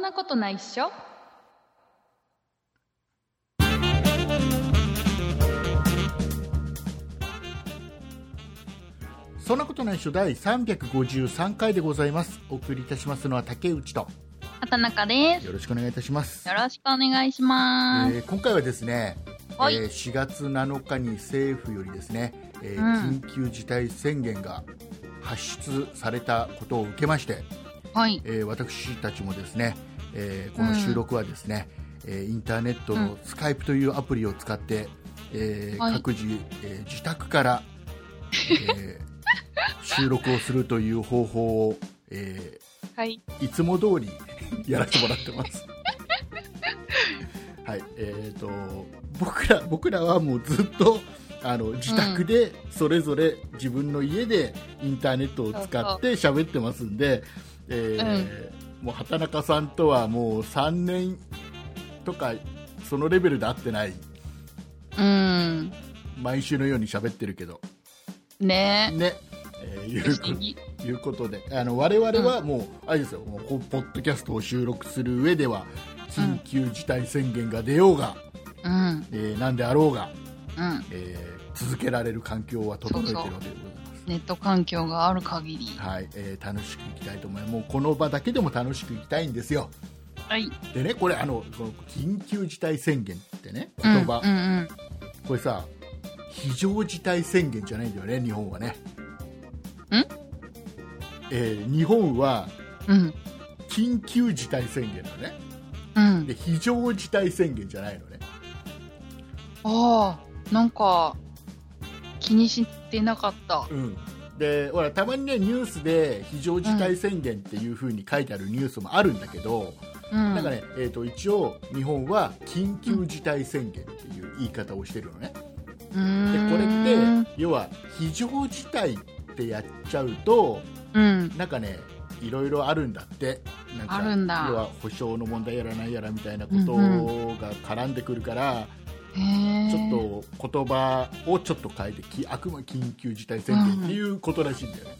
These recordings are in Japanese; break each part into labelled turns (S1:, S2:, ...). S1: なことないっしょ
S2: そんなことないっしょ第353回でございますお送りいたしますのは竹内と
S1: 畑中です
S2: よろしくお願いいたします、
S1: よろしくお願いします、
S2: えー今回はですね、
S1: はい
S2: えー4月7日に政府よりですね、えー
S1: うん
S2: 緊急事態宣言が発出されたことを受けまして、
S1: はい
S2: えー私たちもですね、えーこの収録はですね、えーインターネットのスカイプというアプリを使って、えー
S1: はい
S2: 各自、えー自宅から、えー 収録をするという方法を、え
S1: はい
S2: ーいつも通りやらせてもらってます。はい、えー、と僕ら僕らはもうずっとあの自宅でそれぞれ自分の家でインターネットを使って喋ってますんで、えーもう畑中さんとはもう3年とかそのレベルで会ってない
S1: うん
S2: 毎週のように喋ってるけど
S1: ね
S2: ね、えーい
S1: 不
S2: う
S1: 思議
S2: こいうことであの我々はもう、あれですよもうこうポッドキャストを収録する上では緊急事態宣言が出ようが、
S1: うん
S2: えーなんであろうが、
S1: うん
S2: えー続けられる環境は整えてるわけでございます。
S1: ネット環境がある限り
S2: はい、えー楽しくいきたいと思います。もうこの場だけでも楽しくいきたいんですよ。
S1: はい
S2: でね、これあのこの緊急事態宣言ってね、言葉、
S1: うんうんうん
S2: これさ、非常事態宣言じゃないんだよね、日本はね。
S1: ん
S2: えー日本は
S1: うん
S2: 緊急事態宣言だね。
S1: うん
S2: で、非常事態宣言じゃないのね。
S1: ああなんか気にしてなかった
S2: うん。で、ほら、たまにね、ニュースで非常事態宣言っていう風に書いてあるニュースもあるんだけど、
S1: うん
S2: だからね、えー、と一応日本は緊急事態宣言っていう言い方をしてるのね、
S1: うーん
S2: でこれって要は非常事態ってやっちゃうと
S1: うん
S2: なんかねいろいろあるんだってなんか
S1: あるんだ
S2: 要は保証の問題やらないやらみたいなこと
S1: うん
S2: が絡んでくるから、
S1: へえ
S2: ちょっと言葉をちょっと変えてき悪魔緊急事態宣言っていうことらしいんだよね、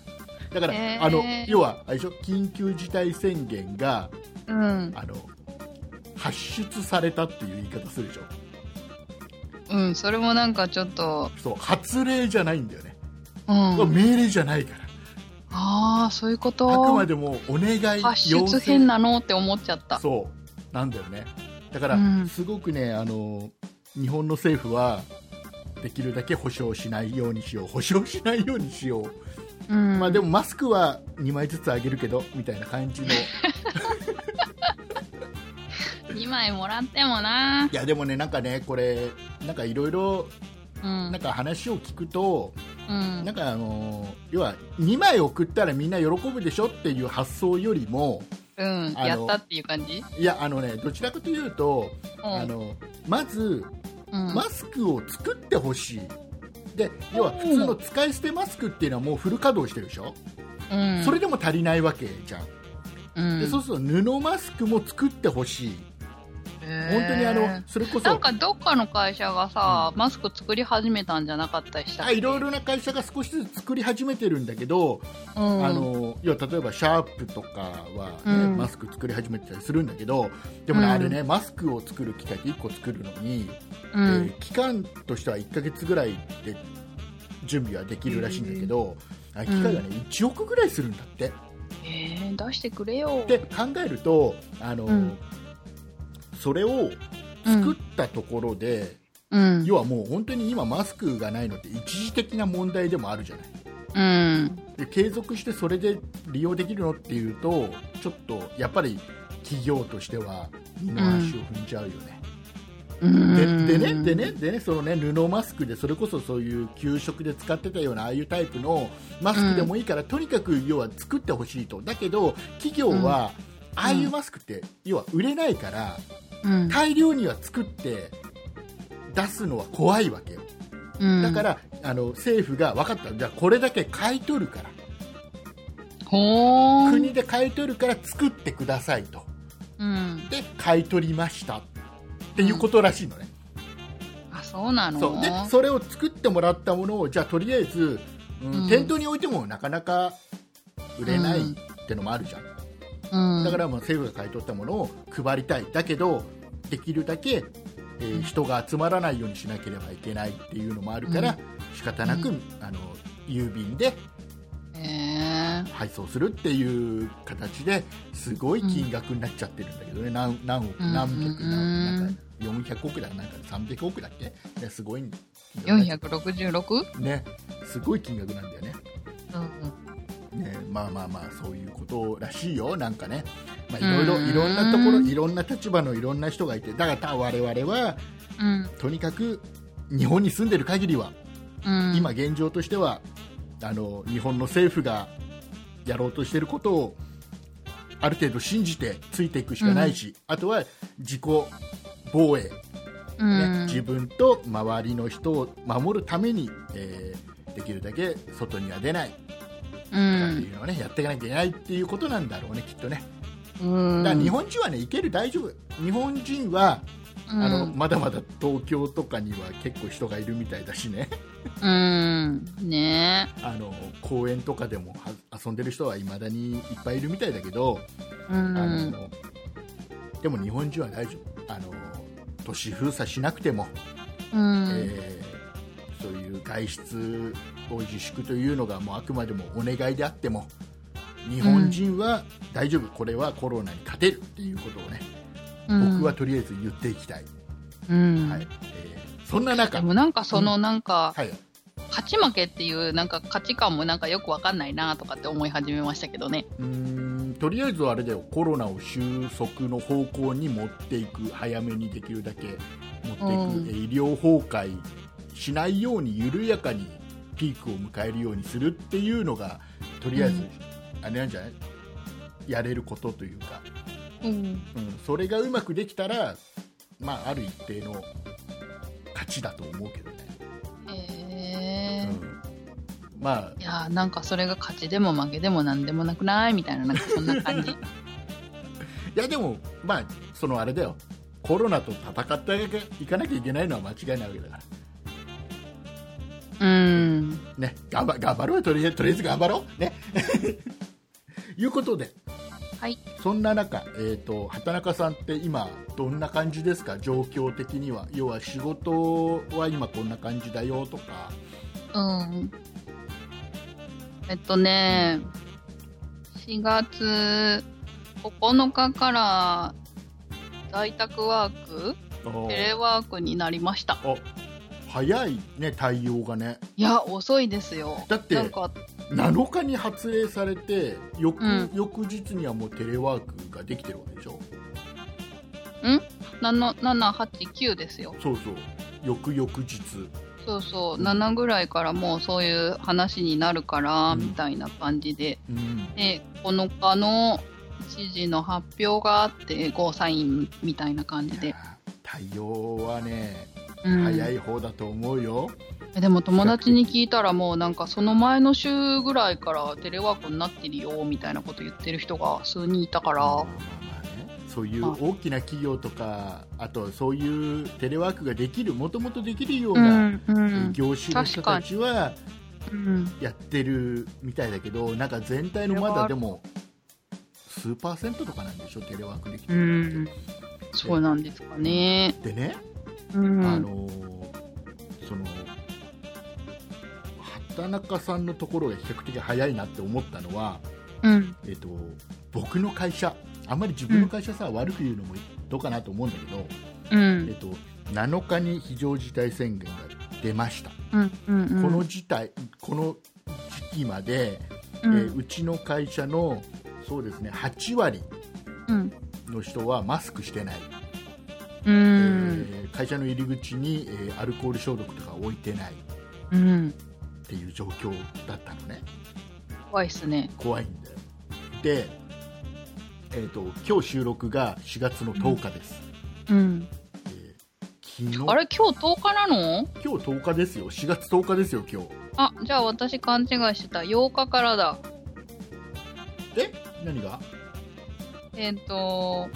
S2: だから、
S1: へー
S2: あの要はあれでしょ緊急事態宣言が
S1: うん
S2: あの発出されたっていう言い方するでしょ
S1: うん、それもなんかちょっと、
S2: そう発令じゃないんだよね、
S1: うん。
S2: 命令じゃないから
S1: ああ、そういうこと。
S2: あくまでもお願い
S1: 発
S2: 要
S1: 出
S2: 請
S1: 変なのって思っちゃった。
S2: そうなんだよねだから、
S1: うん
S2: すごくねあの日本の政府はできるだけ保証しないようにしよう保証しないようにしよ
S1: う
S2: う、
S1: ん。
S2: まあでもマスクは2枚ずつあげるけどみたいな 感じのい
S1: 2枚もらってもな。
S2: やでもねなんかねこれなんかいろいろ
S1: うん。
S2: なんか話を聞くと、
S1: うん。
S2: なんかあのー要は2枚送ったらみんな喜ぶでしょっていう発想よりも
S1: うん。
S2: あの
S1: やったっていう感じ
S2: いやあのねどちらかというと、
S1: うん
S2: あのまず
S1: うん。
S2: マスクを作ってほしいで要は普通の使い捨てマスクっていうのはもうフル稼働してるでしょ、
S1: うん。
S2: それでも足りないわけじゃん、
S1: うん、
S2: でそうすると布マスクも作ってほしい
S1: へー
S2: 本当にあのそれこ
S1: なん
S2: そ
S1: かどっかの会社がさ、マスク作り始めたんじゃなかったりしたっ
S2: あ
S1: け
S2: いろいろな会社が少しずつ作り始めてるんだけど、
S1: うん、
S2: あの要は例えばシャープとかは、ね
S1: うん
S2: マスク作り始めてたりするんだけどでもね、
S1: うん
S2: あれねマスクを作る機械って1個作るのに、
S1: う
S2: え
S1: ん
S2: ー期間としては1ヶ月ぐらいで準備はできるらしいんだけど、あれ機械がね1億ぐらいするんだって。
S1: えー、出してくれよ
S2: で、考えるとあの、
S1: うん
S2: それを作ったところで、
S1: うん、
S2: 要はもう本当に今マスクがないのって一時的な問題でもあるじゃ
S1: う
S2: ない。
S1: ん、
S2: で継続してそれで利用できるのっていうとちょっとやっぱり企業としては二の足を踏んじゃうよね、
S1: うん、
S2: ででねでねでねそのね布マスクでそれこそそういう給食で使ってたようなああいうタイプのマスクでもいいから、とにかく要は作ってほしいとだけど企業は、ああいうマスクって要は売れないから
S1: うん、
S2: 大量には作って出すのは怖いわけよ
S1: うん、
S2: だから、あの政府が分かったじゃあこれだけ買い取るから
S1: ほー
S2: 国で買い取るから作ってくださいと
S1: うん、
S2: で買い取りましたっていうことらしいのね、
S1: あそうなの
S2: そうでそれを作ってもらったものをじゃあとりあえず、う
S1: う
S2: ん
S1: ん
S2: 店頭に置いてもなかなか売れないってのもあるじゃん、
S1: ううん
S2: だからまあ政府が買い取ったものを配りたいだけどできるだけ、えー人が集まらないようにしなければいけないっていうのもあるから、
S1: うん
S2: 仕方なく、
S1: う
S2: あの郵便で
S1: え
S2: 配送するっていう形ですごい金額になっちゃってるんだけどね、何何億
S1: うん
S2: 何百
S1: うん
S2: 何なんか400億だなんか300億だっけ、ね、すごい
S1: ー、466?
S2: ねすごい金額なんだよね
S1: うん
S2: ねまあまあまあそういうことらしいよなんかね、まあ、いうろいろ
S1: ん
S2: いろんなところいろんな立場のいろんな人がいてだからた我々は
S1: うん
S2: とにかく日本に住んでる限りは
S1: うん、
S2: 今現状としてはあの日本の政府がやろうとしていることをある程度信じてついていくしかないし、あとは自己防衛、ね
S1: うん、
S2: 自分と周りの人を守るために、えーできるだけ外には出ないと
S1: う
S2: かって
S1: ん
S2: いうのを、ねやっていかなきゃいけないっていうことなんだろうねきっとね
S1: うん、
S2: だから日本人はねいける大丈夫日本人は、あのまだまだ東京とかには結構人がいるみたいだしね
S1: うん、うん、ね
S2: あの公園とかでもは遊んでる人はいまだにいっぱいいるみたいだけど、
S1: え、う
S2: あ
S1: ん、
S2: のでも日本人は大丈夫あの都市封鎖しなくても、
S1: うん、
S2: えーそういう外出を自粛というのがもうあくまでもお願いであっても日本人は大丈夫、これはコロナに勝てるっていうことをね、僕はとりあえず言っていきたい、
S1: うん、
S2: はいえーそんな中
S1: でもなんかそのなんか、
S2: はい、
S1: 勝ち負けっていうなんか価値観もなんかよくわかんないなとかって思い始めましたけどね。
S2: うーんとりあえずあれだよコロナを収束の方向に持っていく早めにできるだけ持っていく、
S1: う
S2: 医療崩壊しないように緩やかにピークを迎えるようにするっていうのがとりあえず、
S1: うん
S2: あれなんじゃないやれることというか、
S1: うん、
S2: うん、それがうまくできたら、まあ、ある一定の勝ちだと思うけど
S1: え
S2: ね、
S1: ー
S2: うん、まあ
S1: いやーなんかそれが勝ちでも負けでもなんでもなくないみたいななんかそんな感じ。
S2: いやでも、まあ、そのあれだよコロナと戦っていかなきゃいけないのは間違いないわけだから、
S1: うん、
S2: ね、頑張頑張ろうよとりあえずとりあえず頑張ろうね いうことで
S1: はい。
S2: そんな中、えー、と畑中さんって今どんな感じですか状況的には要は仕事は今こんな感じだよとか
S1: うん。えっとね、4月9日から在宅ワーク、テレワークになりました。
S2: あ早いね対応がね
S1: いや、遅いですよ。
S2: だって
S1: なんか、
S2: 7日に発令されて翌,、
S1: うん
S2: 翌日にはもうテレワークができてるわけでしょ
S1: 7、7、8、9ですよ。
S2: そうそう翌々日
S1: そうそう、
S2: うん
S1: 7ぐらいからもうそういう話になるから、
S2: うん
S1: みたいな感じで。
S2: うん
S1: で、9日の知事の発表があって、ゴーサインみたいな感じで。
S2: 対応はね、
S1: うん、
S2: 早い方だと思うよ
S1: えでも友達に聞いたらもうなんかその前の週ぐらいからテレワークになってるよみたいなこと言ってる人が数人いたか
S2: まあ
S1: ら
S2: まあねそういう
S1: あ
S2: 大きな企業とかあとそういうテレワークができるもともとできるよう
S1: う
S2: な、
S1: んうん
S2: 業種の人たちは
S1: うん
S2: やってるみたいだけどなんか全体のまだでも数パーセントとかなんでしょテレワークできて
S1: う
S2: るのって、
S1: んそうなんですかね
S2: でね、
S1: うん
S2: あのーその畑中さんのところが比較的早いなって思ったのは、
S1: うん
S2: えっと僕の会社あんまり自分の会社さ、悪く言うのもどうかなと思うんだけど、
S1: う
S2: えっ
S1: ん
S2: と7日に非常事態宣言が出ました、
S1: うんうんうん
S2: この事態この時期まで、
S1: う
S2: えー
S1: ん
S2: うちの会社のそうですね8割
S1: うん
S2: の人はマスクしてない、
S1: う
S2: え
S1: ん
S2: ー会社の入り口に、えーアルコール消毒とか置いてない
S1: うん
S2: っていう状況だったのね
S1: 怖いっすね
S2: 怖いんだよで、えー、と今日収録が4月の10日です、
S1: うん
S2: えー昨日
S1: あれ今日10日なの
S2: 今日10日ですよ4月10日ですよ今日
S1: あじゃあ私勘違いしてた8日からだ
S2: え何が
S1: えっと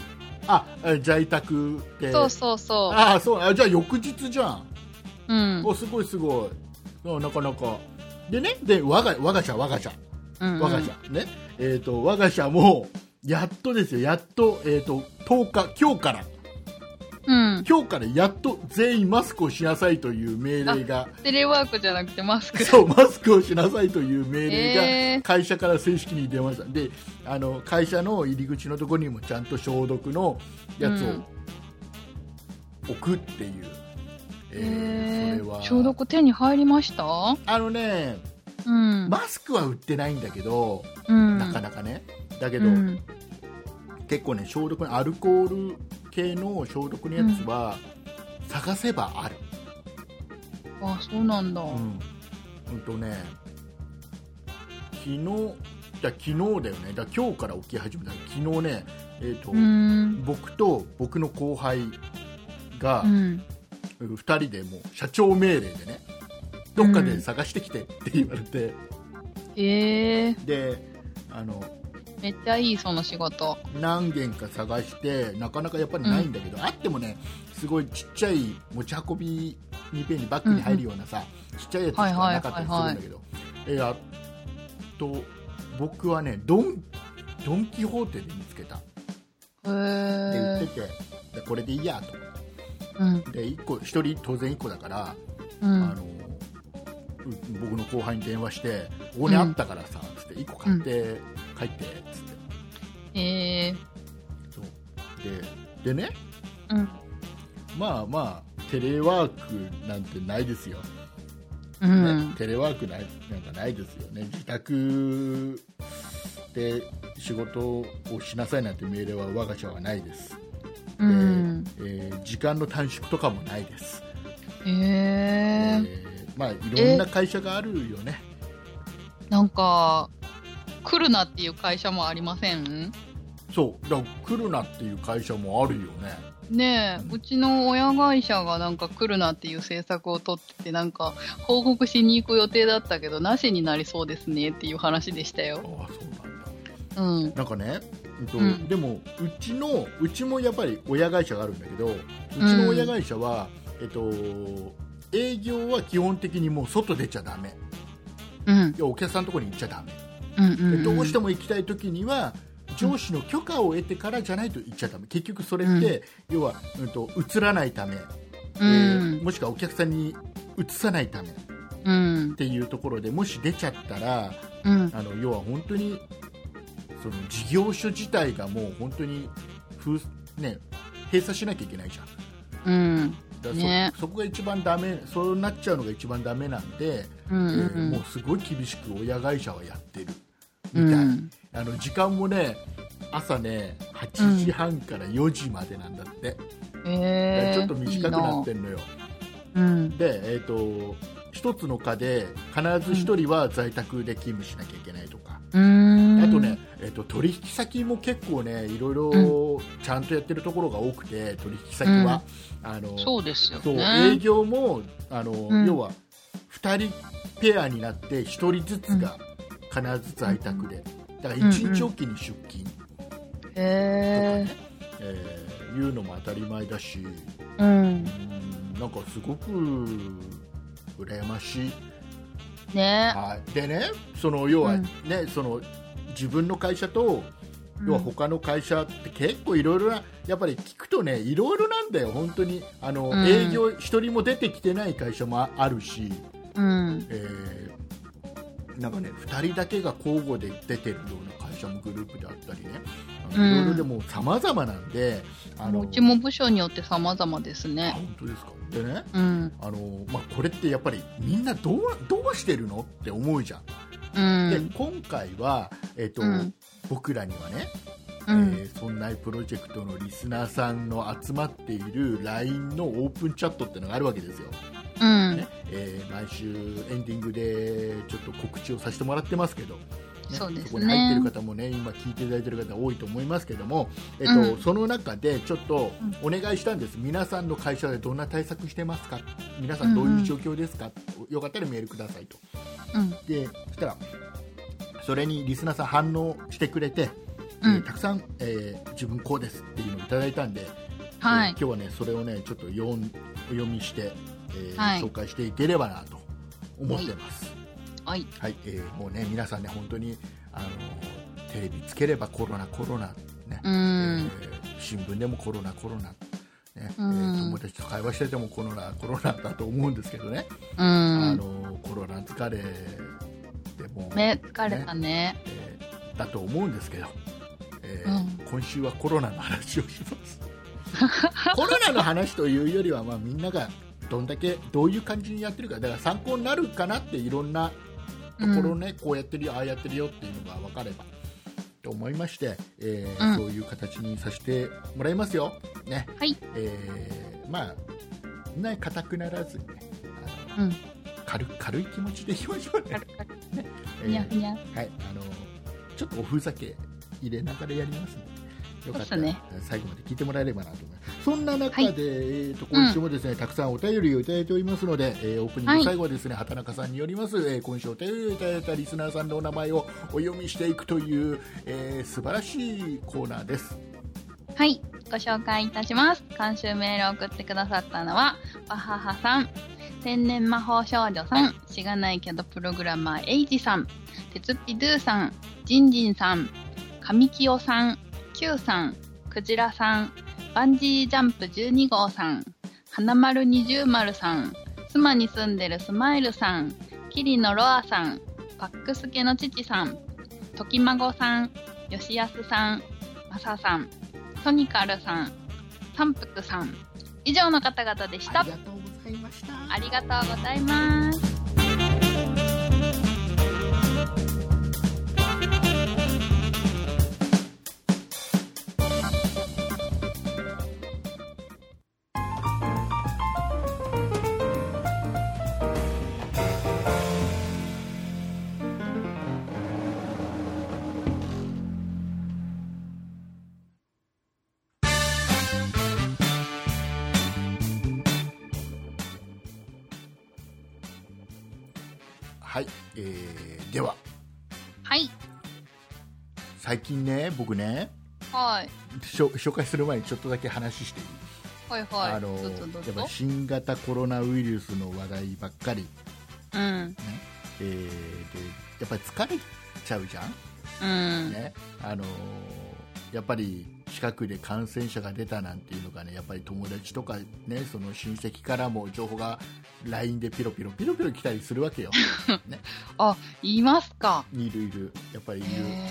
S2: あえ在宅で
S1: そうそうそ
S2: あそうあじゃあ翌日じゃん、
S1: ううん
S2: おすごいすごいあなかなかでねで我が我が社我が社
S1: うん
S2: 我が社、ねえっ、と我が社もやっとですよ、やっと、えっ、と、10日、今日から、
S1: うん。
S2: 今日からやっと全員マスクをしなさいという命令 が、
S1: テレワークじゃなくてマスク。
S2: そう、マスクをしなさいという命令
S1: え
S2: が
S1: ー
S2: 会社から正式に出ました。で、あの、会社の入り口のところにもちゃんと消毒のやつ
S1: うん
S2: を置くってい
S1: へ
S2: う。えー
S1: え
S2: それは。
S1: 消毒手に入りました
S2: あのね、
S1: うん。
S2: マスクは売ってないんだけど、
S1: うん。
S2: なか
S1: だ
S2: なかね。だけ
S1: け
S2: ど、結構ね、消毒のアルコール系の消毒のやつは、探せばある。
S1: あ、そうなんだ。
S2: うん、うんとね、昨日、だ昨日だよね、だ今日から起き始めた、昨日ね、えーと
S1: うん。
S2: 僕と僕の後輩が、
S1: うん。
S2: 2人でもう社長命令でね、どっかで探してきてって言われて、
S1: ええ
S2: であの
S1: めっちゃいい、その仕事。
S2: 何軒か探して、なかなかやっぱりないんだけど、あってもね、すごいちっちゃい持ち運びにペンにバッグに入るようなさ、ちっちゃいやつしかなかったりするんだけど、えーあと僕はねドンドン・キホーテで見つけた
S1: へ
S2: で売っ
S1: え
S2: てて、でこれでいいやと思
S1: うん。
S2: ってで一個一人当然1個だから、
S1: う
S2: あ
S1: ん。
S2: のう僕の後輩に電話して「ここにあったからさ」つって1個買って帰ってつって
S1: ええ
S2: そうででね
S1: うん。
S2: まあまあテレワークなんてないですよ、
S1: う
S2: ね
S1: ん。
S2: テレワークないなんかないですよね自宅で仕事をしなさいなんて命令は我が社はないです、
S1: うん。
S2: えー時間の短縮とかもないです、
S1: え
S2: え
S1: え
S2: ーまあいろんな会社があるよね
S1: なんか、来るなっていう会社もありません
S2: そうだから来るなっていう会社もあるよね
S1: ねえ、うちの親会社がなんか来るなっていう政策を取ってて、なんか報告しに行く予定だったけど、なしになりそうですねっていう話でした
S2: ああ
S1: よ。
S2: そうなんだ
S1: うん。
S2: なんかね、うんと
S1: うん
S2: でもうちのうちもやっぱり親会社があるんだけどうちの親会社は、えっと、営業は基本的にもう外出ちゃダメ
S1: うん。
S2: いやお客さんのところに行っちゃダメ、
S1: うんうん、
S2: でどうして
S1: も。
S2: も行きたい時には上司の許可を得てからじゃないと行っちゃダメ結局それって、要は、うん、と映らないため、
S1: う
S2: え
S1: ん
S2: ー。もしくはお客さんに移さないためっ
S1: うん。
S2: ていうところでもし出ちゃったら
S1: うん。
S2: あの要は本当にその事業所自体がもう本当に封,、ね、閉鎖しなきゃいけないじゃんだか
S1: うん。
S2: らそ,、
S1: ね
S2: そこが一番ダメそうなっちゃうのが一番ダメなんで、
S1: う
S2: え
S1: ん。
S2: ーもうすごい厳しく親会社はやってる
S1: う
S2: みたい、
S1: ん。
S2: あの時間もね朝ね8時半から4時までなんだって、だから
S1: ええ
S2: ちょっと短くなって
S1: いい
S2: んのよ
S1: うん。
S2: でえっ、と一つの課で必ず一人は在宅で勤務しなきゃいけないとか、
S1: うーん。
S2: あとね、えっと取引先も結構ね、いろいろちゃんとやってるところが多くて、取引先は、あの
S1: そうですよ
S2: そう営
S1: ね。
S2: 業もあの、
S1: ん
S2: 要は2人ペアになって1人ずつが必ず在宅で、だから1日おきに出勤とか
S1: へ
S2: ね、えーいうのも当たり前だし、
S1: えうん
S2: う。んなんかすごく羨ましい。
S1: ね
S2: はい、でね、その要は、
S1: うん
S2: ねその自分の会社と
S1: うん
S2: 要は他の会社って結構いろいろなやっぱり聞くとねいろいろなんだよ本当にあの、
S1: うん
S2: 営業一人も出てきてない会社もああるし、
S1: うん。
S2: えーなんかね2人だけが交互で出てるような会社もグループであったりねあの
S1: うん
S2: いろいろでもさまざまなんであの
S1: うちも部署によって様々です
S2: あ
S1: ね。
S2: 本当ですかでね
S1: うん。
S2: あの、まあ、これってやっぱりみんなどうどうしてるのって思うじゃん。
S1: う
S2: で
S1: ん。
S2: 今回は、えっと
S1: うん
S2: 僕らにはね、
S1: うん
S2: え。ーそんなプロジェクトのリスナーさんの集まっている LINE のオープンチャットってのがあるわけですよ、
S1: うん
S2: ね。えー毎週エンディングでちょっと告知をさせてもらってますけど、ね
S1: そうですね
S2: こに入ってる方もね今聞いていただいてる方多いと思いますけども、えっと
S1: うん
S2: その中でちょっとお願いしたんです、皆さんの会社でどんな対策してますか皆さんどういう状況ですか、よかったらメールくださいと。
S1: うん。
S2: でそしたらそれにリスナーさん反応してくれて、
S1: うん
S2: えーたくさん、えー自分こうですっていうのをいただいたんで、
S1: は
S2: えー
S1: い
S2: 今。日はねそれをねちょっと読んお読みして、えー
S1: はい
S2: 紹介していければなと思ってます。
S1: はい。
S2: はい、えーもうね皆さんね本当にあのーテレビつければコロナ、コロナ、ね
S1: う
S2: え
S1: ん。
S2: ー新聞でもコロナ、コロナ、ねえー
S1: うん
S2: 友達と会話しててもコロナ、コロナだと思うんですけどね、
S1: う
S2: あ
S1: ん。
S2: のコロナ疲れでも、
S1: ね、疲れたね。
S2: えーだと思うんですけど、えー
S1: うん
S2: 今週はコロナの話をし ますコロナの話というよりは、まあ、みんながどんだけどういう感じにやってるかだから参考になるかなっていろんなところね、こうやってるよああやってるよっていうのが分かればと思いまして、えー
S1: うん
S2: そういう形にさせてもらいますよ、ね
S1: はい
S2: えーまあそんなに硬くならずにねあの
S1: うん
S2: 軽く軽い気持ちでいきましょうね
S1: 軽。ふにゃふにゃ。
S2: はい、あのちょっとおふざけ入れながらやりますので、よかっ
S1: そ
S2: たら、
S1: うですね
S2: 最後まで聞いてもらえればなと思います。そんな中で、
S1: はい
S2: えーと今週もですね、たくさんお便りをいただいておりますので、えーオープニン
S1: は
S2: グ
S1: い
S2: 最後はですね、畑中さんによります、えー今週お便りをいただいたリスナーさんのお名前をお読みしていくという、えー素晴らしいコーナーです。
S1: はい、ご紹介いたします。監修メールを送ってくださったのは、バハハさん、天然魔法少女さん、しがないけどプログラマーエイジさん、鉄っぴドゥさん、ジンジンさん、神清さん、Q さん、クジラさん、バンジージャンプ12号さん、花丸二重丸さん、妻に住んでるスマイルさん、キリのロアさん、パックスケの父さん、時孫さん、吉安さん、マサさん、ソニカルさん、三福さん、以上の方々でした
S2: あり。がとうございました。
S1: ありがとうございます。
S2: はい、えーでは
S1: はい、
S2: 最近ね、僕ね、
S1: はい、
S2: しょ紹介する前にちょっとだけ話していい。
S1: はい、はい。
S2: あ
S1: どう
S2: の
S1: ぞどう
S2: やっぱ
S1: ぞ
S2: り。新型コロナウイルスの話題ばっかり、
S1: うん、
S2: えーでやっぱり疲れちゃうじゃ
S1: うん、
S2: ん、ねあのやっぱり近くで感染者が出たなんていうのがねやっぱり友達とか、ね、その親戚からも情報が LINE でピロピロピロピロ来たりするわ けよ、
S1: いますか。
S2: いるいる、やっぱりいる
S1: へー、
S2: あのや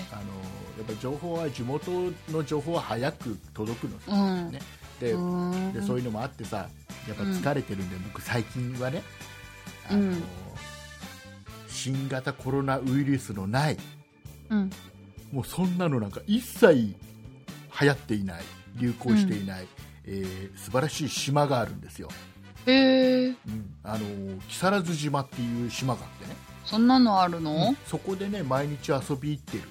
S2: っぱり情報は地元の情報は早く届くの
S1: う
S2: さ、
S1: ん。
S2: ね
S1: う
S2: で
S1: ーん
S2: でそういうのもあってさやっぱ疲れてるんで、僕最近はねあの、
S1: うん
S2: 新型コロナウイルスのない
S1: うん、
S2: もうそんなのなんか一切流行っていない流行していない、えー素晴らしい島があるんですよ、
S1: へえ、
S2: うんあの木更津島っていう島があってね
S1: そんなのあるの。
S2: そこでね毎日遊び行ってる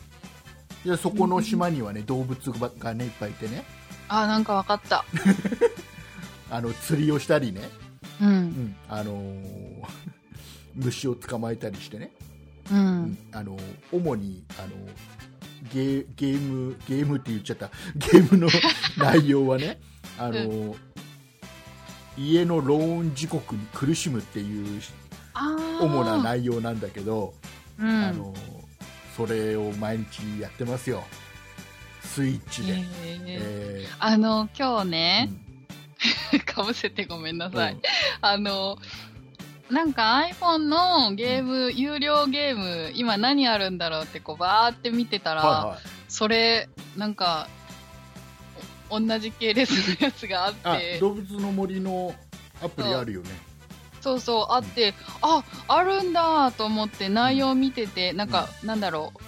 S2: でそこの島にはね動物がねいっぱいいてね
S1: あ、なんかわか った。
S2: あの釣りをしたりね、
S1: う、
S2: うんんあのー 虫を捕まえたりしてね
S1: う
S2: うんん、あの主にあのゲーゲームゲームって言っちゃった ゲー ムの内容はねあの、家のローン時刻に苦しむっていう
S1: ああ。
S2: 主な。内容なんだけど
S1: う
S2: あ、
S1: ん。
S2: のそれを毎日やってますよスイッチで、
S1: へー
S2: えー
S1: あの、今日
S2: う
S1: ね、
S2: ん
S1: かぶせてごめんな
S2: う
S1: さい
S2: ん。
S1: あの、なんか iPhone のゲーム、有料ゲーム、今何あるんだろうってこうバーって見てたら、
S2: は
S1: それ、なんか、お同じ系列のやつがあっ
S2: いはい、あ
S1: て、
S2: 動物の森のアプリあるよね
S1: そうそう、あって、あ、あるんだと思って内容見てて、なんか、なんだろう、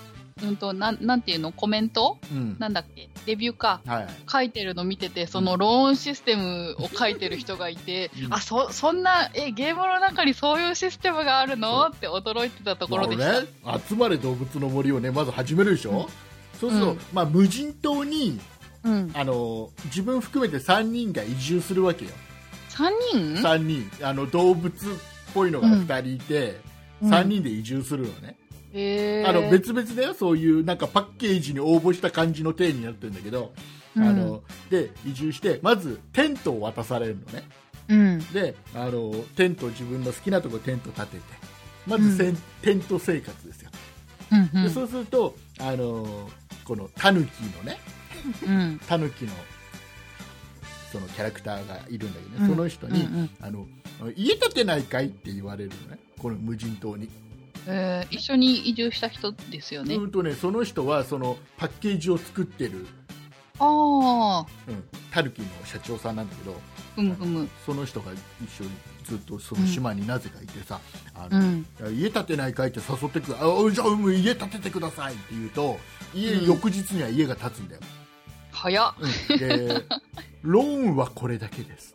S1: うんと、なん、なんていうのコメント
S2: うん
S1: なんだっけレビューか。
S2: はい
S1: 書いてるの見てて、そのローンシステムを書いてる人がいて
S2: う、ん
S1: あ、そ、そんな、え、ゲームの中にそういうシステムがあるのって驚いてたところでし
S2: ま
S1: た。
S2: あね、集まれ動物の森をねまず始めるでしょ、そうすると、
S1: うん
S2: まあ、無人島に
S1: うん。
S2: あの自分含めて3人が移住するわけよ、
S1: 3人
S2: 三人あの動物っぽいのが2人いて、3人で移住するのね、
S1: へー
S2: あの別々だよそういうなんかパッケージに応募した感じの体になってるんだけど、
S1: うん
S2: あので移住してまずテントを渡されるのね
S1: うん。
S2: であのテント自分の好きなとこテント立ててまずせん、テント生活ですよ
S1: うん。う
S2: で
S1: ん
S2: そうすると、あのーこのタヌキのね
S1: うん
S2: タヌキのそのキャラクターがいるんだけどね、
S1: うん
S2: その人に、
S1: うんうん
S2: あの家建てないかいって言われるのねこの無人島に、
S1: えー一緒に移住した人ですよね、
S2: うんとねその人はそのパッケージを作ってる、
S1: ああ
S2: うん、タヌキの社長さんなんだけど
S1: ふむふむ
S2: その人が一緒にずっとその島になぜかいてさ、あ
S1: う
S2: の
S1: ん
S2: 家建てないかいって誘ってくるあじゃあもう家建ててくださいって言うと家、
S1: うん
S2: 翌日には家が建つんだよ、
S1: 早っ
S2: うんでローンはこれだけです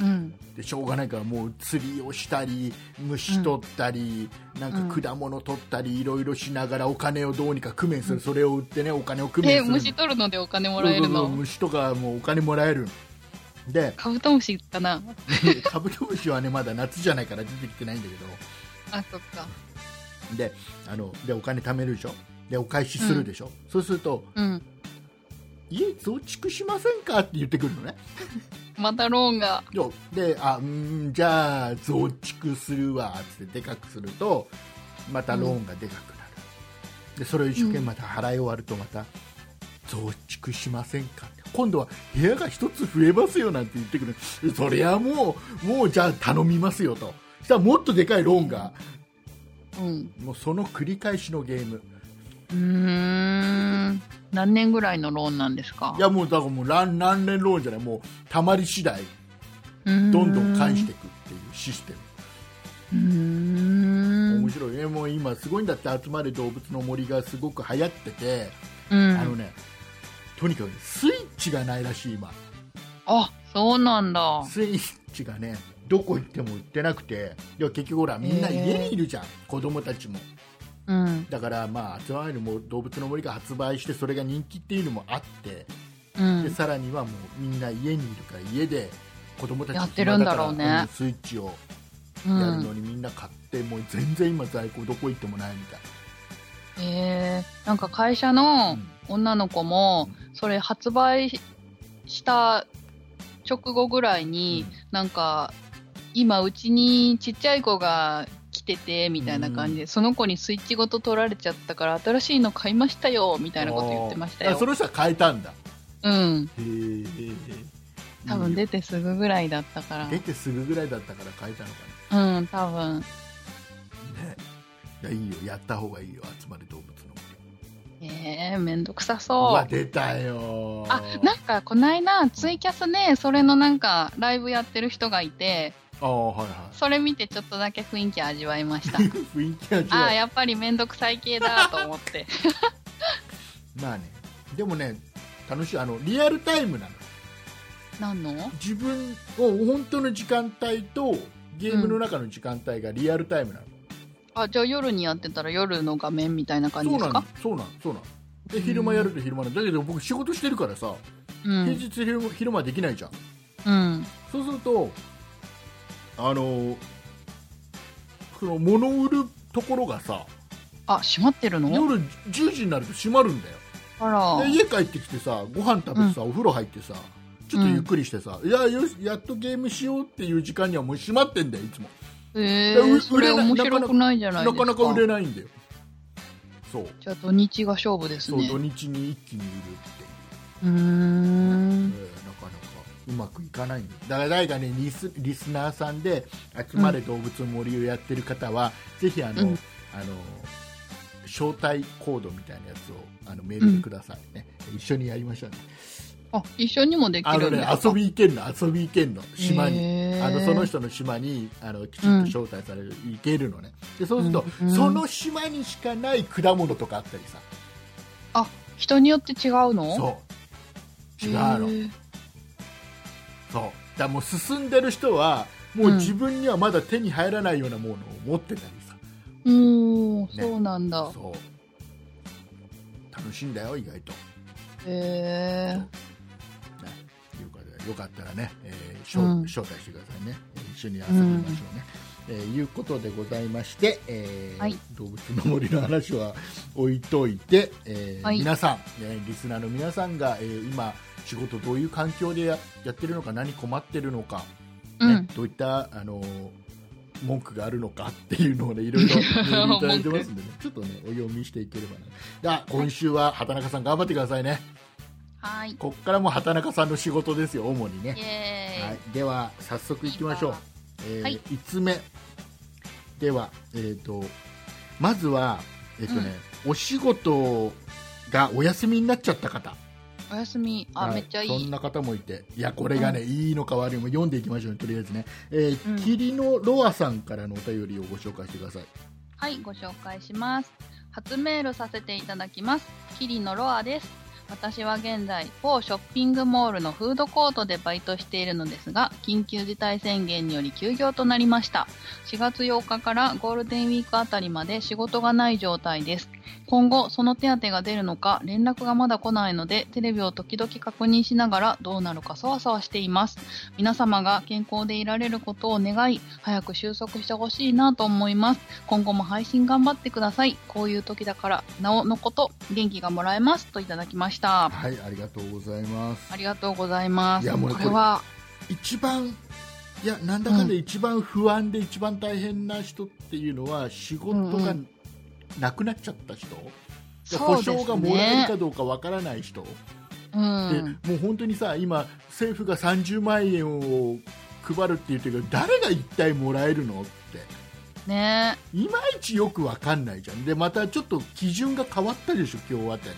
S1: うん
S2: でしょうがないからもう釣りをしたり虫取ったり、なんか果物取ったりいろいろしながらお金をどうにか工面する、それを売ってねお金を工面
S1: え
S2: する
S1: 虫取るのでお金もらえる
S2: そうそうそう
S1: の
S2: 虫とかもうお金もらえる で
S1: カブトムシかな
S2: カブトムシはねまだ夏じゃないから出てきてないんだけど
S1: あそっか
S2: であのでお金貯めるでしょでお返しするでしょ、そうすると
S1: うん
S2: 家増築しませんかって言ってくるのね
S1: またローンが
S2: であうーんじゃあ増築するわっつってでかくするとまたローンがでかくなる、でそれを一生懸命また払い終わるとまた増築しませんかって今度は部屋が一つ増えますよなんて言ってくるそりゃもうもうじゃあ頼みますよとそしたらもっとでかいローンが
S1: うん
S2: もうその繰り返しのゲーム
S1: うーん何年ぐらいのローンなんですか
S2: いやもうだからもう何何年ローンじゃないもうたまり次第
S1: どん
S2: どんどん返していくっていうシステム
S1: うーん
S2: 面白いね、もう今すごいんだって集まれ動物の森がすごく流行ってて、
S1: うん
S2: あのねとにかくスイッチがないらしい今
S1: あそうなんだ
S2: スイッチがねどこ行っても売ってなくてで結局ほらみんな
S1: へー
S2: 家にいるじゃん、子供たちも
S1: うん
S2: だからまあ集まれるも動物の森が発売してそれが人気っていうのもあって、
S1: う
S2: で
S1: ん
S2: さらにはもうみんな家にいるから家で子供たち
S1: やってるんだろうね
S2: 暇からスイッチを
S1: う
S2: やるの
S1: ん
S2: にみんな買ってもう全然今在庫どこ行ってもないみたい
S1: えー、なんか会社
S2: な、
S1: の
S2: うん
S1: 女の子もそれ発売した直後ぐらいに、なんか今うちにちっちゃい子が来ててみたいな感じで、その子にスイッチごと取られちゃったから新しいの買いましたよみたいなこと言ってました
S2: あーあ
S1: よ
S2: その人は変えたんだ。
S1: うん
S2: へえ。
S1: 多分出てすぐぐらいだったか
S2: 出てすぐぐらいだったから変えたのから
S1: うん多分
S2: な。ね。いやいいよやった方がいいよ集まれ動物の森。
S1: えー、めんどくさ
S2: う
S1: そ
S2: わ
S1: う
S2: 出たよ。
S1: あなんかこないだツイキャスでそれのなんかライブやってる人がいて
S2: あーはいは
S1: それ見てちょっとだけ雰囲気味わいました
S2: い。 雰囲気が違う。
S1: ああやっぱり面倒くさい系だと思って
S2: まあねでもね楽しいあのリアルタイムなの。
S1: 何の
S2: 自分を本当の時間帯とゲームの中の時間帯がリアルタイムなの。
S1: あじゃあ夜にやってたら夜の画面みたいな感じ
S2: そう
S1: で
S2: な
S1: す
S2: の
S1: か
S2: そうなのそうなの。で昼間やると昼間なんだだけど僕仕事してるからさ
S1: う
S2: 平
S1: ん
S2: 日昼間昼間できないじゃん。
S1: うん
S2: そうするとあのその物売るところがさ
S1: あ閉まってるの
S2: 夜10時になると閉まるんだよ
S1: あら
S2: で家帰ってきてさご飯食べてさ、お風呂入ってさちょっとゆっくりしてさ、いやよしやっとゲームしようっていう時間にはもう閉まってんだよいつも
S1: え
S2: いやう
S1: ー、それ
S2: 売れない
S1: 面白くないじゃな
S2: ない
S1: ですか
S2: かなか売れないんだよそう
S1: じゃあ土日が勝負です
S2: そう、
S1: ね
S2: 土
S1: う
S2: 日に一気に売るっていう
S1: ーん
S2: えーなかなかうまくいかないんだだから誰かねリスリスナーさんで「集まれ動物の森」をやってる方は、ぜひあの、
S1: うん
S2: あの招待コードみたいなやつをあのメールでくださいね、一緒にやりましょうね
S1: あ一緒にもでき
S2: あ
S1: る
S2: の
S1: んで
S2: ね
S1: すか
S2: 遊び行けんの遊び行けんの島に、
S1: へー
S2: あのその人の島にあのきちんと招待される、行けるのねでそうすると、
S1: うんうん
S2: その島にしかない果物とかあったりさ
S1: 人によって違うの
S2: そう
S1: へ
S2: 違う
S1: ー
S2: の、そうだからもう進んでる人はもう自分にはまだ手に入らないようなものを持ってたりさ、
S1: うーんそうなんだ、
S2: そう楽しいんだよ意外と、
S1: へえ
S2: ね、いうことでよかったらね、えーしょ
S1: うん
S2: 招待してくださいねえー一緒に遊びましょうね、えーいうことでございまして、えー
S1: はい
S2: 動物の森の話は置いといて、えー
S1: はい
S2: 皆さん、えーリスナーの皆さんが、えー今仕事どういう環境でややってるのか何困ってるのか
S1: う
S2: ね
S1: ん、
S2: どういったあのー文句があるのかっていうのをね いろいろメールいただいてますんでねちょっとねお読みしていければなでは今週は畑中さん頑張ってくださいね
S1: はい。
S2: こっからも畑中さんの仕事ですよ主にね
S1: イエーイ。
S2: はい、では早速いきましょう、えー
S1: はい
S2: 5つ目では、えー、とまずは、えーとねお仕事がお休みになっちゃった方
S1: おやすみ。あ、
S2: はい
S1: めっちゃい
S2: そん
S1: い。
S2: な方もいていやこれがね、いいのか悪いのか読んでいきましょうねとりあえずね、えー
S1: うん
S2: 霧のロアさんからのお便りをご紹介してください
S1: はい、ご紹介します。初メールさせていただきます。キリのロアです。私は現在、某ショッピングモールのフードコートでバイトしているのですが、緊急事態宣言により休業となりました。4月8日からゴールデンウィークあたりまで仕事がない状態です。今後、その手当が出るのか、連絡がまだ来ないので、テレビを時々確認しながらどうなるかそわそわしています。皆様が健康でいられることを願い、早く収束してほしいなと思います。今後も配信頑張ってください。こういう時だから、なおのこと、元気がもらえます。といただきました。
S2: はいありがとうございます
S1: ありがとうございます。
S2: いやもうね
S1: これは、
S2: 一番いやなんだかんだ一番不安で一番大変な人っていうのは仕事がなくなっちゃった人、で
S1: そう
S2: 保
S1: ですね
S2: 証がもらえるかどうかわからない人、
S1: うん。
S2: でもう本当にさ今、政府が30万円を配るって言ってるけど誰が一体もらえるのって
S1: ね
S2: いまいちよくわかんないじゃんでまたちょっと基準が変わったでしょ、今日あたり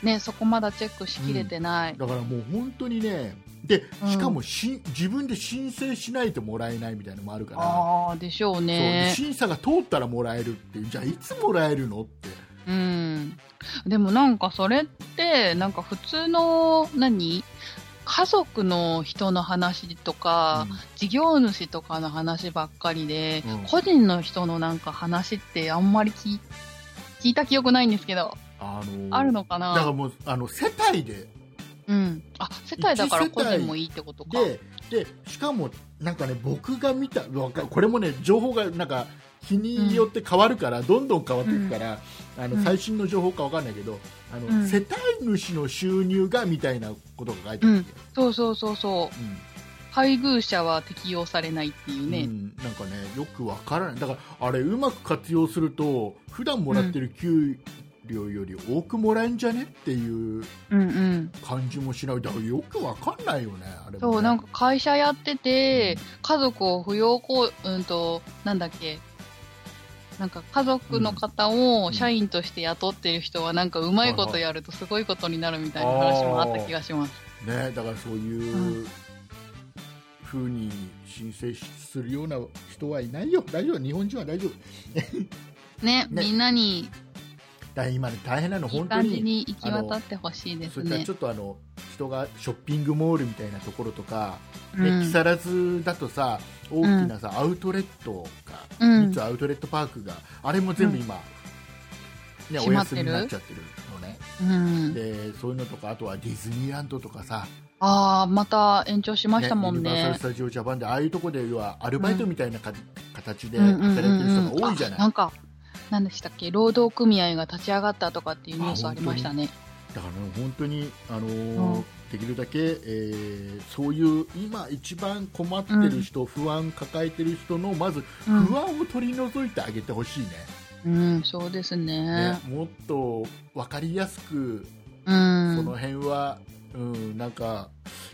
S1: ねそこまだチェックしきれてない。
S2: だからもう本当にねで
S1: うん
S2: しかもし、自分で申請しないともらえないみたいなのもあるから。
S1: ああ、でしょう
S2: そうで
S1: ね。
S2: 審査が通ったらもらえるっていうじゃあいつもらえるのって
S1: うん。でもなんかそれって、なんか普通の、何家族の人の話とか、事業主とかの話ばっかりで、
S2: うん
S1: 個人の人のなんか話ってあんまり聞い聞いた記憶ないんですけど、
S2: あの
S1: あるのか
S2: だから
S1: な
S2: もうあの世帯で
S1: うん。あ、世帯だから
S2: 一世
S1: 個
S2: 帯
S1: 人もいいってことか。
S2: ででしかもなんかね僕が見たわかこれもね情報がなんか日によって変わるから、どんどん変わっていくから、あ
S1: う
S2: の
S1: ん
S2: 最新の情報かわかんないけどあの、
S1: うん
S2: 世帯主の収入がみたいなことが書いてあるんだよ
S1: そうそうそうそう。配偶者は適用されないっていう
S2: うんう
S1: ね。
S2: んなんかねよくわからないだからあれうまく活用すると普段もらってる給料より多くもらえんじゃねっていう
S1: うん、うん。
S2: 感じもしないだからよくわかんないよねあれもね
S1: そう、なんか会社やってて、家族を扶養こう、うんと、なんだっけ、なんか家族の方
S2: う
S1: を
S2: ん
S1: 社員として雇ってる人は、なんかうまいことやるとすごいことになるみたいな話もあった気がします。
S2: ねだからそういう風に申請するような人はいないよ大丈夫日本人は大丈夫
S1: ね、
S2: ね
S1: みんなに
S2: だから今ね大変なの
S1: いい
S2: 本当
S1: 感じ
S2: に
S1: に行き渡ってほしいで
S2: そ
S1: す
S2: れから
S1: ね
S2: ち。ょっとあの人がショッピングモールみたいなところとか、
S1: う
S2: ね木
S1: ん、
S2: 更津だとさ大きなさ、アウトレットが
S1: う
S2: 三
S1: ん
S2: つアウトレットパークがあれも全部今、ね、お
S1: 閉まっ
S2: 休
S1: て
S2: み
S1: る
S2: になっちゃってるのね
S1: うん。
S2: でそういうのとかあとはディズニーランドとかさ、
S1: ああ、また延長しましたもん
S2: ユニバーサ
S1: ね
S2: ル・ス。タジオ・ジャパンでああいうとこで要はアルバイトみたいなか、形で
S1: うんう
S2: 働
S1: んう
S2: いてる
S1: ん
S2: 人
S1: うん
S2: が多
S1: あ
S2: いじゃない、
S1: なんか、何でしたっけ、労働組合が立ち上がったとかっていうニュースありましたね。
S2: だから、ね、本当に、あのー
S1: うん
S2: できるだけ、えーそういう今一番困ってる人、不安抱えてる人のまず
S1: う
S2: 不
S1: ん
S2: 安を取り除いてあげてほしいね,、
S1: うん、そうですね。
S2: ねもっと分かりやすく
S1: う
S2: そ
S1: ん
S2: の。辺は、うん、なんか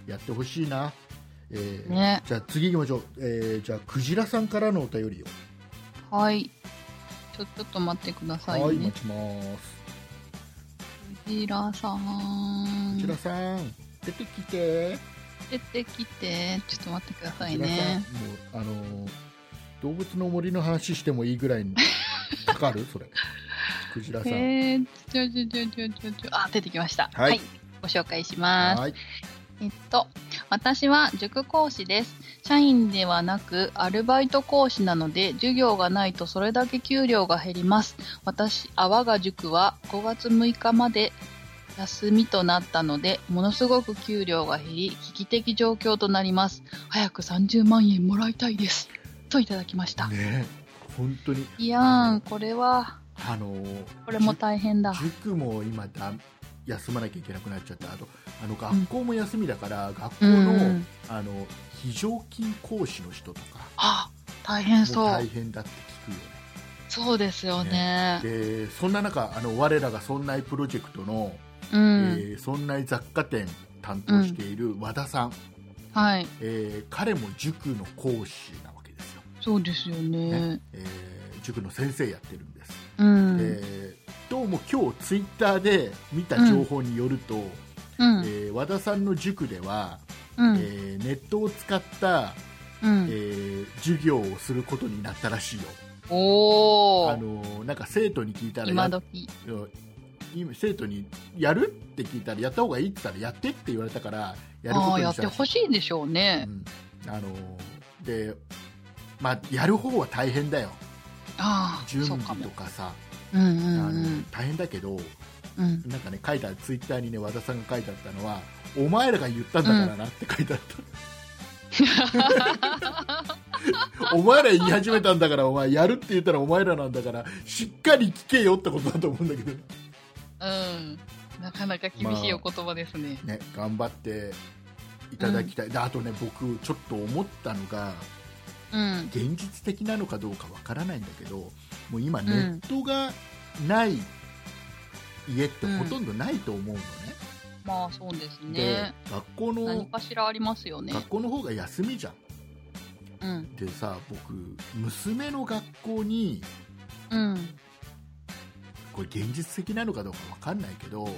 S2: やってほしいな、えー
S1: ね
S2: じゃあ次行きましょう、えーじゃあクジラさんからのお便りを
S1: はい。ちょ、ちょっと待ってくださ
S2: はいい
S1: ね
S2: 待。ちます
S1: クジラさん。
S2: こちらさん出てきて
S1: 出てきて、ちょっと待ってください
S2: こちらさん
S1: ね。
S2: もうあのー動物の森の話してもいいぐらいにか かるそれクジラさん
S1: えー、ちょちょちょちょちょちょ、あ、出てきました。
S2: はい
S1: ご紹介します。
S2: はい
S1: えっと、私は塾講師です。社員ではなく、アルバイト講師なので、授業がないとそれだけ給料が減ります。私、あわが塾は5月6日まで休みとなったので、ものすごく給料が減り、危機的状況となります。早く30万円もらいたいです。といただきました。
S2: ね本当に
S1: いやーん、これは、
S2: あのー
S1: これも大変だ。
S2: じ塾も今だ休まなきゃいけなくなっちゃったあとあの学校も休みだから、学校
S1: うん
S2: の、
S1: うん。
S2: あの非常勤講師の人とか
S1: あ、大変
S2: も
S1: そうう
S2: 大。変だって聞くよね
S1: そうですよね。
S2: でそんな中あの我らがそんないプロジェクトの、
S1: う
S2: え
S1: ん。
S2: ーそんない雑貨店担当している和田さん、
S1: はい。
S2: えー彼も塾の講師なわけですよ、
S1: そうですよね。
S2: えー塾の先生やってるんです、
S1: うん。
S2: えーどうも今日ツイッターで見た情報によると、
S1: う
S2: え
S1: ん。
S2: ー和田さんの塾では、
S1: う
S2: え
S1: ん。
S2: ーネットを使った、
S1: うん
S2: えー授業をすることになったらしいよ
S1: お
S2: あ
S1: ー。
S2: のーなんか生徒に聞いたらや
S1: 今時。
S2: 今生徒にやるって聞いたらやった方がいいって言ったらやってって言われたから
S1: あ
S2: やること
S1: あー、
S2: に
S1: や
S2: し
S1: って
S2: たら
S1: ほしいんでしょうね
S2: う。んあのーでまあ、やる方は大変だよ、
S1: ああ、
S2: 準
S1: そう
S2: 備
S1: か
S2: と
S1: も。
S2: かさ、
S1: うんう
S2: あ
S1: ん
S2: の
S1: うん
S2: 大変だけど、
S1: うん。
S2: なんかね、書いた、ツイッターにね、和田さんが書いてあったのは、お前らが言ったんだからなって書いてあ った、お前ら言い始めたんだから、お前、やるって言ったらお前らなんだから、しっかり聞けよってことだと思うんだけど、
S1: うん。なかなか厳しいお言葉ですね。
S2: ね、頑張っていただきたい、であとね、僕、ちょっと思ったのが、
S1: うん。
S2: 現実的なのかどうかわからないんだけどもう今
S1: ん
S2: ネットがない家ってほとんどないと思うのね、
S1: まあそうです
S2: で
S1: ね。
S2: 学校
S1: 何
S2: の
S1: かしらありますよね。
S2: 学校の方が休みじゃん
S1: うん。
S2: でさ僕娘の学校に
S1: うん。
S2: これ現実的なのかどうかわかんないけど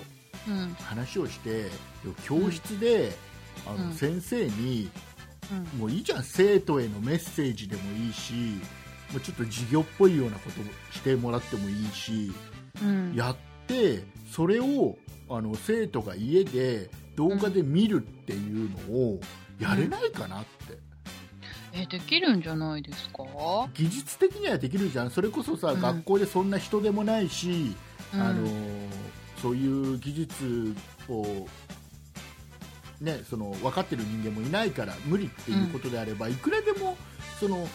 S1: うん。
S2: 話をして教室で、あ
S1: う
S2: の
S1: ん
S2: 先生に、
S1: うん
S2: もういいじゃん生徒へのメッセージでもいいしもうちょっと授業っぽいようなことをしてもらってもいいし、
S1: うん。
S2: やってそれをあの生徒が家で動画で見るっていうのをやれないかなって、
S1: えできるんじゃないですか、
S2: 技術的にはできるじゃんそれこそさ、
S1: うん
S2: 学校でそんな人でもないし、
S1: うん、
S2: あのそういう技術を、ね、その分かってる人間もいないから無理っていうことであれば、いくらでもその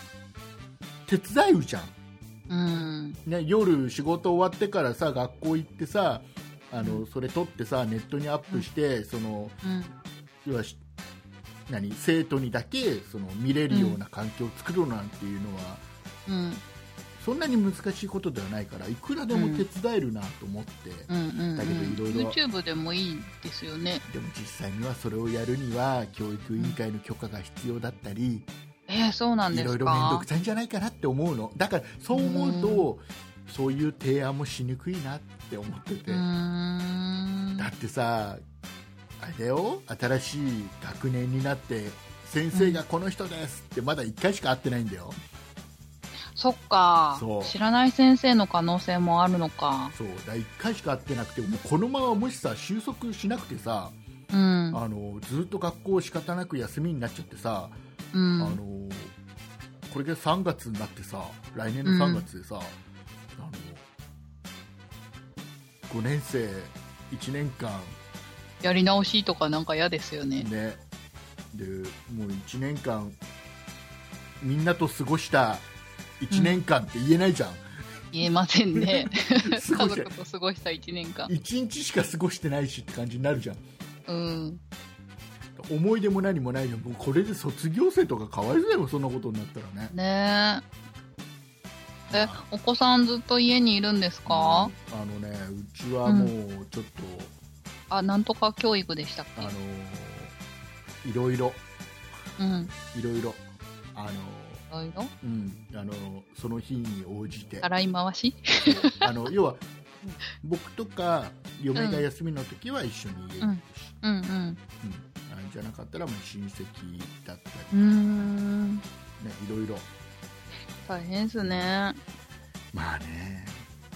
S2: 手伝うじゃん
S1: うん
S2: ね、夜仕事終わってからさ学校行ってさあの、
S1: う
S2: それ撮ってさネットにアップして、その
S1: うん
S2: 要はし何生徒にだけその見れるような環境を作るなんていうのは、
S1: うん
S2: そんなに難しいことではないからいくらでも手伝えるなと思って、
S1: うんうん
S2: だけど色々
S1: YouTube でもいいですよね
S2: でも実際にはそれをやるには教育委員会の許可が必要だったり、
S1: えー、そうなんで
S2: いろ
S1: す
S2: いろ面倒
S1: か
S2: くさいんじゃないかなって思うのだからそう思うと、そういう提案もしにくいなって思ってて。
S1: うーん
S2: だってさあれよ新しい学年になって先生がこの人ですってまだ1回しか会ってないんだよ、
S1: そっか
S2: そう
S1: 知らない先生の可能性もあるのか
S2: そうだ1回しか会ってなくてもうこのままもしさ収束しなくてさ、
S1: うん
S2: あのずっと学校仕方なく休みになっちゃってさ、
S1: う
S2: あの
S1: ん
S2: これが3月になってさ来年の3月でさ、あの5年生1年間
S1: やり直しとかなんか嫌ですよね
S2: ねでもう1年間みんなと過ごした1年間って言えないじゃん、
S1: 言えません ね家
S2: すごい
S1: 族と過ごした1年間
S2: 1日しか過ごしてないしって感じになるじゃん
S1: うん
S2: 思い出も何もないのもうこれで卒業生とかかわいそうだよそんなことになったらね
S1: ねええ
S2: あ
S1: お子さんずっと家にいるんですか、
S2: あのねうちはもううちょっと、
S1: あなんとか教育でしたっけ
S2: あのーいろいろ
S1: うん
S2: いろいろあのー
S1: いろいろ
S2: うんあのーその日に応じて
S1: 洗い回し
S2: あの要は僕とか嫁が休みの時は一緒に家にいるし、
S1: うんうん
S2: うんあじゃなかったらもう親戚だった
S1: うーん
S2: り、ね、いろいろ
S1: 大変ですね
S2: まあね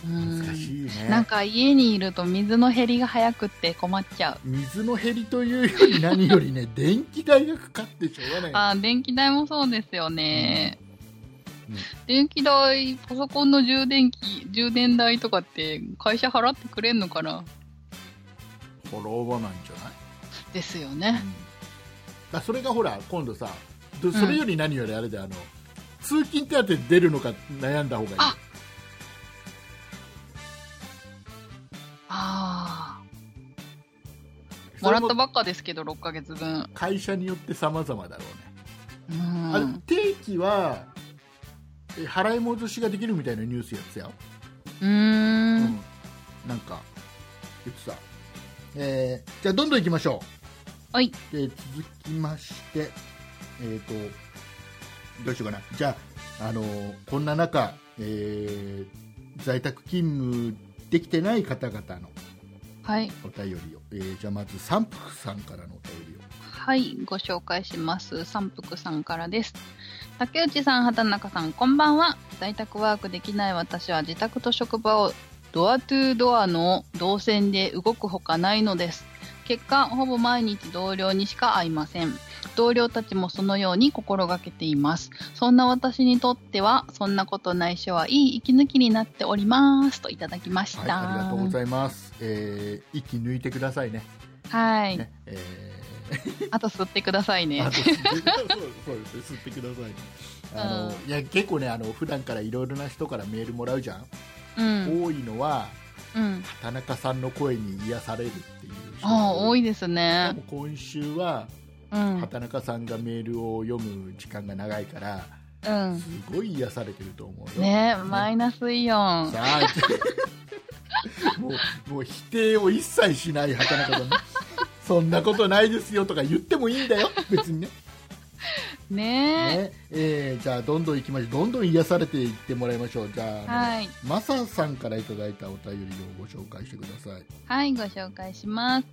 S1: うん
S2: 難しいね、
S1: なんか家にいると水の減りが早くって困っちゃう
S2: 水の減りというより何より ね電気代がかかってしょうがない
S1: あー電気代もそうですよね、
S2: うんうん
S1: 電気代パソコンの充電器充電代とかって会社払ってくれんのかな
S2: 払わないんじゃない、
S1: ですよ
S2: う
S1: ね
S2: んだそれがほら今度さどそれより何よりあれであの、通勤手当出るのか悩んだ方がいい
S1: あああ
S2: そ
S1: も
S2: れ
S1: らったばっかですけど6ヶ月分
S2: 会社によって様々だろうね
S1: うん
S2: あでも定期は払い戻しができるみたいなニュースやつや、
S1: うー
S2: うん
S1: ん。
S2: なんか言ってた、えーじゃあどんどんいきましょ
S1: はい。
S2: うで続きましてえっ、とどうしようかなじゃあ、あのーこんな中、えー在宅勤務できてない方々の
S1: はい。
S2: お便りを、えーじゃあまず三福さんからのお便りを
S1: はい。ご紹介します。三福さんからです。竹内さん、畑中さん、こんばんは。在宅ワークできない私は自宅と職場をドアトゥードアの動線で動くほかないのです。結果、ほぼ毎日同僚にしか会いません。同僚たちもそのように心がけています。そんな私にとっては、そんなことないしはいい息抜きになっております。といただきました。
S2: はい、ありがとうございます、えー息抜いてくださいね
S1: はい
S2: ね、え
S1: あと吸ってくださ い
S2: ーあ
S1: ね
S2: と。吸ってくだそうそうですね吸ってくださいねあの、
S1: う
S2: いや結構ねあの普段からいろいろな人からメールもらうじゃん、
S1: うん。
S2: 多いのは
S1: うん。
S2: 田中さんの声に癒されるっていう人
S1: ああ、多い
S2: で
S1: ですね
S2: も。今週は
S1: うん。うん。
S2: 畑中さんがメールを読む時間が長いからすごい癒されてると思うよ
S1: ねえマイナスイオン。
S2: さあ もうもう否定を一切しない畑中さんねそんなことないですよとか言ってもいいんだよ別にね
S1: ね
S2: ねえーじゃあどんどん行きましょうどんどん癒されていってもらいましょうじゃ
S1: え。
S2: ああの
S1: はい。
S2: マサさんからいただいたお便りをご紹介してください
S1: はい、ご紹介します。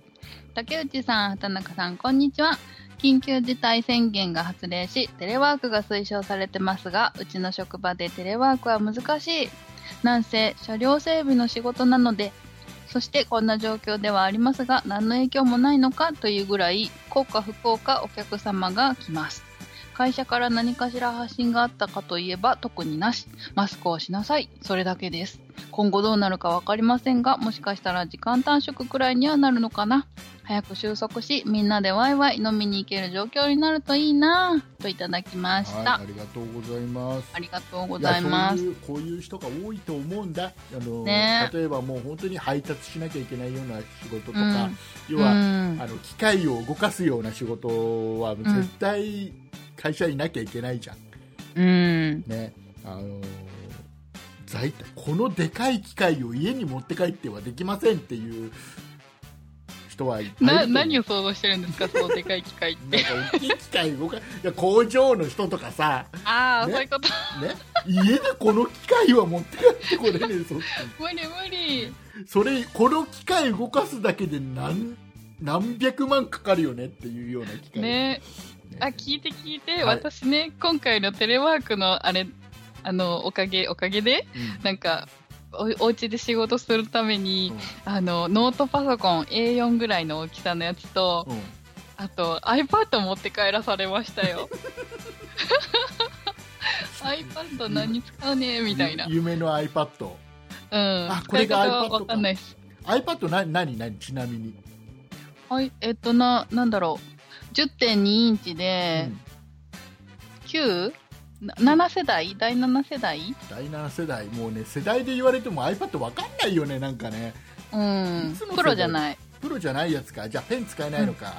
S1: 竹内さん、畑中さん、こんにちは。緊急事態宣言が発令し、テレワークが推奨されてますが、うちの職場でテレワークは難しい。なんせ、車両整備の仕事なので、そしてこんな状況ではありますが、何の影響もないのかというぐらい、効果不効果お客様が来ます。会社から何かしら発信があったかといえば特になし。マスクをしなさい。それだけです。今後どうなるか分かりませんがもしかしたら時間短縮くらいにはなるのかな早く収束しみんなでワイワイ飲みに行ける状況になるといいなぁといただきまし
S2: はい
S1: た、
S2: ありがとうございます
S1: ありがとうございま
S2: や
S1: す
S2: そういうこういう人が多いと思うんだあの、
S1: ね
S2: 例えばもう本当に配達しなきゃいけないような仕事とか、
S1: うん
S2: 要は、
S1: うん
S2: あの機械を動かすような仕事は
S1: ん
S2: 絶対会社にいなきゃいけないじゃん、
S1: うん
S2: ねあの在宅このでかい機械を家に持って帰ってはできませんっていう人はいっぱいいると
S1: な
S2: 思う
S1: 何を想像してるんですかそのでかい機械っ
S2: な
S1: て
S2: んか大きい機械動かい や工場の人とかさ、
S1: ああ、
S2: ね
S1: そういうこと
S2: ね、家でこの機械は持って帰ってこれねえぞって
S1: 無理無理
S2: それこの機械動かすだけで何何百万かかるよねっていうような機械
S1: ね
S2: ね
S1: あ聞いて聞いて、
S2: はい
S1: 私ね今回のテレワークのあれあのおかげおかげでなんかおお家で仕事するために
S2: うん
S1: あのノートパソコン A4 ぐらいの大きさのやつと
S2: うんうん
S1: あと iPad 持って帰らされました よ iPad 何使うねみたいな、う
S2: ゆ夢の iPad
S1: ん、
S2: あこれが
S1: 使い方は
S2: iPad か
S1: わかんないです
S2: iPad な何何ちなみに、
S1: はいえっとななんだろう10.2インチで
S2: うん
S1: 9、な7世代第7世代
S2: 第7世代もうね世代で言われても iPad わかんないよねなんかね
S1: うん
S2: いつの世代
S1: プロじゃない
S2: プロじゃないやつかじゃあペン使えないのか、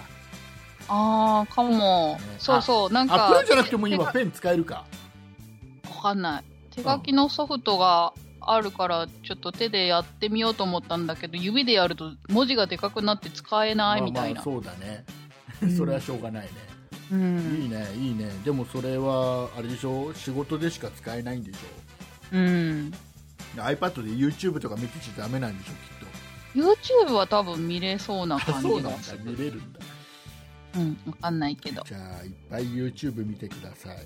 S1: あーかも、
S2: ね
S1: そうそうなんか
S2: あプロじゃなくても今
S1: 手
S2: ペン使えるか
S1: わかんない手書きのソフトがあるからちょっと手でやってみようと思ったんだけど指でやると文字がでかくなって使えないみたいな、
S2: まあ、まあそうだね
S1: うん
S2: それはしょうがないね、
S1: うん
S2: いいねいいねでもそれはあれでしょ仕事でしか使えないんでしょ
S1: うん
S2: iPad で YouTube とか見てちゃダメなんでしょきっ
S1: YouTube は多分見れそうな
S2: とあ
S1: 感
S2: そう
S1: じ
S2: な
S1: が
S2: んだ
S1: す
S2: 見
S1: る
S2: れるんだ
S1: うんわかんないけど
S2: じゃあいっぱい YouTube 見てください、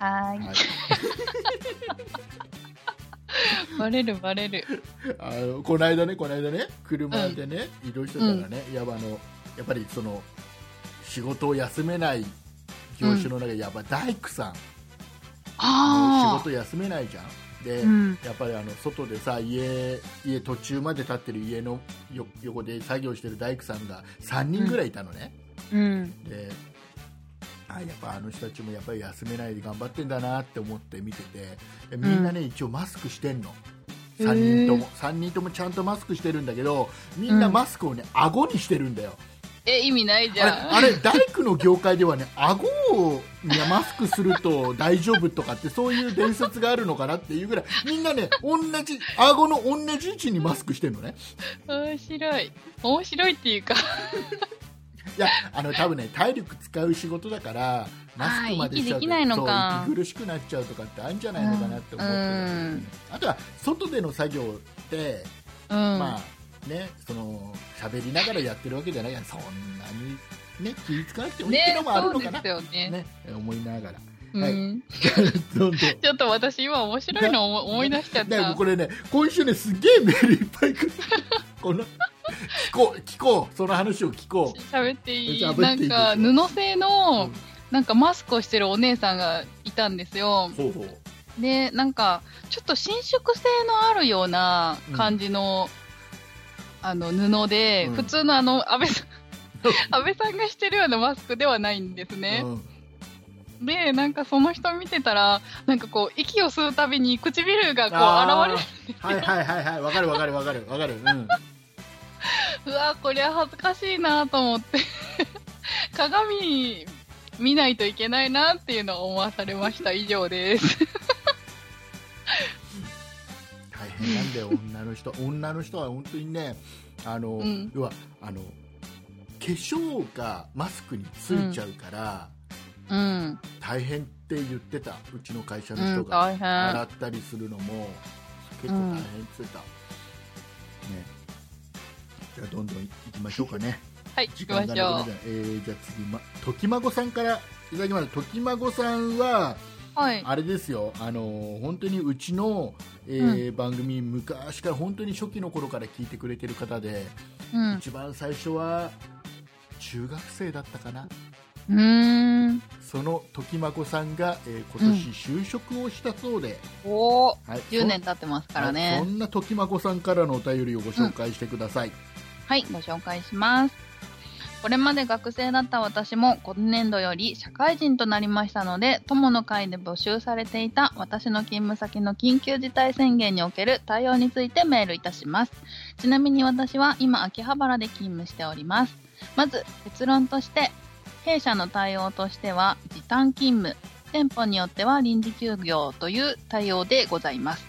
S1: はーい
S2: はい、
S1: バレるバレる
S2: あのこの間ねこの間ね車でね、移動してたらね、やばあのやっぱりその仕事を休めない業種の中で、やっぱ大工さんもう仕
S1: ああ
S2: 事休めないじゃんで、
S1: うん
S2: やっぱりあの外でさ家家途中まで立ってる家のよ横で作業してる大工さんが3人ぐらいいたのね、
S1: うん
S2: であやっぱあの人たちもやっぱり休めないで頑張ってんだなって思って見ててでみんなね、一応マスクしてんの
S1: へー
S2: 3人とも3人ともちゃんとマスクしてるんだけどみんなマスクをね、顎にしてるんだよ
S1: ええ、意味ないじ
S2: あれ
S1: ゃん。
S2: あれ大工の業界ではね顎をねマスクすると大丈夫とかってそういう伝説があるのかなっていうぐらいみんなね同じ顎の同じ位置にマスクしてるのね
S1: 面白い。面白いっていうか、
S2: いやあの多分ね体力使う仕事だからマスクまでしちゃう
S1: あー息でき
S2: と
S1: ないのか
S2: そう息苦しくなっちゃうとかってあるんじゃないのかなって思って、
S1: うん
S2: あとは外での作業って、
S1: うん。
S2: まあねその喋りながらやってるわけじゃないからそんなにね気ぃ使わなくてもいいってのもあるのか
S1: ね、
S2: な、
S1: そうですよね。
S2: ね、思いながら。は
S1: う
S2: い
S1: ん。
S2: どんどん
S1: ちょっと私今面白いの思思い出しちゃっ
S2: だから
S1: た。
S2: これね今週ねすげえメールいっぱい来るこの聞こう聞こうその話を聞こう
S1: 喋っていい
S2: 喋
S1: な
S2: ってい
S1: ん
S2: い
S1: か
S2: ですよ
S1: 布製の、
S2: うん
S1: なんかマスクをしてるお姉さんがいたんですよ
S2: ほうほう
S1: でなんかちょっと伸縮性のあるような感じの、あの布で、
S2: うん
S1: 普通のあの安倍 さん安倍さんがしてるようなマスクではないんですね、
S2: うん
S1: でなんかその人見てたらなんかこう息を吸うたびに唇がこ
S2: あ
S1: う
S2: ー
S1: 現
S2: はいはいはいはいわかるわかるわかるわかるうん
S1: れるうわこりゃ恥ずかしいなと思って 鏡見ないといけないなっていうのを思わされました以上です
S2: 大変なんだよ女の人女の人は本当にねあの、
S1: うん
S2: 要はあの化粧がマスクについちゃうから、
S1: うん、
S2: 大変って言ってたうちの会社
S1: う
S2: の人
S1: ん、
S2: が、
S1: 大
S2: 洗
S1: 変。
S2: ったりするのも結構大変って言ってた、ねじゃあどんどん行きましょうかね
S1: はい、行きま
S2: が
S1: し
S2: なくな
S1: ょ
S2: るからえーじゃあ次、ま、時孫さんからいただきます時孫さんは
S1: う。はい。
S2: あれですよ、あのー本当にうちの、えー番組昔から本当に初期の頃から聞いてくれてる方で、
S1: うん。う
S2: 一番最初は中学生だったかな
S1: ーん。
S2: その時孫さんが、えー今年就職をしたそうで、
S1: おー
S2: はい
S1: 10年経ってますから
S2: はいそ
S1: ね。
S2: んな時孫さんからのお便りをご紹介してください、
S1: はい、ご紹介します。これまで学生だった私も今年度より社会人となりましたので、友の会で募集されていた私の勤務先の緊急事態宣言における対応についてメールいたします。ちなみに私は今秋葉原で勤務しております。まず結論として、弊社の対応としては時短勤務、店舗によっては臨時休業という対応でございます。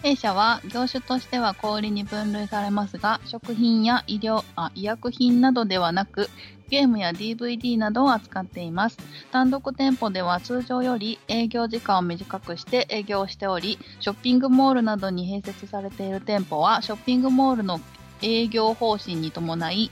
S1: 弊社は業種としては小売りに分類されますが食品や医療あ医薬品などではなくゲームや DVD などを扱っています単独店舗では通常より営業時間を短くして営業しておりショッピングモールなどに併設されている店舗はショッピングモールの営業方針に伴い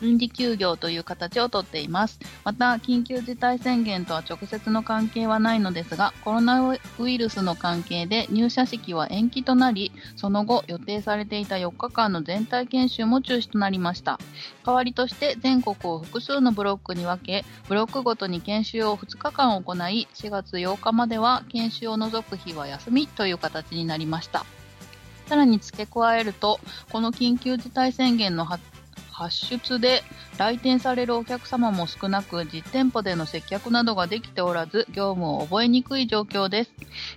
S1: 臨時休業という形をとっていますまた緊急事態宣言とは直接の関係はないのですがコロナウイルスの関係で入社式は延期となりその後予定されていた4日間の全体研修も中止となりました代わりとして全国を複数のブロックに分けブロックごとに研修を2日間行い4月8日までは研修を除く日は休みという形になりましたさらに付け加えるとこの緊急事態宣言の発発出で来店されるお客様も少なく実店舗での接客などができておらず業務を覚えにくい状況です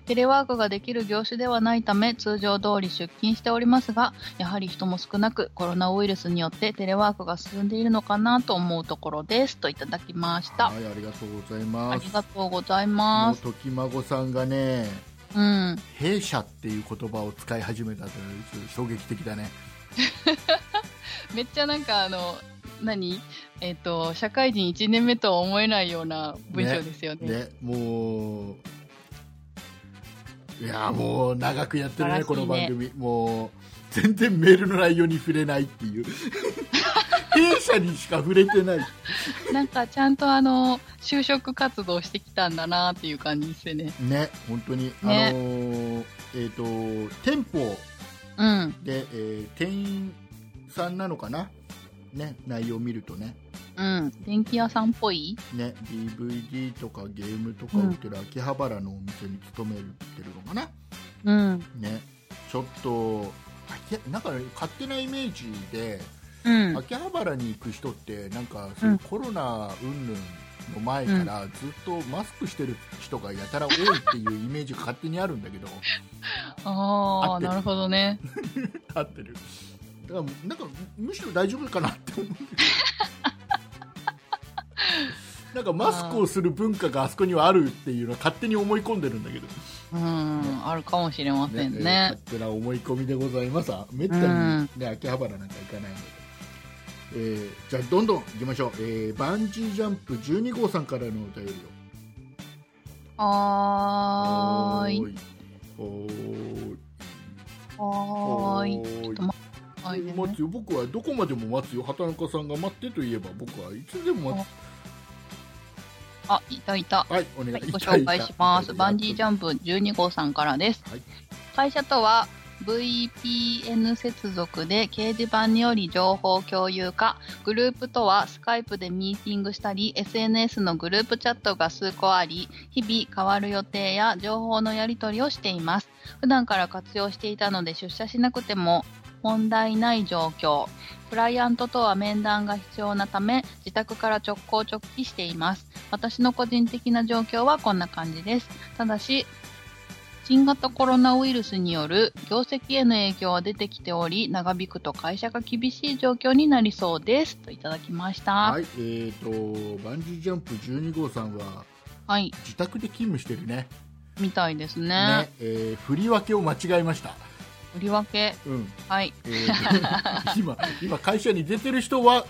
S1: テレワークができる業種ではないため通常通り出勤しておりますがやはり人も少なくコロナウイルスによってテレワークが進んでいるのかなと思うところですといただきました
S2: はいありがとうござい
S1: あ
S2: ます
S1: りがとうござい
S2: も
S1: ま
S2: う
S1: す
S2: 時孫さんがね
S1: うん
S2: 弊社っていう言葉を使い始めたという衝撃的だね
S1: めっちゃなんかあの何えっ、と社会人1年目とは思えないような文章ですよね
S2: ねもういやもう長くやってるね
S1: 素晴らしいね
S2: この番組もう全然メールの内容に触れないっ ていう弊社にしか触れてない
S1: なんかちゃんとあの就職活動してきたんだなっていう感じですね
S2: ね本当に、
S1: ね
S2: あのーえっ、と店舗
S1: うん
S2: で、えー店員さんなのかなね内容を見るとね
S1: うん電気屋さんっぽい
S2: ね DVD とかゲームとか売ってる秋葉原のお店に勤めてるのかな、
S1: うん
S2: ねちょっと秋葉なんか勝手なイメージで、
S1: うん
S2: 秋葉原に行く人ってなんかそういうコロナ云々の前からずっとマスクしてる人がやたら多いっていうイメージが勝手にあるんだけど合
S1: あ
S2: っ
S1: あ
S2: てる
S1: なるほどね
S2: 合ってるだからなんかむしろ大丈夫かなって思うんだなんかマスクをする文化があそこにはあるっていうのは勝手に思い込んでるんだけど、
S1: うん、あるかもしれませんね
S2: えー勝手な思い込みでございますあめったに、ね秋葉原なんか行かないので、えーじゃあどんどん行きましょう、えーバンジージャンプ12号さんからのお便りを
S1: はーい
S2: おーい
S1: はーい
S2: おーい
S1: と待はいね
S2: 待つよ僕はどこまでも待つよ畑中さんが待ってといえば僕はいつでも待
S1: あいたいた
S2: つはいお願い、
S1: はいい、
S2: た
S1: ご
S2: いた、
S1: 紹介します。バンジージ
S2: ン
S1: ャンプ12号さんからです。
S2: はい
S1: 会社とは VPN 接続で掲示板により情報共有化、グループとはスカイプでミーティングしたり、SNS のグループチャットが数個あり、日々変わる予定や情報のやり取りをしています。普段から活用していたので出社しなくても問題ない状況。クライアントとは面談が必要なため、自宅から直行直帰しています。私の個人的な状況はこんな感じです。ただし、新型コロナウイルスによる業績への影響は出てきており、長引くと会社が厳しい状況になりそうです。といただきました。は。
S2: はいいえー、とバンジージャンプ12号さんは自宅で勤務してるね
S1: みたいですね。
S2: ね、えー振り分けを間違えました、
S1: 売り分け。
S2: うん
S1: はい。
S2: え ー今今会社に出てる人は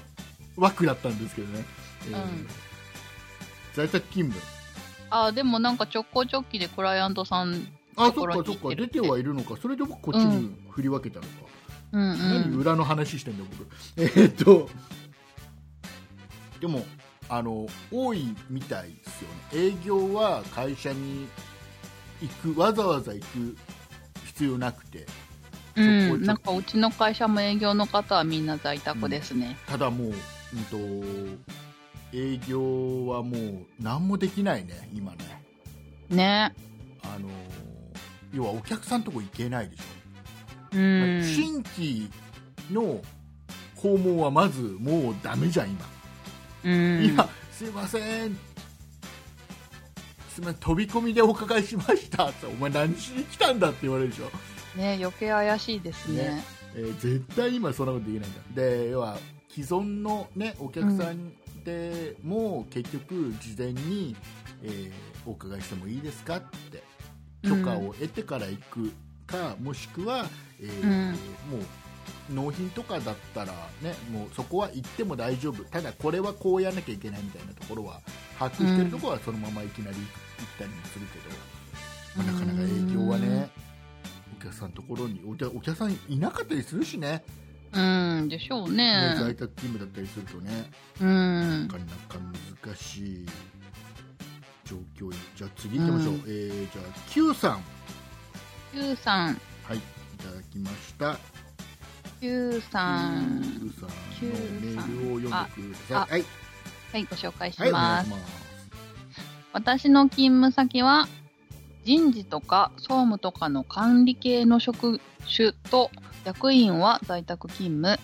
S2: 枠だったんですけどね、えー
S1: うん
S2: 在宅勤務
S1: あ、でもなんか直行直帰でクライアントさん、
S2: あ
S1: と
S2: そ
S1: こ
S2: っ
S1: ろ
S2: か
S1: に
S2: そっ
S1: 行
S2: か
S1: ってる
S2: 出
S1: って
S2: てはいるのかそれで僕こっちに振り分けたのか、
S1: うんう
S2: 何
S1: ん。
S2: 裏の話してんだよ僕え ーっとでもあの多いみたいですよね営業は会社に行くわざわざ行く必要なくて
S1: うん、なんかうちの会社も営業の方はみんな在宅ですね。
S2: ただもう、うん、と営業はもう何もできないね今ね
S1: ね。
S2: あの要はお客さんとこ行けないでしょ
S1: うん。
S2: 新規の訪問はまずもうダメじゃん今、
S1: うん、
S2: 今すいませんすいません飛び込みでお伺いしましたってお前何しに来たんだって言われるでしょ、
S1: ね、余計怪しいですね。
S2: えー絶対今そんなことできないんだで要は既存の、ね、お客さんでも結局事前に、えーお伺いしてもいいですかって許可を得てから行くか、もしくは、えー
S1: うん
S2: もう納品とかだったら、ね、もうそこは行っても大丈夫ただこれはこうやらなきゃいけないみたいなところは把握してるところはそのままいきなり行ったりもするけど、まあなかなか営業はねお客さんのところにお客お客さんいなかったりするしね、
S1: うん、でしょう
S2: ね在
S1: ね。
S2: 宅勤務だったりするとね
S1: うん
S2: な。かなか難しい状況にじゃあ次行きましょう、
S1: うん
S2: えーじゃあ Q さん
S1: Q さん、
S2: はいいただきました
S1: Q さん、
S2: Q さんのメールを読んでください。
S1: はい、ご紹介し
S2: はい、はい、お願
S1: ま
S2: いし
S1: す。
S2: ます。
S1: 私の勤務先は、人事とか総務とかの管理系の職種と役員は在宅勤務、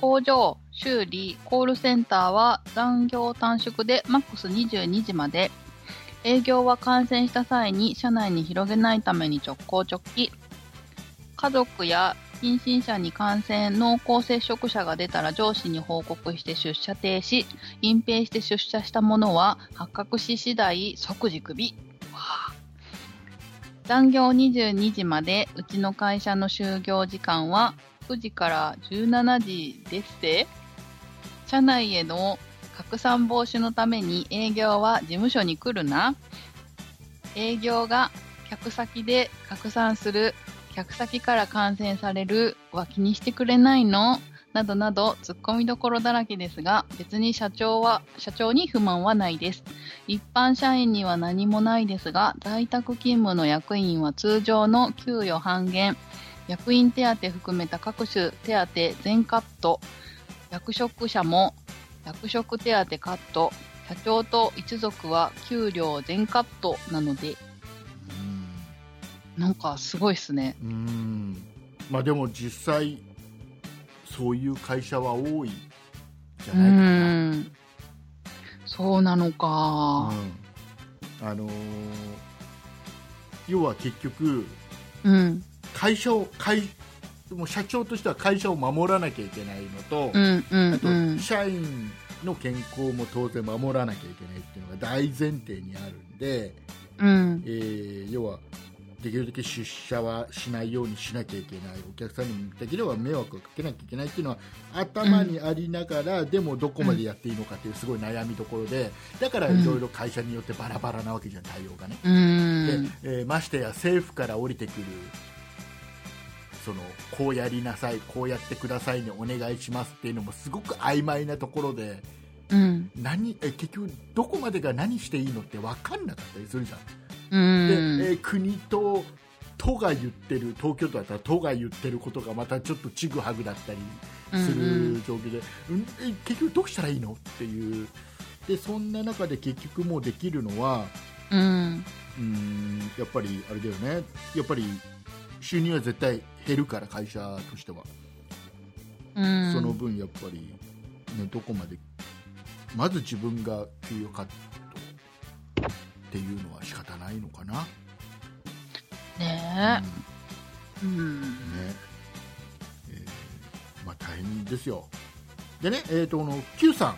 S1: 工場、修理、コールセンターは残業短縮でマックス22時まで、営業は感染した際に社内に広げないために直行直帰、家族や近親者に感染、濃厚接触者が出たら上司に報告して出社停止、隠蔽して出社したものは発覚し次第即時クビ。わあ残業22時までうちの会社の就業時間は9時から17時ですって社内への拡散防止のために営業は事務所に来るな営業が客先で拡散する客先から感染されるは気にしてくれないのなどなど突っ込みどころだらけですが別に社長は社長に不満はないです一般社員には何もないですが在宅勤務の役員は通常の給与半減役員手当含めた各種手当全カット役職者も役職手当カット社長と一族は給料全カットなのでなんかすごいっすね
S2: うーん、うーんまあでも実際そういう会社は多いじゃ
S1: う
S2: ないかな。
S1: んそうなのか
S2: うんあのー要は結局
S1: うん
S2: 会社を会もう社長としては会社を守らなきゃいけないのと、
S1: うんうん
S2: あ
S1: うん
S2: と社員の健康も当然守らなきゃいけないっていうのが大前提にあるんで、
S1: うん
S2: えー要はできるだけ出社はしないようにしなきゃいけないお客さんにできれば迷惑をかけなきゃいけないっていうのは頭にありながら、でもどこまでやっていいのかっていうすごい悩みどころでだからいろいろ会社によってバラバラなわけじゃん対応がね。
S1: うーん
S2: でえーましてや政府から降りてくるそのこうやりなさいこうやってくださいねお願いしますっていうのもすごく曖昧なところで
S1: うん
S2: 何え結局どこまでが何していいのって分かんなかったりするじゃん。
S1: う
S2: で
S1: ん
S2: えー国と都が言ってる東京都だったら都が言ってることがまたちょっとちぐはぐだったりする状況で、うんえ結局どうしたらいいのっていうでそんな中で結局もうできるのは
S1: うん
S2: うーんやっぱりあれだよねやっぱり収入は絶対減るから会社としては、
S1: うん
S2: その分やっぱり、ね、どこまでまず自分が給与カットっていうのは仕方ないのかな、
S1: ねえ
S2: うん
S1: うん
S2: ねえーまあ、大変ですよ。でね、えー、とこの Q さ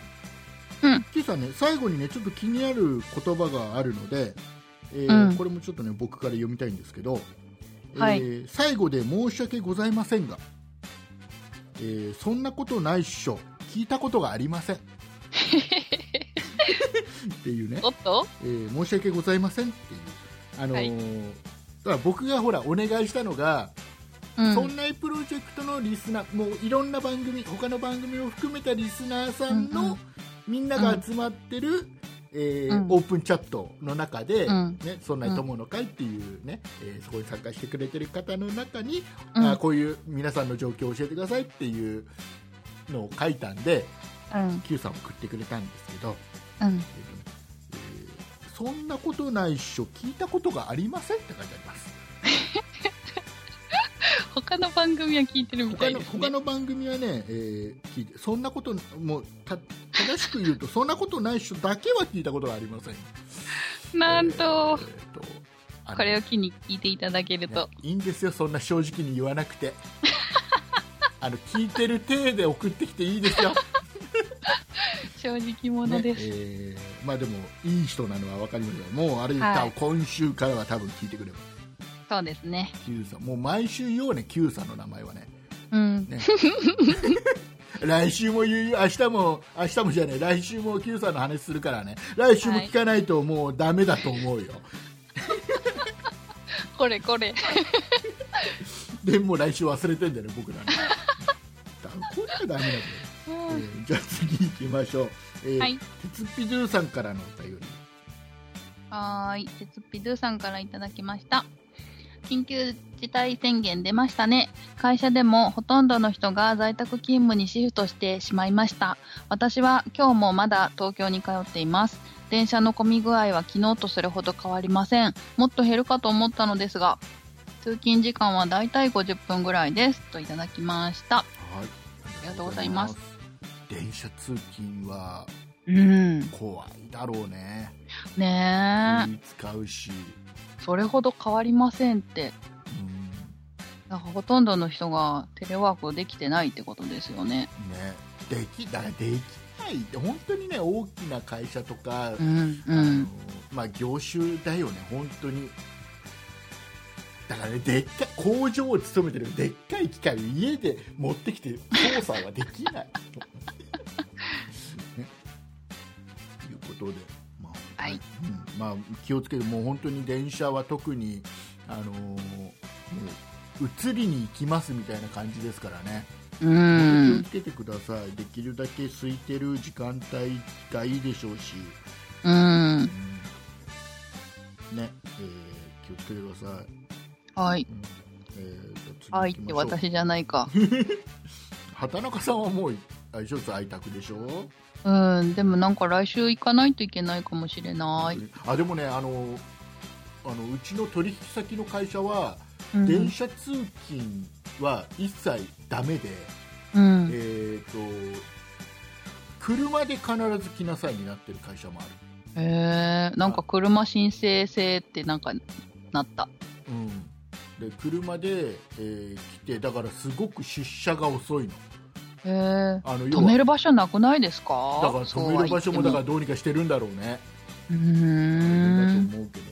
S2: ん、
S1: うん
S2: Q さんね、最後にね、ちょっと気になる言葉があるので、えー
S1: うん
S2: これもちょっとね、僕から読みたいんですけど、えー
S1: はい
S2: 最後で申し訳ございませんが、えーそんなことないっしょ、聞いたことがありません。っていうね。
S1: おっと
S2: えー申し訳ございませんっていう、あのー
S1: はい
S2: だから僕がほらお願いしたのが、
S1: うん
S2: そんないプロジェクトのリスナーもういろんな番組他の番組を含めたリスナーさんの、
S1: うんうん
S2: みんなが集まってる、えー
S1: うん
S2: オープンチャットの中で、
S1: うん
S2: ね、そんない友の会っていうね、えーそこに参加してくれてる方の中に、
S1: うん
S2: あーこういう皆さんの状況を教えてくださいっていうのを書いたんで
S1: うん、
S2: Q さん送ってくれたんですけど、
S1: うん、
S2: えーそんなことないっしょ聞いたことがありませんって書いてあります
S1: 他の番組は聞いてるみた
S2: 他
S1: い
S2: の
S1: です、
S2: 他
S1: ね、
S2: の番組はね、えー聞いてそんなこともうた正しく言うとそんなことないっしょだけは聞いたことがありません
S1: なんと、
S2: えーえーとあの
S1: これを機に聞いていただけると、
S2: ねいいんですよそんな正直に言わな くてあの聞いてる体で送ってきていいですよ、
S1: 正直者
S2: ねえ
S1: です、
S2: ーまあでもいい人なのは分かりますよもうあれ言った、
S1: はい
S2: 今週からは多分聞いてくれます
S1: そうですね
S2: Q さんもう毎週言おうね Q さんの名前はね
S1: うん
S2: ね来週も言うよ明日も明日もじゃねえ来週も Q さんの話するからね来週も聞かないともうダメだと思うよ、
S1: これこれ
S2: でもう来週忘れてんだよね僕らね だこれはダメだと思う、えーじゃあ次行きましょう、えー
S1: はい
S2: 鉄ピドゥさんからのお便り
S1: はーい、鉄ピドゥさんからいただきました。緊急事態宣言出ましたね。会社でもほとんどの人が在宅勤務にシフトしてしまいました。私は今日もまだ東京に通っています。電車の混み具合は昨日とするほど変わりません。もっと減るかと思ったのですが、通勤時間はだいたい50分ぐらいです。といただきました。
S2: はい
S1: ありがとうございます
S2: 電車通勤は
S1: うん。
S2: 怖いだろうね
S1: ねえ、
S2: 気使うし、
S1: それほど変わりませんって。
S2: うん、
S1: なんかほとんどの人がテレワークをできてないってことですよね。
S2: ね、できだからできないって本当にね大きな会社とか、
S1: うんう
S2: あの
S1: ん
S2: まあ、業種だよね本当にだからねでっかい工場を勤めてるでっかい機械を家で持ってきて操作はでき ないねということで、まあ
S1: はい
S2: うんまあ、気をつけてもう本当に電車は特に、あのーもう移りに行きますみたいな感じですからね。
S1: う
S2: 気を
S1: ん
S2: つけてください、できるだけ空いてる時間帯がいいでしょうし、
S1: うん
S2: うんねえー気をつけてください。
S1: はい
S2: うんえーと
S1: 愛っ
S2: 次行き
S1: て
S2: ましょう
S1: 私じゃないか
S2: 畑中さんはもう相性在宅でしょ、
S1: うんでもなんか来週行かないといけないかもしれない、
S2: あでもねあのあのうちの取引先の会社は、
S1: うん、
S2: 電車通勤は一切ダメで、
S1: うん
S2: えー、と車で必ず来なさいになってる会社もある。
S1: へえなんか車申請制ってなんかなった
S2: うん、で車で、えー来てだからすごく出社が遅いの
S1: へえ
S2: あの
S1: 止め
S2: る
S1: る場所なくないですか
S2: だから止める場所もだからどうにかしてるんだろうね
S1: うー
S2: だと
S1: ん
S2: 思うけど、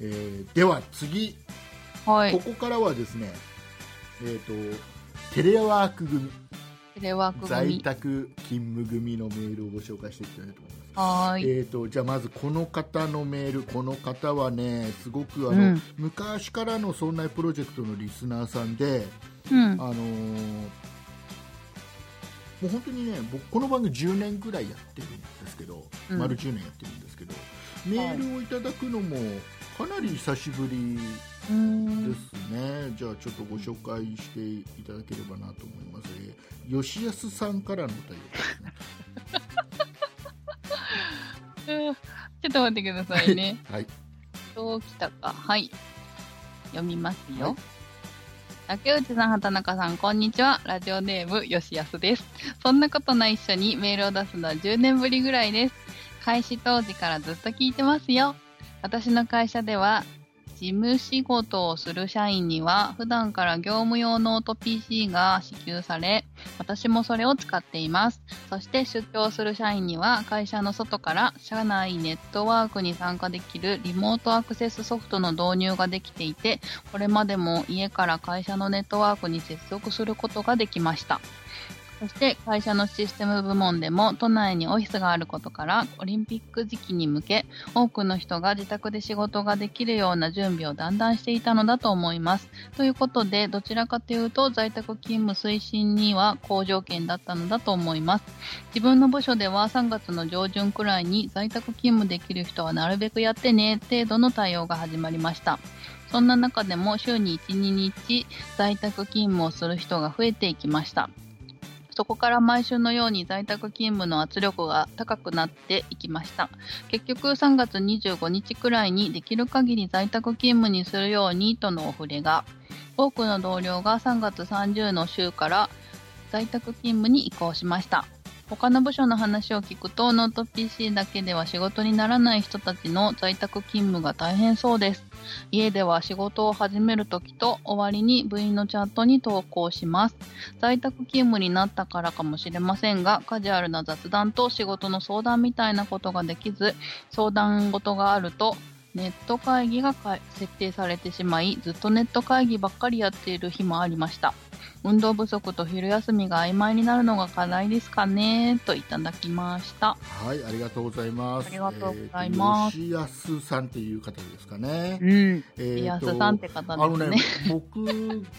S2: えーでは次
S1: は
S2: こ
S1: い
S2: こからはですね、えー、とテレワーク組
S1: テレワーク
S2: 在
S1: 組
S2: 宅勤務組のメールをご紹介していきたいと思います、
S1: はーい
S2: えー、とじゃあまずこの方のメールこの方はねすごくあ
S1: う
S2: の、
S1: ん
S2: 昔からの「そんなプロジェクト」のリスナーさんで、
S1: うん
S2: あのーもう本当にね僕この番組10年ぐらいやってるんですけど、
S1: うん
S2: 丸10年やってるんですけどメールをいただくのもかなり久しぶり
S1: う
S2: で
S1: ん
S2: すね、じゃあちょっとご紹介していただければなと思います、えー吉安さんからのお便りですね
S1: うんちょっと待ってくださいね
S2: はい
S1: どう来たかはい読みますよ、竹内さん、畑中さん、こんにちは。ラジオネーム、よしやすです。そんなことない一緒にメールを出すのは10年ぶりぐらいです。開始当時からずっと聞いてますよ。私の会社では、事務仕事をする社員には、普段から業務用ノート PC が支給され、私もそれを使っています。そして出張する社員には、会社の外から社内ネットワークに参加できるリモートアクセスソフトの導入ができていて、これまでも家から会社のネットワークに接続することができました。そして会社のシステム部門でも都内にオフィスがあることからオリンピック時期に向け多くの人が自宅で仕事ができるような準備をだんだんしていたのだと思います。ということでどちらかというと在宅勤務推進には好条件だったのだと思います。自分の部署では3月の上旬くらいに在宅勤務できる人はなるべくやってね程度の対応が始まりました。そんな中でも週に1、2日在宅勤務をする人が増えていきました。そこから毎週のように在宅勤務の圧力が高くなっていきました。結局3月25日くらいにできる限り在宅勤務にするようにとのお触れが、多くの同僚が3月30の週から在宅勤務に移行しました。他の部署の話を聞くと、ノート PC だけでは仕事にならない人たちの在宅勤務が大変そうです。家では仕事を始めるときと終わりに部員のチャットに投稿します。在宅勤務になったからかもしれませんが、カジュアルな雑談と仕事の相談みたいなことができず、相談事があると、ネット会議がか設定されてしまい、ずっとネット会議ばっかりやっている日もありました。運動不足と昼休みが曖昧になるのが課題ですかねといただきました。
S2: はい、ありがとうございます。
S1: ありがとうございます
S2: えーと吉安さんっていう方ですかね。
S1: うん。
S2: えーと
S1: リアスさんって方
S2: あ
S1: で
S2: の
S1: すね。
S2: ね、僕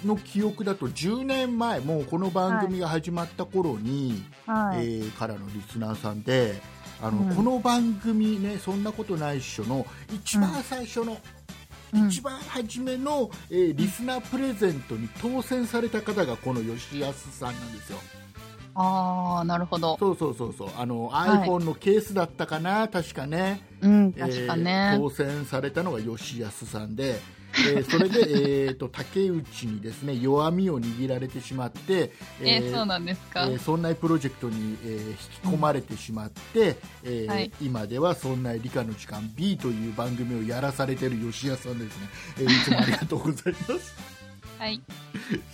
S2: の記憶だと10年前、もうこの番組が始まった頃に、
S1: はい。
S2: えーからのリスナーさんで、あの、
S1: うん
S2: この番組ね、そんなことないっしょの、一番最初の、
S1: うん
S2: 一番初めの、えーリスナープレゼントに当選された方がこの吉安さんなんですよ。
S1: ああ、なるほど。
S2: そうそうそうそう、あの、
S1: はい
S2: iPhone のケースだったかな、確かね。
S1: うん、確かね。
S2: えー当選されたのが吉安さ んで、えーそれで、えー、と竹内にですね弱みを握られてしまって、
S1: え
S2: ー
S1: そうなんですか。
S2: えーそんなプロジェクトに、えー引き込まれてしまって、えー
S1: はい
S2: 今では「そんな理科の時間 B」という番組をやらされてる吉安さんですね、えーいつもありがとうございます
S1: はい。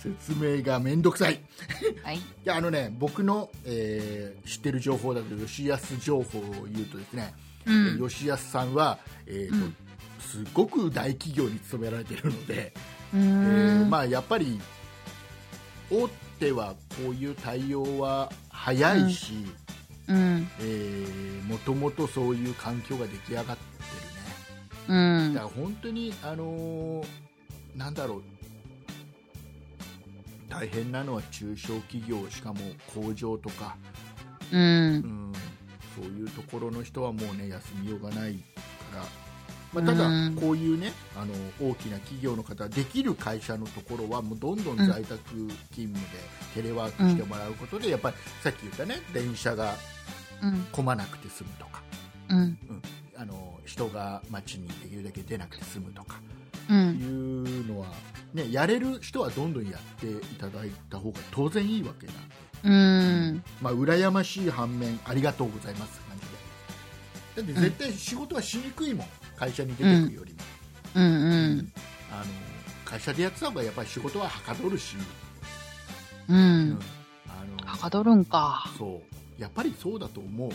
S2: 説明がめんどくさい
S1: はい。
S2: いやあのね僕の、えー知ってる情報だけど吉安情報を言うとですね、
S1: うん。
S2: 吉安さんは、えーと
S1: うん
S2: すごく大企業に勤められてるので、
S1: う
S2: え
S1: ー
S2: ー
S1: ん。
S2: まあ、やっぱり大手はこういう対応は早いし、
S1: うん。
S2: えーもともとそういう環境が出来上がってるね
S1: う
S2: だ
S1: ん
S2: か。ら本当に、あのーなんだろう大変なのは中小企業しかも工場とか、
S1: う。
S2: うんん、そういうところの人はもうね休みようがないから、まあ、ただ
S1: うん
S2: こういうねあの大きな企業の方できる会社のところはもうどんどん
S1: うん
S2: 在宅勤務でテレワークしてもらうことで、やっぱりさっき言ったね電車が
S1: うん。
S2: 混まなくて済むとか、
S1: うん。
S2: うん、あの人が街にできるだけ出なくて済むとか
S1: う
S2: い
S1: ん。
S2: うのは、ね、やれる人はどんどんやっていただいた方が当然いいわけなんで。
S1: うん。
S2: まあ、羨ましい反面ありがとうございますって感じでだって絶対仕事はしにくいもん、会社に出てくるよりも、
S1: うん。
S2: あの会社でやってた方がやっぱり仕事ははかどるし、
S1: う
S2: うん
S1: ん。
S2: あの
S1: ははかどるんか。
S2: そうやっぱりそうだと思う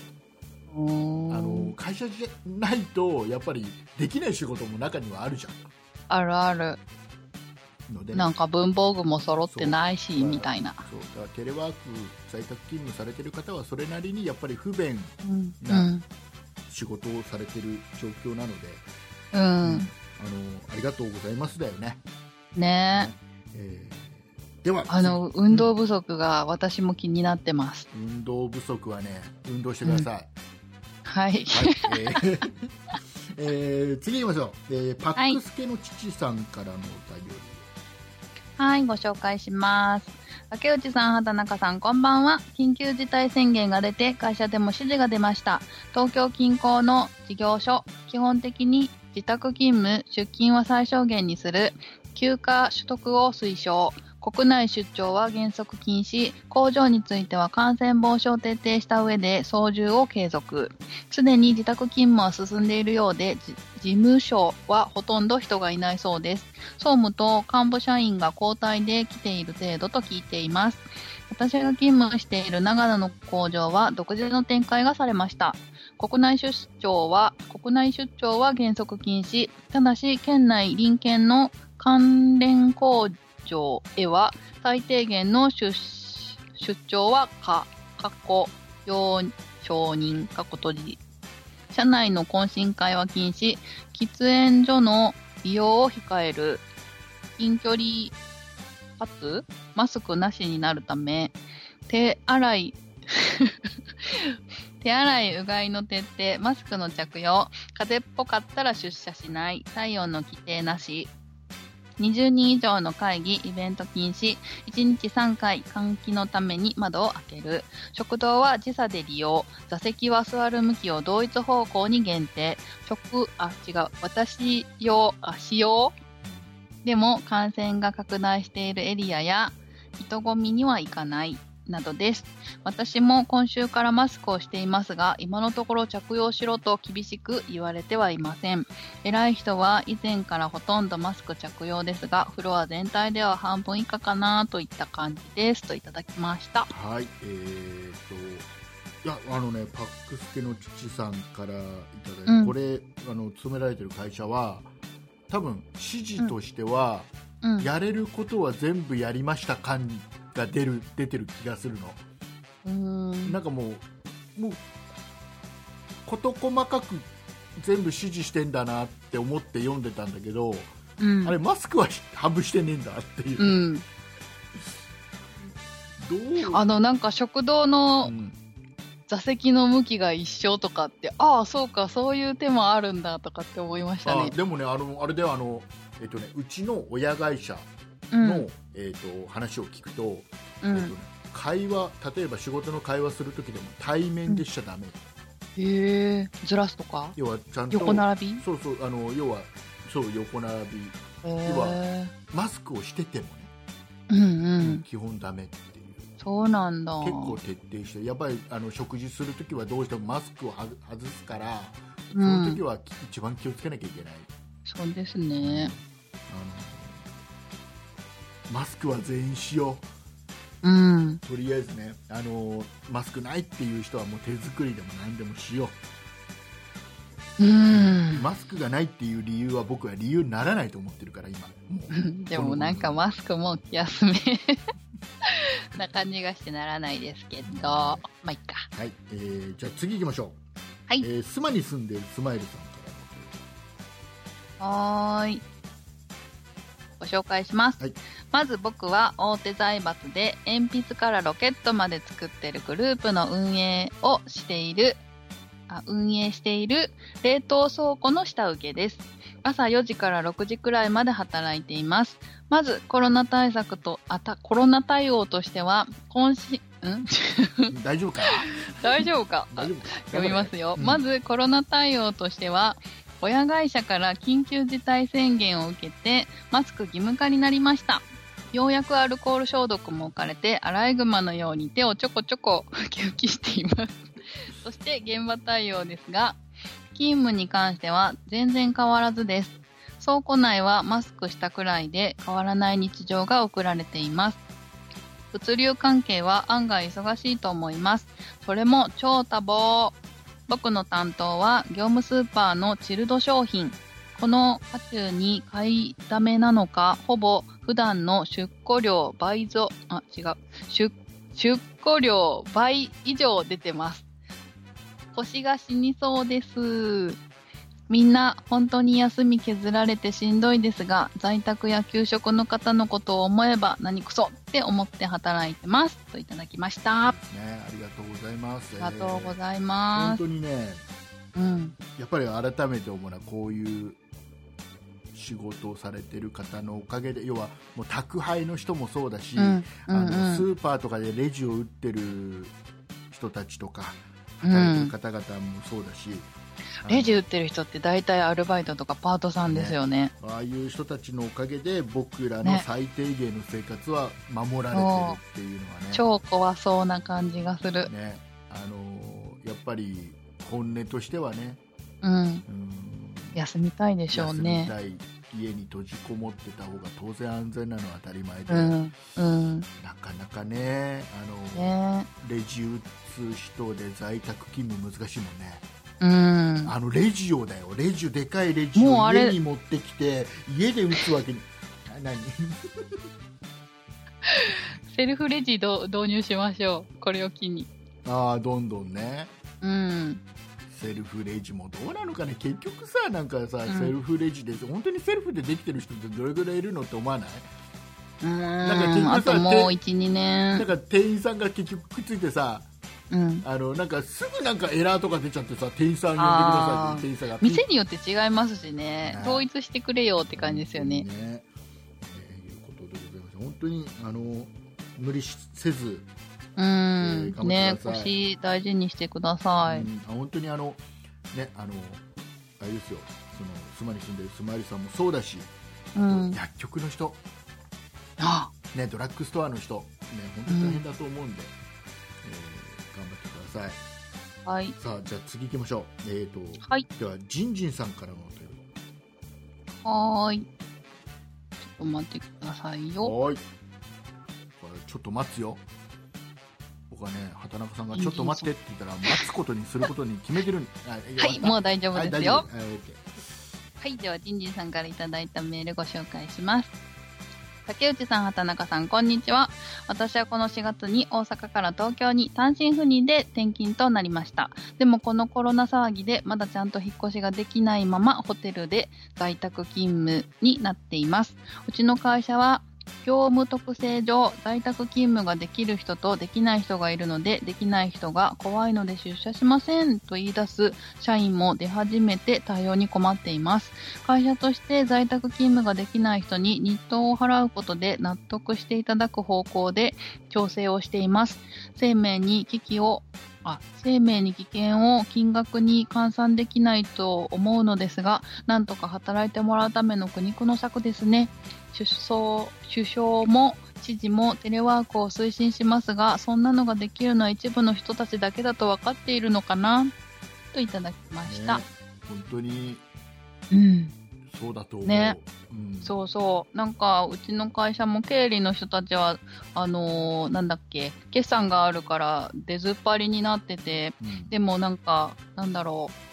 S1: あの
S2: あの会社じゃないとやっぱりできない仕事も中にはあるじゃ
S1: あるある。
S2: んので
S1: なんか文房具も揃ってない
S2: そう
S1: し、みたいな。
S2: そうだからテレワーク在宅勤務されてる方はそれなりにやっぱり不便
S1: うん。う。
S2: なん仕事をされてる状況なので、
S1: う
S2: うん
S1: ん。
S2: あのありがとうございますだよね、
S1: ね
S2: えーでは
S1: あの、運動不足が私も気になってます。
S2: 運動不足はね運動してください、
S1: はい。
S2: はい、えー えー次行きましょう、えーパックスケの父さんからのお便り、
S1: はい、ご紹介します。竹内さん、畑中さん、こんばんは。緊急事態宣言が出て、会社でも指示が出ました。東京近郊の事業所、基本的に自宅勤務、出勤は最小限にする、休暇取得を推奨。国内出張は原則禁止、工場については感染防止を徹底した上で操縦を継続。すでに自宅勤務は進んでいるようで、じ事務所はほとんど人がいないそうです。総務と幹部社員が交代で来ている程度と聞いています。私が勤務している長野の工場は独自の展開がされました。国内出張は、国内出張は原則禁止。ただし、県内臨県の関連工場へは、最低限の出出張は可、過去、要承認、過去閉じ。社内の懇親会は禁止。喫煙所の利用を控える。近距離かつマスクなしになるため、手洗い、 手洗い、うがいの徹底、マスクの着用、風邪っぽかったら出社しない、体温の規定なし、20人以上の会議、イベント禁止、1日3回、換気のために窓を開ける、食堂は時差で利用、座席は座る向きを同一方向に限定、食、あ、違う、私用、あ、使用でも感染が拡大しているエリアや人混みには行かないなどです私も今週からマスクをしていますが今のところ着用しろと厳しく言われてはいません偉い人は以前からほとんどマスク着用ですがフロア全体では半分以下かなといった感じですといただきました
S2: はい、えー、と、いや、あのね、パックスケの父さんからいただいて、
S1: うん
S2: これ、あの、勤められてる会社は、多分指示としては、
S1: うん
S2: やれることは全部やりました感が出る、出てる気がするの。
S1: うーん
S2: なんかもう、もう、事細かく全部指示してんだなって思って読んでたんだけど、
S1: うん
S2: あれ、マスクは半分してねえんだっていうう。
S1: ん
S2: どう
S1: あのなんか食堂の
S2: うん
S1: 座席の向きが一緒とかってああそうかそういう手もあるんだとかって思いました
S2: あ
S1: ね。
S2: でもねあのあれではあのえっとねうちの親会社
S1: うん
S2: の、えっと話を聞くと、
S1: う
S2: えっとね
S1: ん、
S2: 会話例えば仕事の会話する時でも対面でしちゃダメ、
S1: へえずらすとか
S2: 要はちゃんと
S1: 横並び
S2: そうそうあの要はそう横並び
S1: へえ
S2: マスクをしててもね、
S1: うんうん
S2: 基本ダメっていう
S1: そうなんだ
S2: 結構徹底してやっぱりあの食事する時はどうしてもマスクをはず外すからそ
S1: うん
S2: の時はき一番気をつけなきゃいけない、
S1: そうですね
S2: あのマスクは全員しよ
S1: う
S2: う
S1: ん
S2: とりあえずね、あのーマスクないっていう人はもう手作りでも何でもしよ
S1: うん
S2: う、マスクがないっていう理由は僕は理由にならないと思ってるから今もう
S1: でもなんかマスクも気休め な感じがしてならないですけどまあいっか
S2: はい、えーじゃあ次行きましょう
S1: はい
S2: えー、須磨に住んでるスマイルさんから
S1: はーい。ご紹介します。
S2: はい
S1: まず僕は大手財閥で鉛筆からロケットまで作ってるグループの運営をしている、あ運営している冷凍倉庫の下請けです。朝4時から6時くらいまで働いています。まずコロナ対策と、あた、コロナ対応としては、今し、ん
S2: の大丈夫か
S1: 大丈夫か
S2: 大丈夫か
S1: 読みますよ、
S2: うん
S1: まずコロナ対応としては親会社から緊急事態宣言を受けてマスク義務化になりましたようやくアルコール消毒も置かれてアライグマのように手をちょこちょこ ウキウキしてい ますそして現場対応ですが勤務に関しては全然変わらずです倉庫内はマスクしたくらいで変わらない日常が送られています物流関係は案外忙しいと思います。それも超多忙。僕の担当は業務スーパーのチルド商品。この渦中に買いだめなのか、ほぼ普段の出庫量倍増、あ、違う。出、出庫量倍以上出てます。腰が死にそうです。みんな本当に休み削られてしんどいですが、在宅や給食の方のことを思えば何クソって思って働いてます。といただきました。あ
S2: ね、ありがとうございます。
S1: りがとうご
S2: い
S1: ざい
S2: 本
S1: ます。
S2: 当にね、
S1: うん。
S2: やっぱり改めて思うのはこういう仕事をされてる方のおかげで要はもう宅配の人もそうだし、
S1: うん。う
S2: あのス
S1: ん。
S2: ーパーとかでレジを打ってる人たちとか
S1: うん
S2: 働いてる方々もそうだし、あの
S1: レジ打ってる人って大体アルバイトとかパートさんですよね。
S2: ああいう人たちのおかげで僕らの
S1: ね
S2: 最低限の生活は守られてるっていうのはね
S1: 超怖そうな感じがする。
S2: ねあのーやっぱり本音としてはね
S1: うん。
S2: うん
S1: 休みたいでしょうね。
S2: 休みたい家に閉じこもってた方が当然安全なのは当たり前で、
S1: うん。うん。
S2: なかなかねあの
S1: ね
S2: レジ打つ人で在宅勤務難しいもんね
S1: うん。
S2: あのレジをだよレジでかいレジ
S1: もう
S2: を
S1: あれ
S2: 家に持ってきて家で打つわけに あ何
S1: セルフレジど導入しましょう。これを機に。
S2: ああどんどんね
S1: うん。
S2: セルフレジもどうなのかね結局さなんかさ、
S1: ん
S2: セルフレジで本当にセルフでできてる人ってどれぐらいいるのって思わない
S1: うん
S2: な
S1: あ
S2: んか
S1: と
S2: 結局さ
S1: もう1、2
S2: なん
S1: 年。
S2: か店員さんが結局くっついてさ
S1: うん。
S2: あのなんかすぐなんかエラーとか出ちゃってさ店員さん呼んでください
S1: あ
S2: って
S1: ー
S2: 店員さんが
S1: 店によって違いますしね
S2: ね。
S1: 統一してくれよって感じですよね。
S2: ねえーいうことでございます本当にあの無理しせず、
S1: う
S2: え
S1: ん
S2: ー。頑張っ
S1: ね
S2: てください
S1: 腰大事にしてください。
S2: うんあ本当にあのねあのあれですよその妻に住んでるスマイルさんもそうだし、
S1: うん。
S2: 薬局の人
S1: あ、
S2: ねドラッグストアの人ね本当に大変だと思うんで、えー頑張ってください
S1: はい。
S2: さあじゃあ次行きましょうえーと
S1: はい。
S2: ではジンジンさんからのお便り
S1: はーい。ちょっと待ってくださいよ。
S2: はーいこれちょっと待つよ僕はね畑中さんが「ちょっと待って」って言ったら待つことにすることに決めてるん あ
S1: は
S2: 終
S1: い、
S2: わ
S1: もう大丈
S2: った
S1: 夫です
S2: はい大丈
S1: よ
S2: 夫。はいオッケー
S1: はい、では、じんじんさんからいただいたメールご紹介します。竹内さん、畑中さん、こんにちは。私はこの4月に大阪から東京に単身赴任で転勤となりました。でもこのコロナ騒ぎでまだちゃんと引っ越しができないままホテルで在宅勤務になっています。うちの会社は業務特性上在宅勤務ができる人とできない人がいるのでできない人が怖いので出社しませんと言い出す社員も出始めて対応に困っています。会社として在宅勤務ができない人に日当を払うことで納得していただく方向で調整をしています。生命に危機をあ生命に危険を金額に換算できないと思うのですが、なんとか働いてもらうための苦肉の策ですね。首相首相も知事もテレワークを推進しますが、そんなのができるのは一部の人たちだけだと分かっているのかなといただきました。
S2: ね本当に
S1: うん
S2: そうだと思う、
S1: ね
S2: うん、
S1: そうそう。なんか、うちの会社も経理の人たちは、あのーなんだっけ、決算があるから出ずっぱりになってて、
S2: うん
S1: でもなんか、なんだろう。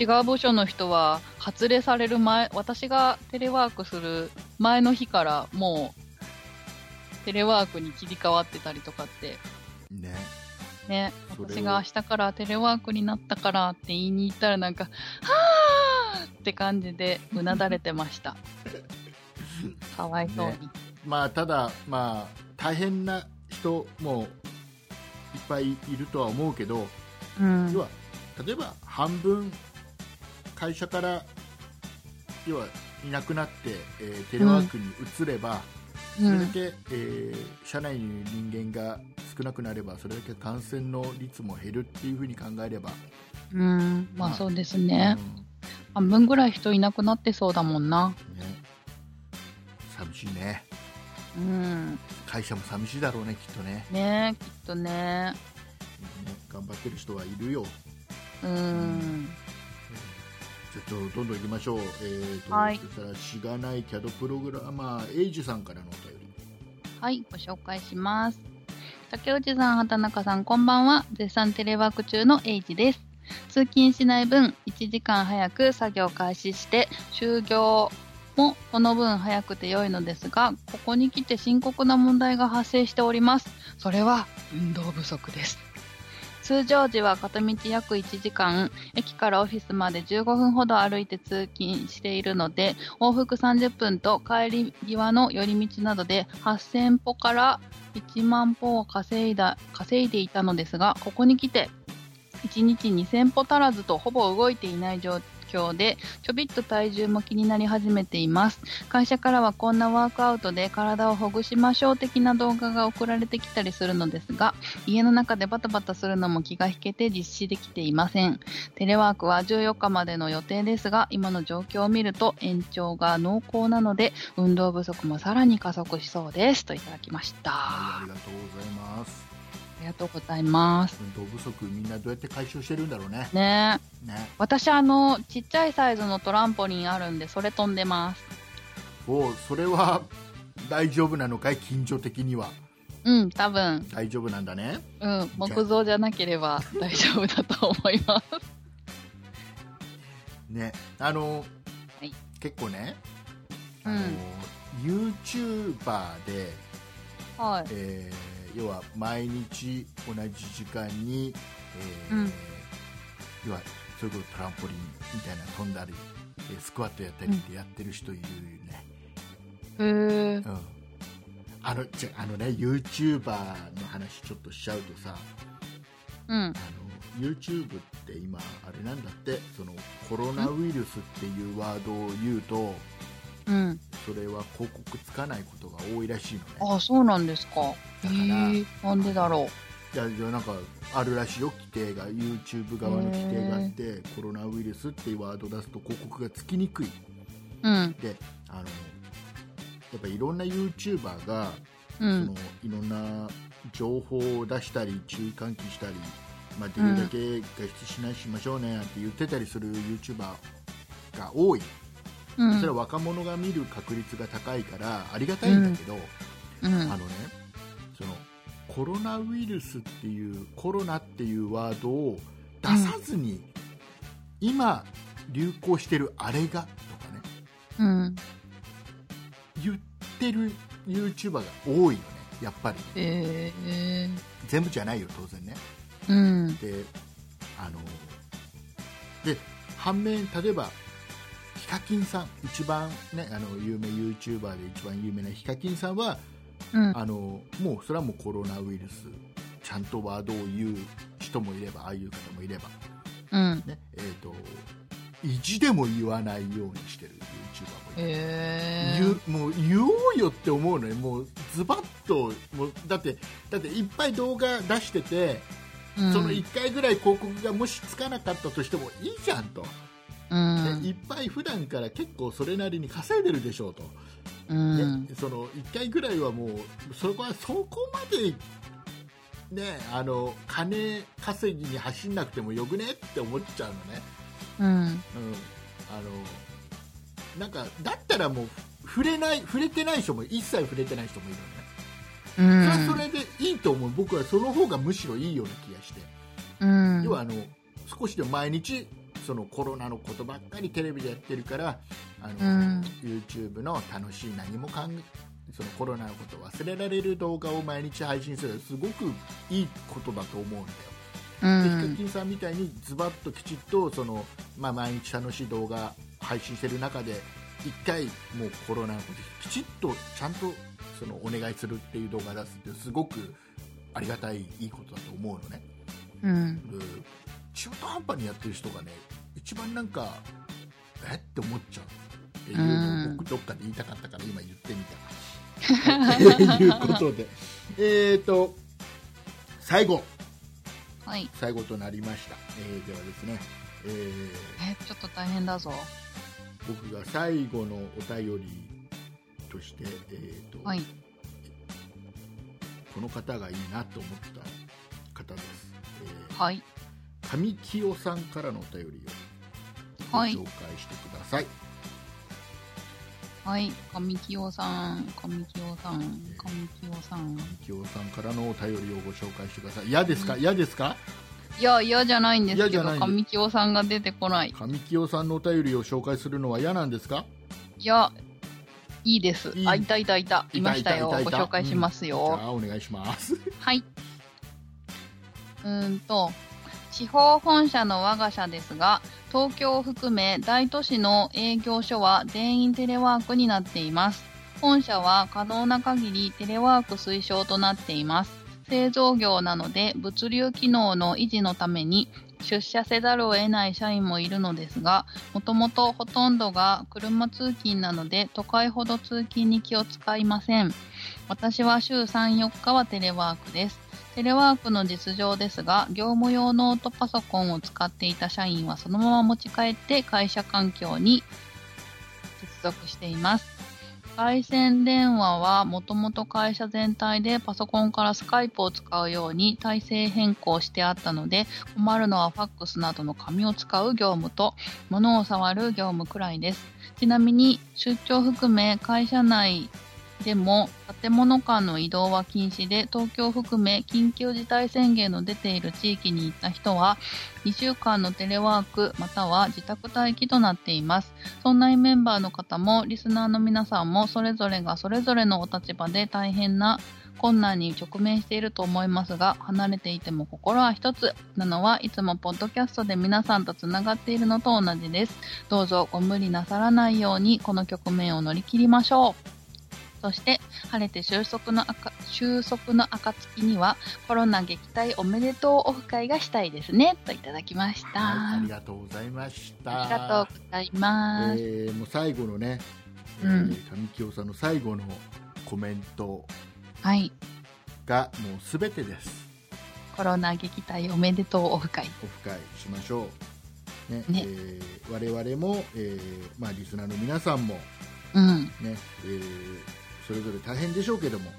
S1: 違う部署の人は、発令される前、私がテレワークする前の日から、もう、テレワークに切り替わってたりとかって、
S2: ね
S1: ね、
S2: それを
S1: 私が明日からテレワークになったからって言いに行ったらなんか、はーって感じでうなだれてま した。かわいそうに。
S2: まあただまあ大変な人もいっぱいいるとは思うけど、
S1: うん。
S2: 要は例えば半分会社から要はいなくなって、えーテレワークに移れば、
S1: う
S2: それだ
S1: ん
S2: け、えー社内にいる人間が少なくなればそれだけ感染の率も減るっていうふうに考えれば、
S1: うん。まあそうです
S2: うん
S1: ね。半分ぐらい人いなくなってそうだもんな。
S2: ね寂しいね
S1: うん。
S2: 会社も寂しいだろうねきっとね
S1: ねえ、きっとね。
S2: うんね頑張ってる人はいるよ
S1: うん。
S2: ちょっとどんどん行きましょう、えーと
S1: はい
S2: そしたらしがないキャドプログラマーエイジさんからのお便り
S1: はい、ご紹介します。竹内さん、畑中さん、こんばんは。絶賛テレワーク中のエイジです。通勤しない分、1時間早く作業開始して、就業もこの分早くて良いのですが、ここに来て深刻な問題が発生しております。それは運動不足です。通常時は片道約1時間、駅からオフィスまで15分ほど歩いて通勤しているので、往復30分と帰り際の寄り道などで8000歩から1万歩を稼いだ稼いでいたのですが、ここに来て1日2000歩足らずとほぼ動いていない状況で、ちょびっと体重も気になり始めています。会社からはこんなワークアウトで体をほぐしましょう的な動画が送られてきたりするのですが、家の中でバタバタするのも気が引けて実施できていません。テレワークは14日までの予定ですが、今の状況を見ると延長が濃厚なので、運動不足もさらに加速しそうです。といただきました。
S2: はい、
S1: あ
S2: ありがとうございます
S1: りがとうございます。
S2: 運動不足みんなどうやって解消してるんだろうね
S1: ねえ。
S2: ね
S1: 私あのちっちゃいサイズのトランポリンあるんでそれ飛んでます
S2: おうそれは大丈夫なのかい近所的には
S1: うん多分
S2: 大丈夫なんだね
S1: うん木造じゃなければ大丈夫だと思います
S2: ねあの、
S1: はい
S2: 結構ね
S1: う
S2: あ
S1: ん
S2: の、YouTuber で、
S1: はい
S2: えー要は毎日同じ時間に、えー
S1: うん
S2: 要はそれこそトランポリンみたいな飛んだり、えースクワットやったりってやってる人いるよね、
S1: へえ
S2: うんあのじゃあのね YouTuber の話ちょっとしちゃうとさ
S1: うん
S2: あの YouTube って今あれなんだってそのコロナウイルスっていうワードを言うと
S1: うん
S2: それは広告つかないことが多いらしいのね
S1: あそうなんですかへ
S2: だから
S1: えなんでだろ
S2: いやいやなんかあるらしいよ規定が YouTube 側の規定があってコロナウイルスっていうワード出すと広告がつきにくいう
S1: うん
S2: であのやっぱいろんな YouTuber が、
S1: う
S2: その
S1: ん
S2: いろんな情報を出したり注意喚起したり、まあ、できるだけ外出しないしましょうねなんて言ってたりする YouTuber が多い、
S1: うん
S2: それは若者が見る確率が高いからありがたいんだけど、
S1: うん
S2: あのねそのコロナウイルスっていうコロナっていうワードを出さずに、今流行してるあれがとかね
S1: うん
S2: 言ってる YouTuber が多いのねやっぱりね
S1: へえ
S2: 全部じゃないよ当然ね
S1: うん
S2: であので反面例えばヒカキンさん一番ねあの有名 YouTuber で一番有名なヒカキンさんは
S1: うん
S2: あのもうそれはもうコロナウイルスちゃんとワードを言う人もいればああいう方もいれば、
S1: うん
S2: ねえー、と意地でも言わないようにしてる YouTuber もいる、
S1: へえ
S2: 言うもう言おうよって思うのよもうズバッともうだってだっていっぱい動画出してて、
S1: うん
S2: その1回ぐらい広告がもしつかなかったとしてもいいじゃんと、ね
S1: うん
S2: いっぱい普段から結構それなりに稼いでるでしょうと。
S1: うん
S2: ね、その1回ぐらいはもうそこはそこまで、ね、あの金稼ぎに走んなくてもよくねって思っちゃうのね、
S1: うん
S2: うん、あのなんかだったらもう触れない触れてない人も一切触れてない人もいる
S1: う
S2: の
S1: ん
S2: ね、それはそれでいいと思う僕はその方がむしろいいような気がして、
S1: うん
S2: 要はあの少しでも毎日そのコロナのことばっかりテレビでやってるからあの、
S1: うん
S2: YouTube の楽しい何も考えそのコロナのことを忘れられる動画を毎日配信するすごくいいことだと思うんだよ、
S1: う
S2: でヒカ
S1: ん
S2: キンさんみたいにズバッときちっとその、まあ、毎日楽しい動画配信してる中で1回もうコロナのこときちっとちゃんとそのお願いするっていう動画出すってすごくありがたいいいことだと思うのね
S1: うん
S2: で中途半端にやってる人がね一番なんかえって思っちゃうっていうの
S1: う
S2: を
S1: ん
S2: 僕どっかで言いたかったから今言ってみたということでえーと最後
S1: はい
S2: 最後となりました、えーではですね、えー
S1: えちょっと大変だぞ
S2: 僕が最後のお便りとして、えーと
S1: はい
S2: この方がいいなと思った方です、えー
S1: はい
S2: 上清さんからのお便りをご
S1: はい
S2: 紹介してください、
S1: はい、神清さん、神清さん、神清さん。
S2: 清さんからのお便りをご紹介してください。嫌ですか嫌ですか
S1: いや、嫌じゃないんです
S2: 嫌じ
S1: け
S2: ゃない
S1: ど、
S2: んだ
S1: 神清さんが出てこない。
S2: 神清さんのお便りを紹介するのは嫌なんですか
S1: いや、いいです。
S2: いい
S1: あ、いたいたいた。
S2: いた
S1: いましたよ。
S2: いたい
S1: ご
S2: たいた
S1: 紹介します
S2: じ
S1: よ。
S2: ゃあ、お願いします。
S1: はい。うーんと、地方本社の我が社ですが、東京を含め大都市の営業所は全員テレワークになっています。本社は可能な限りテレワーク推奨となっています。製造業なので物流機能の維持のために出社せざるを得ない社員もいるのですが、もともとほとんどが車通勤なので都会ほど通勤に気を使いません。私は週3、4日はテレワークです。テレワークの実情ですが、業務用ノートパソコンを使っていた社員はそのまま持ち帰って会社環境に接続しています。回線電話はもともと会社全体でパソコンからスカイプを使うように体制変更してあったので困るのはファックスなどの紙を使う業務と物を触る業務くらいですちなみに出張含め会社内でも建物間の移動は禁止で東京を含め緊急事態宣言の出ている地域に行った人は2週間のテレワークまたは自宅待機となっていますそんなメンバーの方もリスナーの皆さんもそれぞれがそれぞれのお立場で大変な困難に直面していると思いますが離れていても心は一つなのはいつもポッドキャストで皆さんとつながっているのと同じですどうぞご無理なさらないようにこの局面を乗り切りましょうそして晴れて収束のあか収束の暁にはコロナ撃退おめでとうオフ会がしたいですねといただきました、
S2: はい、ありがとうございました。
S1: ありがとうございます、
S2: えーもう最後のね、え
S1: うん
S2: ー神清さんの最後のコメント
S1: はい
S2: がもうすべてです。
S1: コロナ撃退おめでとうオフ会。
S2: オフ会しましょう。ね
S1: ね
S2: えー我々も、えーまあ、リスナーの皆さんも、
S1: うん。
S2: ねえーそれぞれ大変でしょうけども、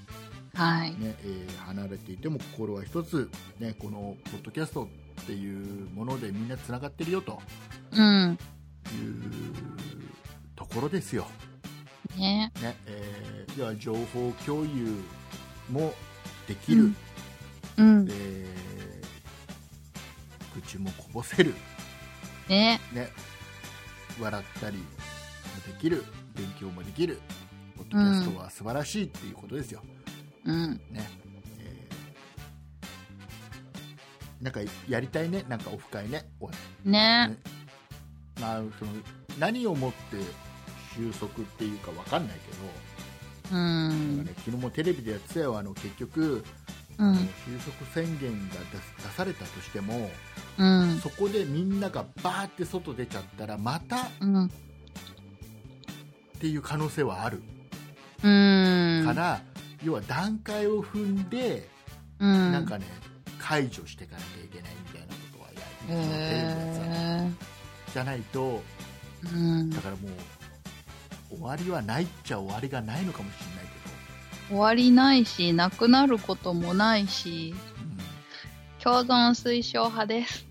S1: はい。
S2: ねえー離れていても心は一つ、ね、このポッドキャストっていうものでみんなつながってるよと
S1: うん。
S2: いうところですよ。
S1: ね。
S2: ねえー、では情報共有もできる、
S1: うんうん。
S2: えー愚痴もこぼせる、
S1: ね。
S2: ね、笑ったりもできる勉強もできるポッドキャストは素晴らしいっていうことですよ、
S1: うん。
S2: ねえーなんかやりたいねなんかオフ会ねおい
S1: ね。
S2: まあ、その何をもって収束っていうか分かんないけど、
S1: う
S2: なん
S1: ん
S2: か。ね、昨日もテレビでやってたよあの結局、
S1: う
S2: あの
S1: ん。
S2: 就職宣言が出す出されたとしても、
S1: うん。
S2: そこでみんながバーって外出ちゃったらまたっ
S1: うん。
S2: ていう可能性はある
S1: うん。
S2: から、要は段階を踏んで、
S1: うん。
S2: なんかね解除していかなきゃいけないみたいなことはや
S1: へ
S2: る、そのテレビのや
S1: え。
S2: つはじゃないと
S1: うん
S2: だ。からもう終わりはないっちゃ終わりがないのかもしれないけ
S1: 終わりないし、なくなることもないし、
S2: ど、うん
S1: 共存推奨派です。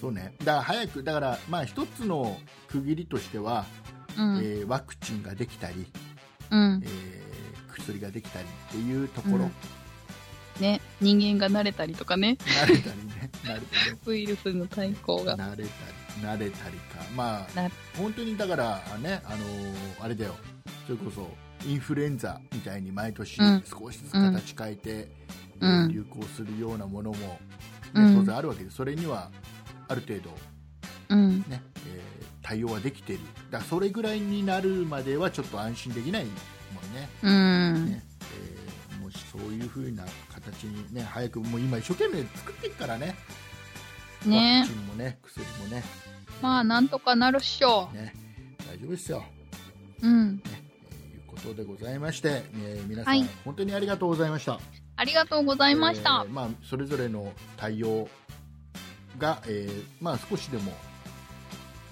S2: そうねだから早くだからまあ一つの区切りとしては、
S1: うん。
S2: えーワクチンができたり、
S1: うん
S2: え。ー薬ができたりっていうところ、
S1: うんね。人間が慣れたりとかね。
S2: 慣れたりね慣れたり
S1: ウイルスの対抗が。
S2: 慣れたり慣れたりかまあ
S1: な
S2: 本当にだからねあのーあれだよそれこそインフルエンザみたいに毎年
S1: うん
S2: 少しずつ形変えて、
S1: うん
S2: えー流行するようなものも、ね
S1: うん
S2: 当然あるわけでそれにはある程度、
S1: うん。
S2: ねえー対応はできてるだからそれぐらいになるまではちょっと安心できないもんね,、
S1: うん。
S2: ねえーもしそういう風な形に、ね、早くもう今一生懸命作っていくからねワ
S1: ね
S2: クチンもね薬もね
S1: まあ、なんとかなるっしょ。
S2: ね大丈夫ですよ
S1: うん。
S2: ということでございまして、えー皆さん、
S1: はい
S2: 本当にありがとうございました。
S1: ありがとうございました
S2: えー。まあそれぞれの対応が、えーまあ少しでも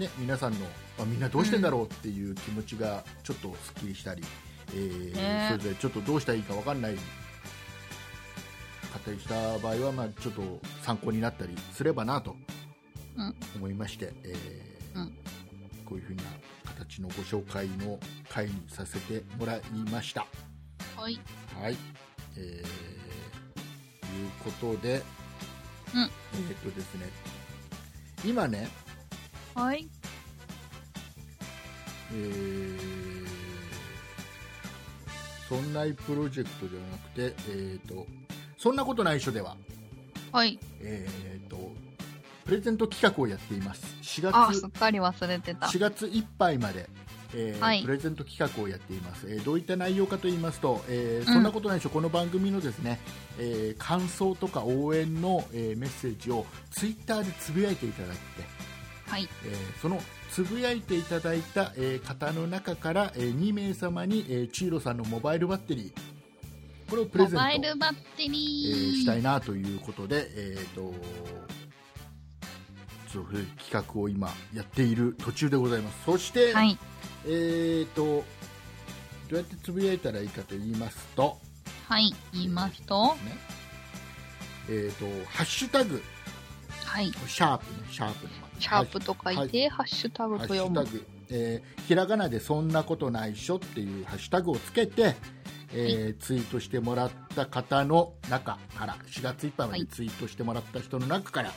S2: ね皆さんのあみんなどうしてんだろうっていう気持ちがちょっとすっきりしたり、えー
S1: ね
S2: それぞれちょっとどうしたらいいかわかんない。方にした場合はまあちょっと参考になったりすればなと
S1: うん
S2: 思いまして、えー
S1: うん
S2: こういうふうな形ちのご紹介の回にさせてもらいました。
S1: はい。
S2: はい。えー、いうことで、
S1: うん
S2: えーっとですね、今ね、
S1: はい。
S2: えー、そんないプロジェクトではなくて、えーっと、そんなことない書では、
S1: はい。
S2: えーっと、プレゼント企画をやっています。4
S1: あ、
S2: 月
S1: すっかり忘れてた。
S2: 4月いっぱいまで、えー
S1: はい
S2: プレゼント企画をやっています、えーどういった内容かと言いますと、えー
S1: うん
S2: そんなことないでしょ、この番組のですね、えー感想とか応援の、えーメッセージをツイッターでつぶやいていただいて、
S1: はい。
S2: えーそのつぶやいていただいた、えー方の中から、え2名様に、えーチーロさんのモバイルバッテリーこれをプレ
S1: モ
S2: ゼン
S1: バイ
S2: ト
S1: ルバッテ
S2: え
S1: リー。
S2: ーしたいなということで、えー、とそういう企画を今やっている途中でございますそして、
S1: はい。
S2: えー、とどうやってつぶやいたらいいかと言いますと,、
S1: はい。言いますと、
S2: ねえー、とハッシュタグ
S1: はい。
S2: シャープねシャープの
S1: シャープと書いて、ハッシュタグ
S2: ハ
S1: と
S2: ッシ
S1: 読
S2: ュタ
S1: む。
S2: グ、えーひらがなでそんなことないっしょっていうハッシュタグをつけて、えーツイートしてもらった方の中から4月いっぱいま
S1: は
S2: で
S1: い
S2: ツイートしてもらった人の中から、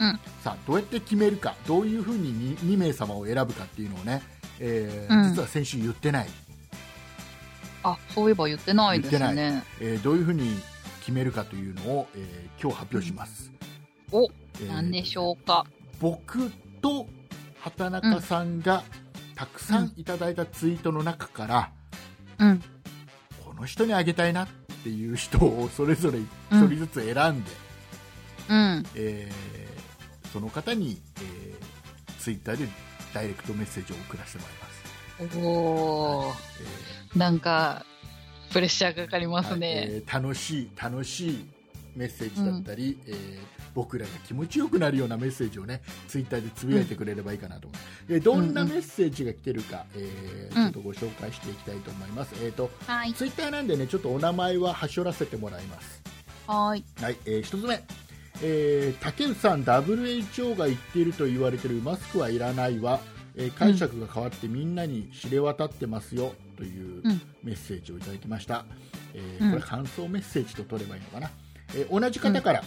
S1: うん
S2: さあどうやって決めるかどういうふうに 2, 名様を選ぶかっていうのをね、えー
S1: うん
S2: 実は先週言ってない、
S1: あ、そういえば言ってないです
S2: 言って
S1: ね。
S2: えーどういうふうに決めるかというのを、えー今日発表します、
S1: お、
S2: えー
S1: なんでしょうか。
S2: 僕と畑中さんがたくさんいただいたツイートの中から、
S1: うん。
S2: この人にあげたいなっていう人をそれぞれ
S1: うん
S2: 一人ずつ選んで、
S1: うん。
S2: えーその方に、えー、ツイッターでダイレクトメッセージを送らせてもらいます。
S1: おー。なんか、プレッシャーかかり
S2: え
S1: ま
S2: ー
S1: すね。
S2: はいえー楽しい楽しいメッセージだったり、えー僕らが気持ちよくなるようなメッセージをねツイッターでつぶやいてくれればいいかなと思う、えーどんなメッセージが来てるか、えーちょっとご紹介していきたいと思います、えー、と
S1: はい。
S2: ツイッターなんでねちょっとお名前ははしょらせてもらいます
S1: はい。
S2: はい、えー一つ目、えー竹内さん WHO が言っていると言われているマスクはいらないは、えー解釈が変わってみんなに知れ渡ってますよという
S1: うん
S2: メッセージをいただきました、えー
S1: うん
S2: これ感想メッセージと取ればいいのかな、えー同じ方から、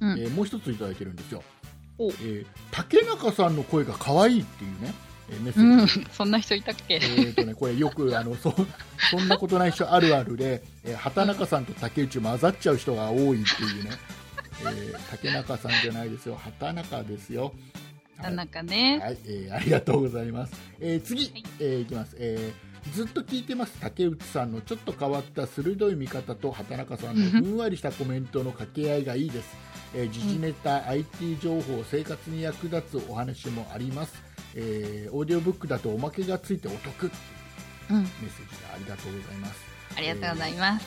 S1: うんうん
S2: えーもう一ついただいてるんですよ、
S1: お
S2: えー竹中さんの声が可愛いっていうね、えーメッセージ、
S1: うん。 そんな人いたっけ
S2: えーとね、これよくあのそそんなことない人あるあるで、えー畑中さんと竹内混ざっちゃう人が多いっていうね、えー竹中さんじゃないですよ畑中ですよ
S1: な
S2: は
S1: ん
S2: い、
S1: なんかね。
S2: はいえーありがとうございます、えー次、
S1: はい
S2: いえーいきます、えーずっと聞いてます竹内さんのちょっと変わった鋭い見方と畑中さんのふんわりしたコメントの掛け合いがいいです、えー時事ネタ、IT 情報生活に役立つお話もあります、えーオーディオブックだとおまけがついてお得
S1: うん。
S2: メッセージでありがとうございます。
S1: ありがとうございます。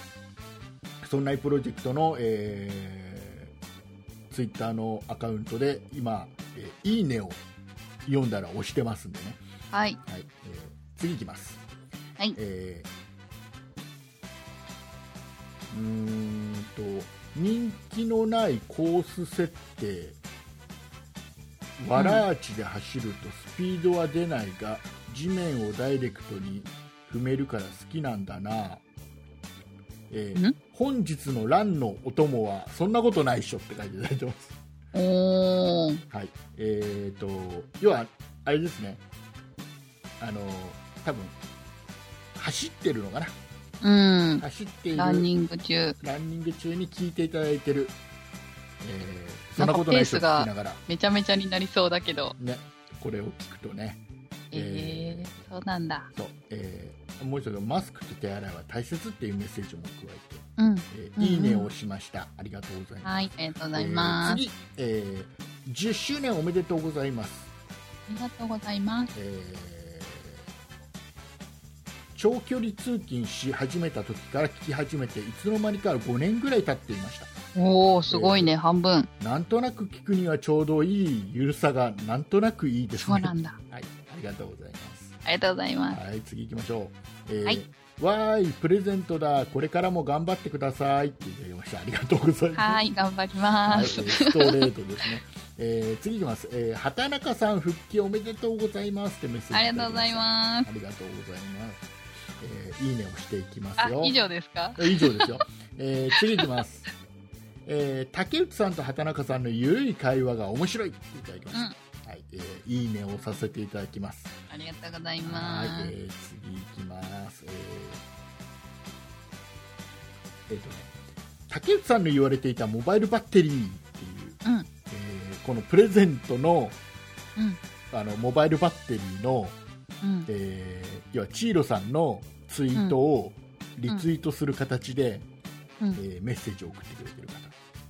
S2: そんなプロジェクトの、えー、ツイッターのアカウントで今、えーいいねを読んだら押してますんでね。
S1: はい。
S2: はい、えー次いきます。
S1: はい
S2: えーうーんと人気のないコース設定わらあちで走るとスピードは出ないが、地面をダイレクトに踏めるから好きなんだな、えー
S1: ん
S2: 本日のランのお供はそんなことないっしょって書いていただいてます
S1: おー。
S2: はい、えー、と要は、あれですね、あの多分走ってるのかな、
S1: うん。
S2: 走っている
S1: ランニング中、
S2: ランニング中に聞いていただいてる、えー
S1: な
S2: そ
S1: んん
S2: な
S1: か
S2: ことない人
S1: ペースが
S2: 聞きながら、
S1: めちゃめちゃになりそうだけど。
S2: ね、これを聞くとね、
S1: え
S2: え
S1: えそうなんだ。
S2: そうえーもう一つ、マスクと手洗いは大切っていうメッセージも加
S1: うん。
S2: えて、えー
S1: うんうん
S2: いいねを押しました、ありがとうございます。
S1: はい、ありがとうございます。
S2: えー次、えー10周年おめでとうございます。
S1: ありがとうございます。
S2: えー長距離通勤し始めた時から聞き始めていつの間にか5年ぐらい経っていました
S1: おー、すごいね、半分。
S2: なんとなく聞くにはちょうどいいゆるさがなんとなくいいです
S1: そう
S2: ね
S1: なんだ。
S2: はい、ありがとうございます
S1: ありがとうございます。
S2: はい次行きましょう、えー
S1: はい
S2: わーいプレゼントだこれからも頑張ってくださいっていただきましたありがとうございます
S1: はい、頑張り
S2: は
S1: ま
S2: い、え
S1: す。
S2: ーストレートですね、ええー次いきます、えー畑中さん復帰おめでとうございますってメッセージ
S1: ありがとうございます
S2: ありがとうございます、えーいいねをしていきま
S1: あ
S2: すよ
S1: 以上ですか
S2: 以上ですよ、 えー次いきます、えー竹内さんと畑中さんのゆるい会話が面白いっていただきました、はいえーいいねをさせていただきます
S1: ありがとうござい
S2: はい
S1: ま、す
S2: えー次いきます。えーえーとね、竹内さんの言われていたモバイルバッテリーっていう、
S1: うん
S2: えーこのプレゼントの
S1: うん
S2: あのモバイルバッテリーの、
S1: うん
S2: えー要はチーロさんのツイートをリツイートする形で、
S1: うん
S2: えーメッセージを送ってくれてる方、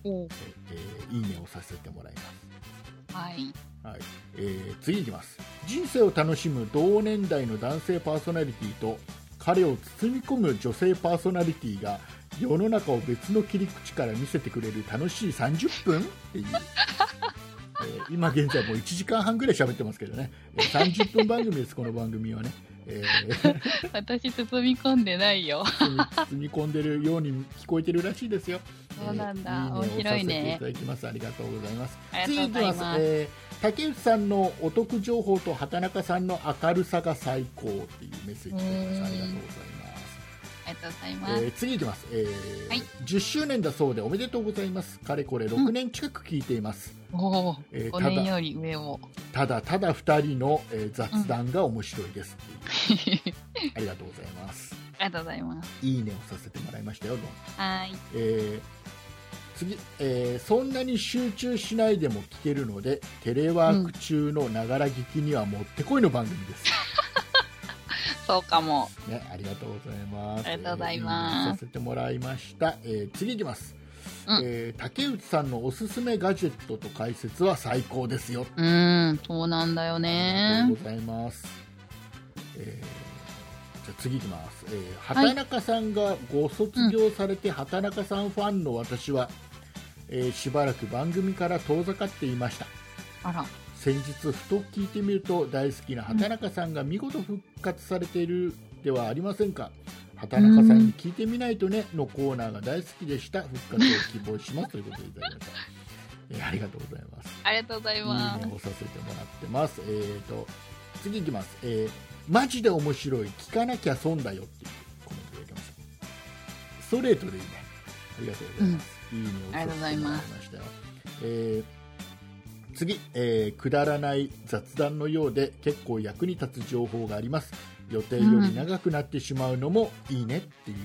S1: お
S2: えーいいねをさせてもらいます。
S1: はい
S2: はいえー次いきます人生を楽しむ同年代の男性パーソナリティと彼を包み込む女性パーソナリティが世の中を別の切り口から見せてくれる楽しい30分っていう、えー今現在もう1時間半ぐらい喋ってますけどね、えー30分番組ですこの番組はね、えー
S1: 私包み込んでないよ
S2: 包み包み込んでるように聞こえてるらしいですよ
S1: そうなんだ
S2: えー
S1: 面
S2: いいねをさせてい
S1: 白いね
S2: ただきますありがとうございます
S1: ありがと
S2: 次いうき
S1: ござい
S2: ます
S1: ます
S2: えー竹内さんのお得情報と畑中さんの明るさが最高っていうメッセージですありがとうございます
S1: ありがとうございます
S2: えー次いきます、えー
S1: はい
S2: 10周年だそうでおめでとうございますかれこれ6年近く聞いています、
S1: おお
S2: えー
S1: 5
S2: た
S1: 年
S2: だ
S1: より上を
S2: ただただ2人の、えー雑談が面白いですっていう、ありがとうございます
S1: ありがとうございます
S2: いいねをさせてもらいましたよどうも
S1: はい
S2: えー次、えーそんなに集中しないでも聞けるのでテレワーク中のながら聞きにはもってこいの番組です、
S1: そうかも
S2: ね、ありがとうございます
S1: ありがとうございます
S2: えーいいねさせてもらいました、えー次いきます、
S1: うん
S2: えー竹内さんのおすすめガジェットと解説は最高ですよ
S1: うーんそうなんだよ
S2: ありがと
S1: ね
S2: うございます、えーじゃあ次いきます、えー畑中さんがご卒業されて、畑中さんファンの私は、えーしばらく番組から遠ざかっていました
S1: あら
S2: 先日ふと聞いてみると大好きな畑中さんが見事復活されているではありませんか畑中さんに聞いてみないとねのコーナーが大好きでした復活を希望しますということでいただきました、えーありがとうございます
S1: ありがとうございま
S2: いいねをさせてもらってます。えー、と次いきます、えーマジで面白い、聞かなきゃ損だよっていうコメントがいただきました。ストレートでいいね。ありがとうございます。いいねをさせてもらいましたよ。えー次、えーくだらない雑談のようで結構役に立つ情報があります。予定より長くなってしまうのもいいねっていう、い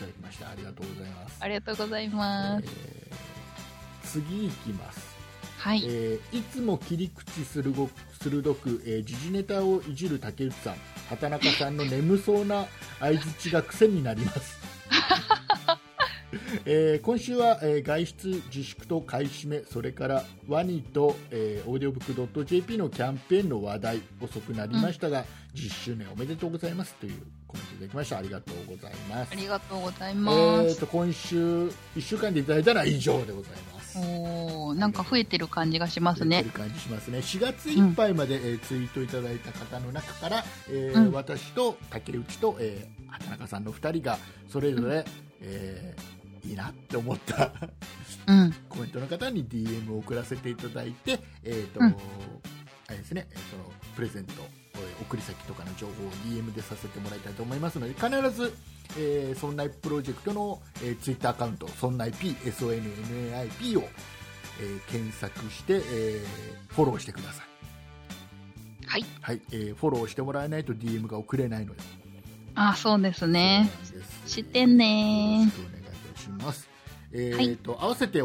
S2: ただきました。ありがとうございます。
S1: ありがとうございます、
S2: えー次いきます。
S1: はい、
S2: えーいつも切り口鋭く鋭く、えー時事ネタをいじる竹内さん畑中さんの眠そうな相づちが癖になります、 えー今週は、えー外出自粛と買い占めそれからワニと、えーオーディオブック .jp のキャンペーンの話題遅くなりましたが、10周年おめでとうございますというコメントいただきましたありがとうございます
S1: ありがとうござい
S2: え
S1: ます、
S2: ー、と今週1週間でいただいたら以上でございます
S1: おーなんか増えてる感じがします
S2: やっ
S1: ね
S2: てる感じしますね4月いっぱいまで、えーツイートいただいた方の中から、えー
S1: うん
S2: 私と竹内と、えー畑中さんの2人がそれぞれ、えーいいなって思った
S1: うん
S2: コメントの方に DM を送らせていただいて、えーと
S1: うん
S2: あれですね、えーそのプレゼントえー送り先とかの情報を DM でさせてもらいたいと思いますので必ず、えー、そんないプロジェクトの、えー、ツイッターアカウントそんない P SONNAIP を、えー検索して、えーフォローしてください
S1: はい
S2: はい、えーフォローしてもらえないと DM が送れないので、
S1: あそうですね
S2: そうなんです
S1: 知ってん
S2: よろ
S1: ね
S2: しくお願いいたします。えーと合わせて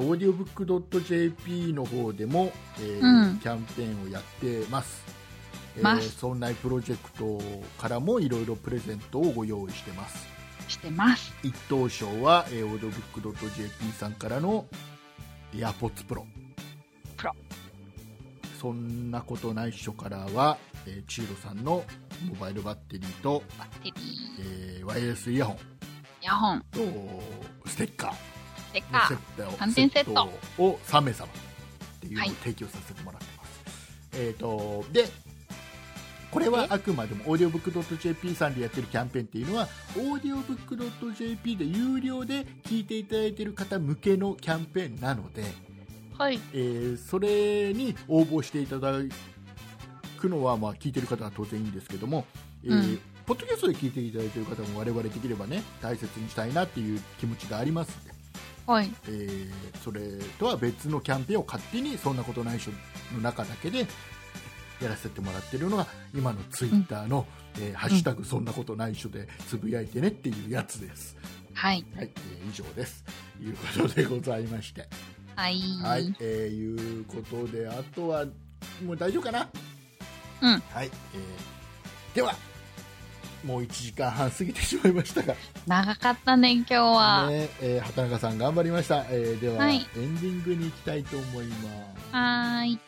S2: audiobook.jp の方でも、えー
S1: うん
S2: キャンペーンをやってます。えー
S1: ます
S2: そんなプロジェクトからもいろいろプレゼントをご用意してます。
S1: してます
S2: 一等賞は、えー、audiobook.jp さんからの AirPods Pro。
S1: プロ
S2: そんなことないっしょからは、えー、チーロさんのモバイルバッテリーと、
S1: テリー
S2: えーワイヤレスイヤホン
S1: イヤホン
S2: とステッカー。
S1: で
S2: の
S1: か
S2: セットを
S1: 三点セット
S2: を3名様っていうのを
S1: はい
S2: 提供させてもらってます、えっ、とでこれはあくまでもオーディオブックドット JP さんでやってるキャンペーンっていうのはオーディオブックドット JP で有料で聞いていただいてる方向けのキャンペーンなので、
S1: はい。
S2: えーそれに応募していただくのは、まあ、聞いてる方は当然いいんですけども、えー
S1: うん
S2: ポッドキャストで聞いていただいている方も我々できればね大切にしたいなっていう気持ちがありますんで、
S1: はい。
S2: えーそれとは別のキャンペーンを勝手に「そんなことないっしょ」の中だけでやらせてもらってるのが今のツイッターの、えーハッシュタグそんなことないっしょ」でつぶやいてねっていうやつです。
S1: はい。
S2: はい、えー以上です。いうことでございまして。
S1: はい。
S2: はい、えー、いうことで、あとは、もう大丈夫かな
S1: うん
S2: はい、えーでは、もう1時間半過ぎてしまいましたが、
S1: 長かったね、今日は。
S2: ねえー畑中さん頑張りました。えーでは、
S1: はい
S2: エンディングに行きたいと思います。
S1: はーい。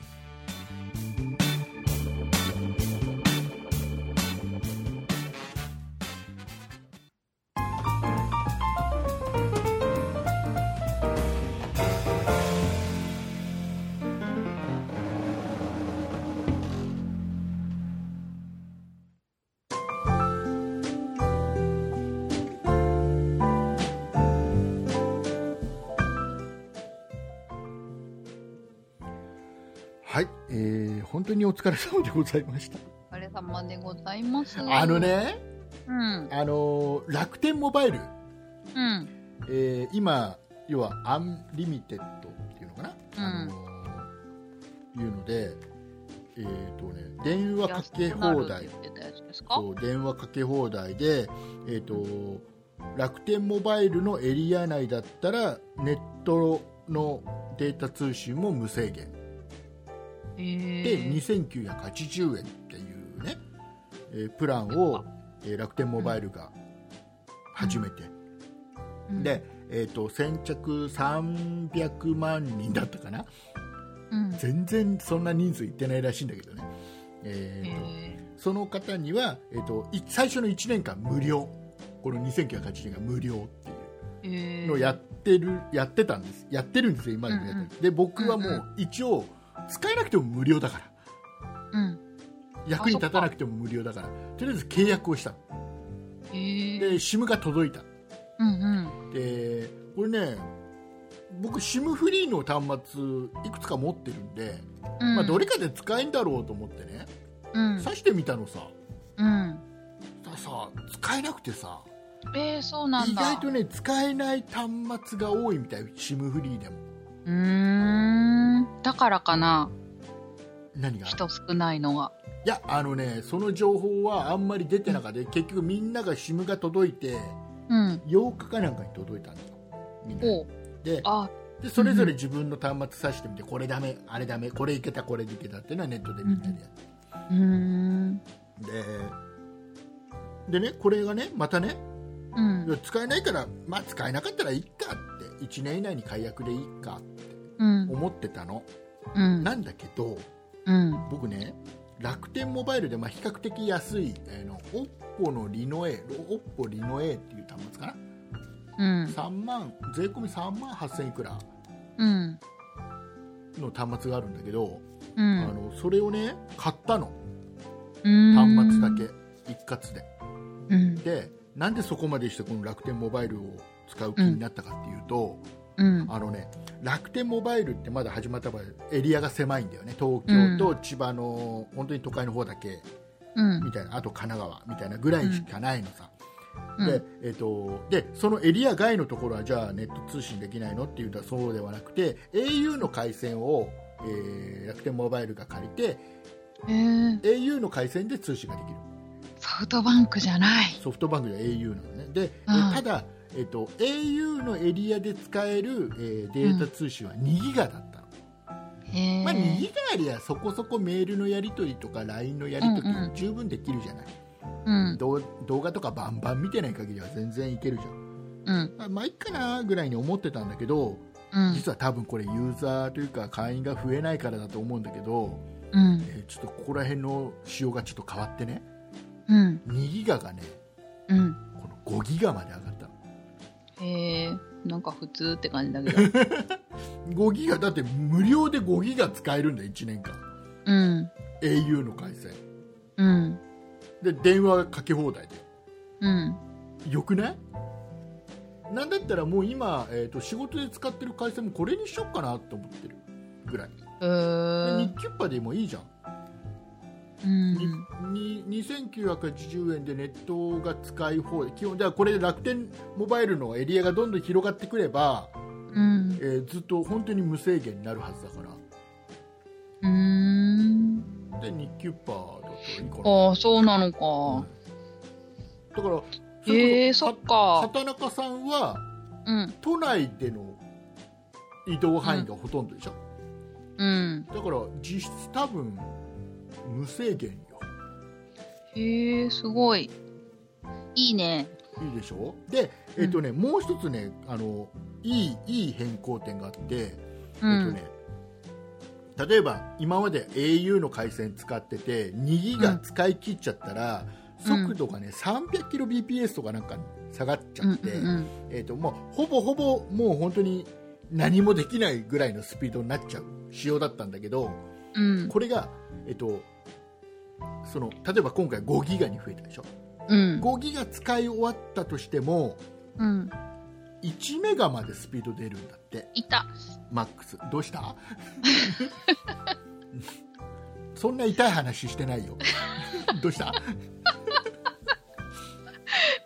S2: はい、えー本当にお疲れ様でございました。
S1: お疲れ様でございます。
S2: あの。ね、
S1: うん。
S2: あのー楽天モバイル、
S1: うん。
S2: えー今、要はアンリミテッドっていうのかな、
S1: うん
S2: あのーいうので、えーとね、電話かけ放
S1: 安く
S2: 題
S1: なるって言ってたやつですか
S2: と電話かけ放題で、えー、と楽天モバイルのエリア内だったらネットのデータ通信も無制限
S1: へ
S2: で
S1: え。
S2: 2980円っていうね、えープランを、えー楽天モバイルが始めて、
S1: うん、
S2: で、えー、と先着300万人だったかな
S1: うん。へ
S2: 全然そんな人数いってないらしいんだけどね、えーと
S1: え。
S2: その方には、えー、とい最初の1年間無料この2980円が無料ってい
S1: へえ。
S2: うのをやってる、やってたんですやってるんですよ今でもやってる、
S1: うん
S2: で僕はも
S1: うん
S2: う一応使えなくても無料だから
S1: うん。
S2: 役に立たなくても無料だからとりあえず契約をしたの
S1: へえ。
S2: で SIM が届いた
S1: うんうん。
S2: でこれね僕 SIM フリーの端末いくつか持ってるんで、
S1: うん。
S2: まあ、どれかで使えんだろうと思ってね、
S1: うん。
S2: 挿してみたのさ
S1: うん。
S2: ささ使えなくてさ
S1: えー、そうなん
S2: 意
S1: だ。
S2: 外とね使えない端末が多いみたい SIM フリーでも
S1: うーん。だからかな。
S2: 何がい
S1: 人少ないのが。
S2: やあのねその情報はあんまり出てなかった結局みんなが SIM が届いて
S1: うん。
S2: 8日かなんかに届いたんだよみんな
S1: おう。
S2: で
S1: あ、
S2: でそれぞれ自分の端末挿してみてこれダメあれダメこれいけたこれいけたっていうのはネットでみんなでやって、
S1: うーん。
S2: ででねこれがねまたね
S1: うん
S2: い。や使えないから、まあ、使えなかったらいいかって1年以内に解約でいいか
S1: うん。
S2: 思ってたの
S1: うん。
S2: なんだけど
S1: うん。
S2: 僕ね楽天モバイルでまあ比較的安い、えーの OPPO のリノエ OPPO リノエっていう端末かな
S1: うん。
S2: 3万税込み3万8000いくら
S1: うん。
S2: の端末があるんだけど、
S1: う
S2: あ
S1: ん。
S2: のそれをね買ったの
S1: うん
S2: 端末だ。け一括で
S1: うん。
S2: でなんでそこまでしてこの楽天モバイルを使う気になったかっていうと、
S1: うん。
S2: あのね楽天モバイルってまだ始まった場合エリアが狭いんだよね東京と千葉の、本当に都会の方だけ
S1: うん。
S2: みたいなあと神奈川みたいなぐらいしかないの
S1: う
S2: さ、
S1: ん
S2: で,、えっとでそのエリア外のところはじゃあネット通信できないのっていうとそうではなくて au の回線を、えー楽天モバイルが借りて
S1: えー、
S2: au の回線で通信ができる
S1: ソフトバンクじゃない。
S2: ソフトバンクで au なのねで、え
S1: うん
S2: ただ、えっと au のエリアで使える、えーデータ通信は2ギガだったの、
S1: へえ。
S2: まあ、2ギガありゃそこそこメールのやり取りとか LINE のやり取り
S1: うんうん
S2: 十分できるじゃない、
S1: うん。
S2: どう動画とかバンバン見てない限りは全然いけるじゃん
S1: うん。
S2: あまあいっかなぐらいに思ってたんだけど
S1: うん。
S2: 実は多分これユーザーというか会員が増えないからだと思うんだけど、
S1: うん。
S2: えーちょっとここら辺の仕様がちょっと変わってね
S1: うん。
S2: 2ギガがね
S1: うん。
S2: この5ギガまで上がったの
S1: へえ。なんか普通って感じだけ ど。
S2: 5ギガだって無料で5ギガ使えるんだよ1年間
S1: うん。
S2: au の回線
S1: うん。
S2: で電話かけ放題で
S1: うん。
S2: よくないなんだったらもう今、えー、と仕事で使ってる回線もこれにしようかなと思ってるぐらい。
S1: うー
S2: ニ
S1: ん
S2: ッキュッパでもいいじゃん。
S1: うん
S2: に2980円でネットが使い放題基本ではこれで楽天モバイルのエリアがどんどん広がってくれば、
S1: うん
S2: えーずっと本当に無制限になるはずだから
S1: うーん
S2: で日給パーだといいかな
S1: ああそうなのか
S2: だから
S1: えー、
S2: そ
S1: そ
S2: れ
S1: っ
S2: こそ
S1: か
S2: 畑中さんは
S1: うん
S2: 都内での移動範囲がほとんどでしょ、
S1: うん
S2: だから実質多分無制限よ
S1: へえー、すごいいいね
S2: いいでしょで、えっとねもう一つねあのいいいい変更点があって
S1: う
S2: えっと
S1: ん
S2: ね、例えば今まで au の回線使ってて2ギガ使い切っちゃったら、
S1: うん
S2: 速度がね300キロ BPS とかなんか下がっち
S1: う
S2: ゃ
S1: ん
S2: って、
S1: うんうん
S2: えっともうほぼほぼもう本当に何もできないぐらいのスピードになっちゃう仕様だったんだけど
S1: うん
S2: これが、えっとその例えば今回5ギガに増えたでしょ
S1: うん
S2: 5ギガ使い終わったとしても
S1: うん
S2: 1メガまでスピード出るんだって。
S1: いた
S2: マックスどうした そんな痛い話してないよどうした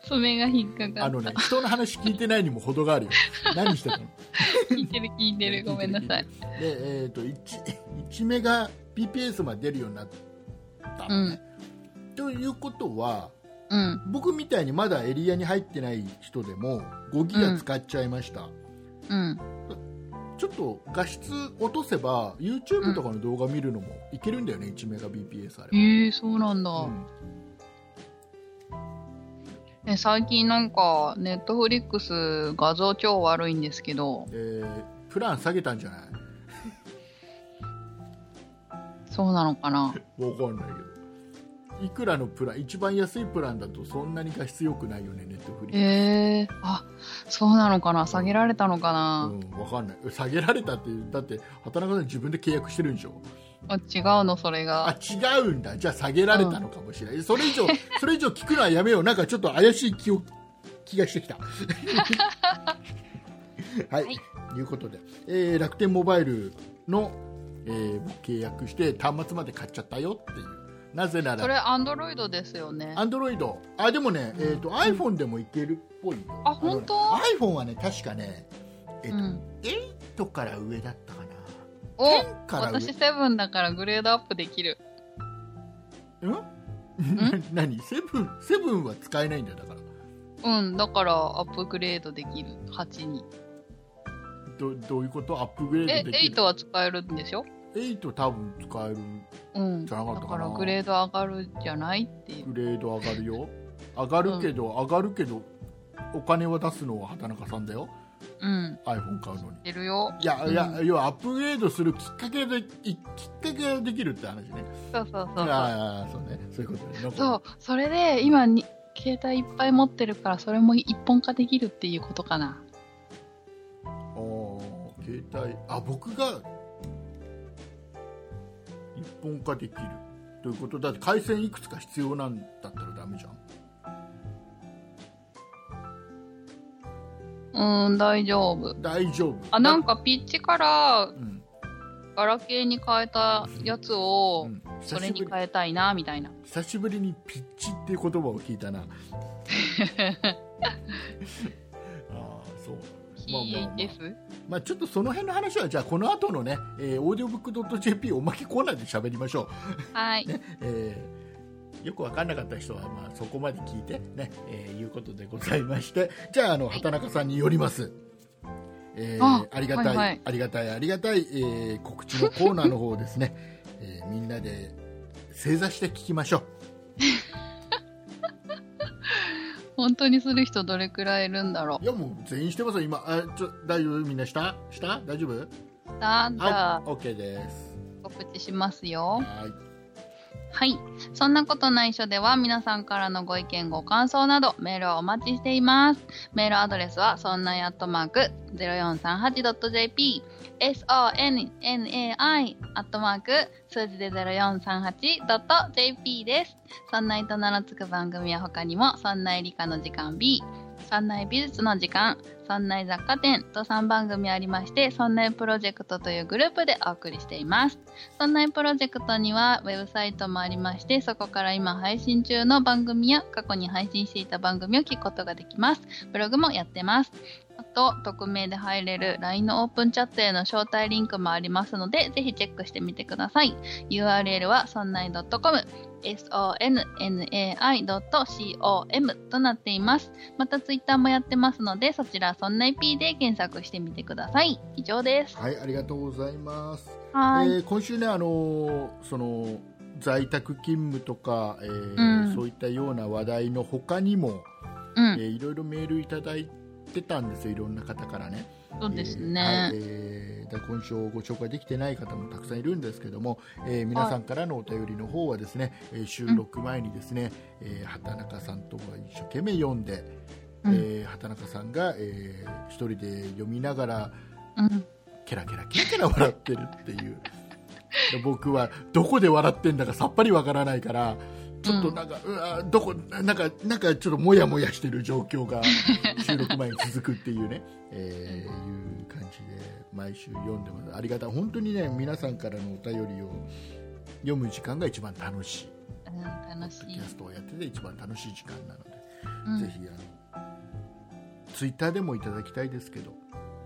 S1: 爪が引っかか
S2: あ
S1: っ
S2: のね人の話聞いてないにも程があるよ何してた の
S1: た聞いてる聞いてるごめんなさい
S2: でえっ、と 1, 1メガ BPS まで出るようになったのね、ということは
S1: うん
S2: 僕みたいにまだエリアに入ってない人でも5ギガ使っちゃいました、
S1: うん
S2: ちょっと画質落とせば YouTube とかの動画見るのもいけるんだよね、1メガ BPS あれば、
S1: へえー、そうなんだ、
S2: うん
S1: え最近なんかネットフリックス画像超悪いんですけど
S2: えープラン下げたんじゃない
S1: そうなのか な
S2: わかんないけどいくらのプラン一番安いプランだとそんなに画質良くないよねネットフリ
S1: えー、あそうなのかな下げられたのか
S2: う
S1: な、
S2: ん、わかんない下げられたっていうだって畑中さん自分で契約してるんでしょ
S1: あ違うのそれ
S2: あ
S1: が
S2: 違うんだじゃあ下げられたのかもしれない、そ れ以上それ以上聞くのはやめようなんかちょっと怪しい気を気 がしてきたはい、
S1: はい
S2: いうことで、えー楽天モバイルの、えー僕契約して端末まで買っちゃったよっていうなぜなら
S1: それアンドロイドですよね
S2: アンドロイドあでもね、えー、と iPhone でもいけるっぽいよ
S1: あ本当
S2: あのね iPhone はね確かね、え
S1: う
S2: ーと
S1: ん、
S2: 8から上だったかな
S1: お
S2: 10から上
S1: 私セブンだからグレードアップできる
S2: うん 何セブンセブンは使えないんだよだから
S1: うんだからアップグレードできる8に
S2: どどういうことアップグレ
S1: え
S2: ードでき
S1: 8
S2: る
S1: は使えるんでしょ
S2: 8多分使える
S1: うん
S2: じゃ
S1: だ
S2: なかったか
S1: か
S2: な
S1: らグレード上がるんじゃないっていう
S2: グレード上がるよ上がるけど、上がるけどお金は出すのは畑中さんだよ
S1: うん
S2: iPhone 買うのに
S1: 出るよ
S2: いやいや、
S1: う
S2: 要はアップグレードするきっかけでいきっかけができるって話ね
S1: そうそうそうそう
S2: ああそうねそういうことねなんか
S1: そう、それで今に携帯いっぱい持ってるからそれも一本化できるっていうことかな。
S2: おー携帯あ僕が一本化できるということだって回線いくつか必要なんだったらダメじゃん
S1: うーん、大丈夫。
S2: 大丈夫
S1: あ、なんかピッチから
S2: うん、
S1: ガラケーに変えたやつを、
S2: うん
S1: そ
S2: 久
S1: れ
S2: しぶ
S1: に
S2: り
S1: 変えたいな、みたいな。
S2: 久しぶりにピッチっていう言葉を聞い たなあーそうまあまあまあ
S1: PS?
S2: まあちょっとその辺の話はじゃあこの後のね、えー、オーディオブックドット JP おまけコーナーで喋りましょう
S1: はい。
S2: えーよく分かんなかった人は、まあ、そこまで聞いてね、えーいうことでございましてじゃああの畑中さんによります、えーあ
S1: あ
S2: りがたい、
S1: はいはい
S2: ありがたいありがたい、えー告知のコーナーの方ですね、えーみんなで正座して聞きましょう
S1: 本当にする人どれくらいいるんだろ
S2: いやもう全員してますよ今あちょ大丈夫みんなしたした大丈夫
S1: う。なんだ
S2: は、い OK です
S1: 告知しますよ。
S2: はい
S1: はい。そんなことないしょでは皆さんからのご意見、ご感想などメールをお待ちしています。メールアドレスはそんなやっとマーク 0438.jp sonnai アットマーク数字で 0438.jp です。そんないと名のつく番組は他にも、そんない理科の時間 B、三内美術の時間、三内雑貨店と3番組ありまして、三内プロジェクトというグループでお送りしています。三内プロジェクトにはウェブサイトもありまして、そこから今配信中の番組や過去に配信していた番組を聞くことができます。ブログもやってます。あと、匿名で入れる LINE のオープンチャットへの招待リンクもありますので、ぜひチェックしてみてください。URL は sonnai.com、sonnai.com となっています。また Twitter もやってますので、そちら sonnaip で検索してみてください。以上です。
S2: はい、ありがとうございます。
S1: はい、
S2: えー、今週ね、あのー、その、在宅勤務とか、えー、うん、そういったような話題の他にも、
S1: うん、
S2: えー、いろいろメールいただいて、ったんですよ、いろんな方からね。
S1: そうですね、
S2: えー、はいえー、今週ご紹介できてない方もたくさんいるんですけども、えー、皆さんからのお便りの方はですね、え収録前にですね、うん、えー、畑中さんとか一生懸命読んで、うん、えー、畑中さんが、えー、一人で読みながら、
S1: うん、
S2: ケラケラケラケラ笑ってるっていう僕はどこで笑ってんだかさっぱりわからないから。ちょっとなんか、うん、うわどこなんかなんかちょっともやもやしてる状況が収録前に続くっていうね、えー、いう感じで毎週読んでます。ありがたい本当にね皆さんからのお便りを読む時間が一番楽しい。
S1: うん、楽しい。
S2: キャストをやってて一番楽しい時間なので、うん、ぜひあのツイッターでもいただきたいですけど、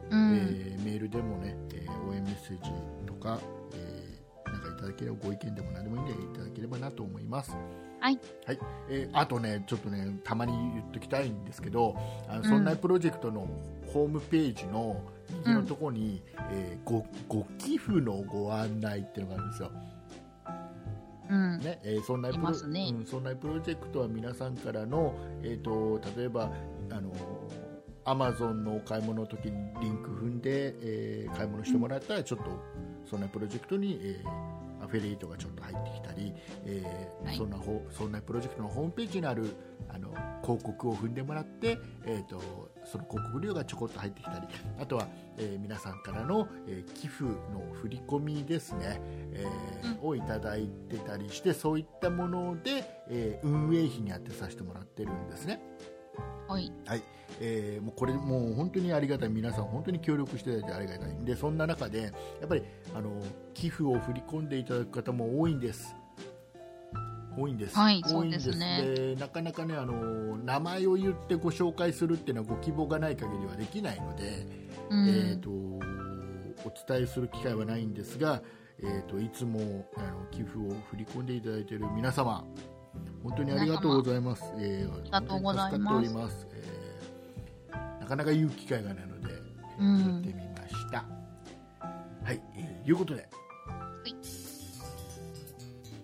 S1: うん、え
S2: ー、メールでもね、えー、応援メッセージとか。えー、なんかいただければご意見でも何でもいいんでいただければなと思います。
S1: はい、
S2: はい、えー、あとね、ちょっとね、たまに言っときたいんですけど、あの、そんなプロジェクトのホームページの右のところに、うん、えー、ご、ご寄付のご案内っていうのがあるんですよ。
S1: うん、
S2: ね、えー、そんなプロ、
S1: ね、
S2: うん、そんなプロジェクトは皆さんからの、えっ、と、例えば、あの。アマゾンのお買い物の時にリンク踏んで、え買い物してもらったらちょっと、そんなプロジェクトに、えー、アフェリートがちょっと入ってきたり、えー、はい、そんなほそんなプロジェクトのホームページにあるあの広告を踏んでもらって、えーと、とその広告料がちょこっと入ってきたりあとは、えー、皆さんからの、えー、寄付の振り込みですね、えー、うん、をいただいてたりしてそういったもので、え運営費に充てさせてもらってるんですね。
S1: はい、
S2: はい、えー、もうこれもう本当にありがたい皆さん本当に協力していただいてありがたいでそんな中でやっぱりあの寄付を振り込んでいただく方も多いんです多いんです、
S1: はい、
S2: 多いんです
S1: で、ね、
S2: なかなかねあの名前を言ってご紹介するっていうのはご希望がない限りはできないので、
S1: うん、
S2: えーと、とお伝えする機会はないんですが、えーと、といつもあの寄付を振り込んでいただいている皆様本当にありがとうございます。え
S1: ー、ありがとうございます
S2: ます、えー、なかなか言う機会がないので、
S1: うん、、
S2: ってみました。はい、えー、いうことで、はい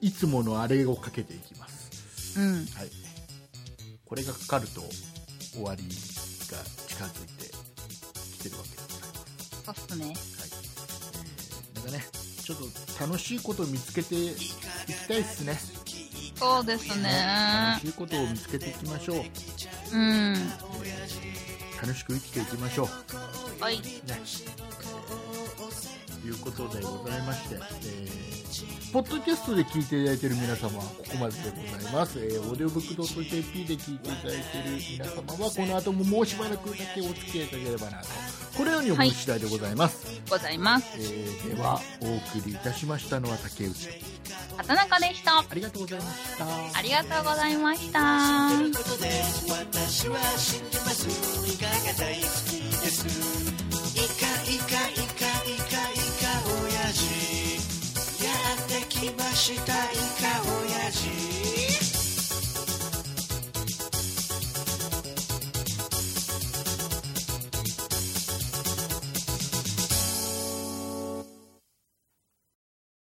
S2: いつものあれをかけていきます。
S1: うん、
S2: はい。これがかかると終わりが近づいてきてるわけで
S1: ございます。そうっすね。はい。
S2: えー、なんかね、ちょっと楽しいことを見つけていきたいですね。
S1: そうですね、
S2: はい、楽しいことを見つけていきましょう、うん
S1: え
S2: ー、楽しく生きていきましょ
S1: うはい、
S2: ねえー、いうことでございまして、えー、ポッドキャストで聞いていただいている皆様はここまででございます、えー、オーディオブックドット JP で聞いていただいている皆様はこの後ももうしばらくだけお付き合いいただければなとこのように思う次第でございます、はい、
S1: ございます、え
S2: ー、ではお送りいたしましたのは竹内
S1: 畑中でしたあ
S2: りがとうございました
S1: ありがとうございました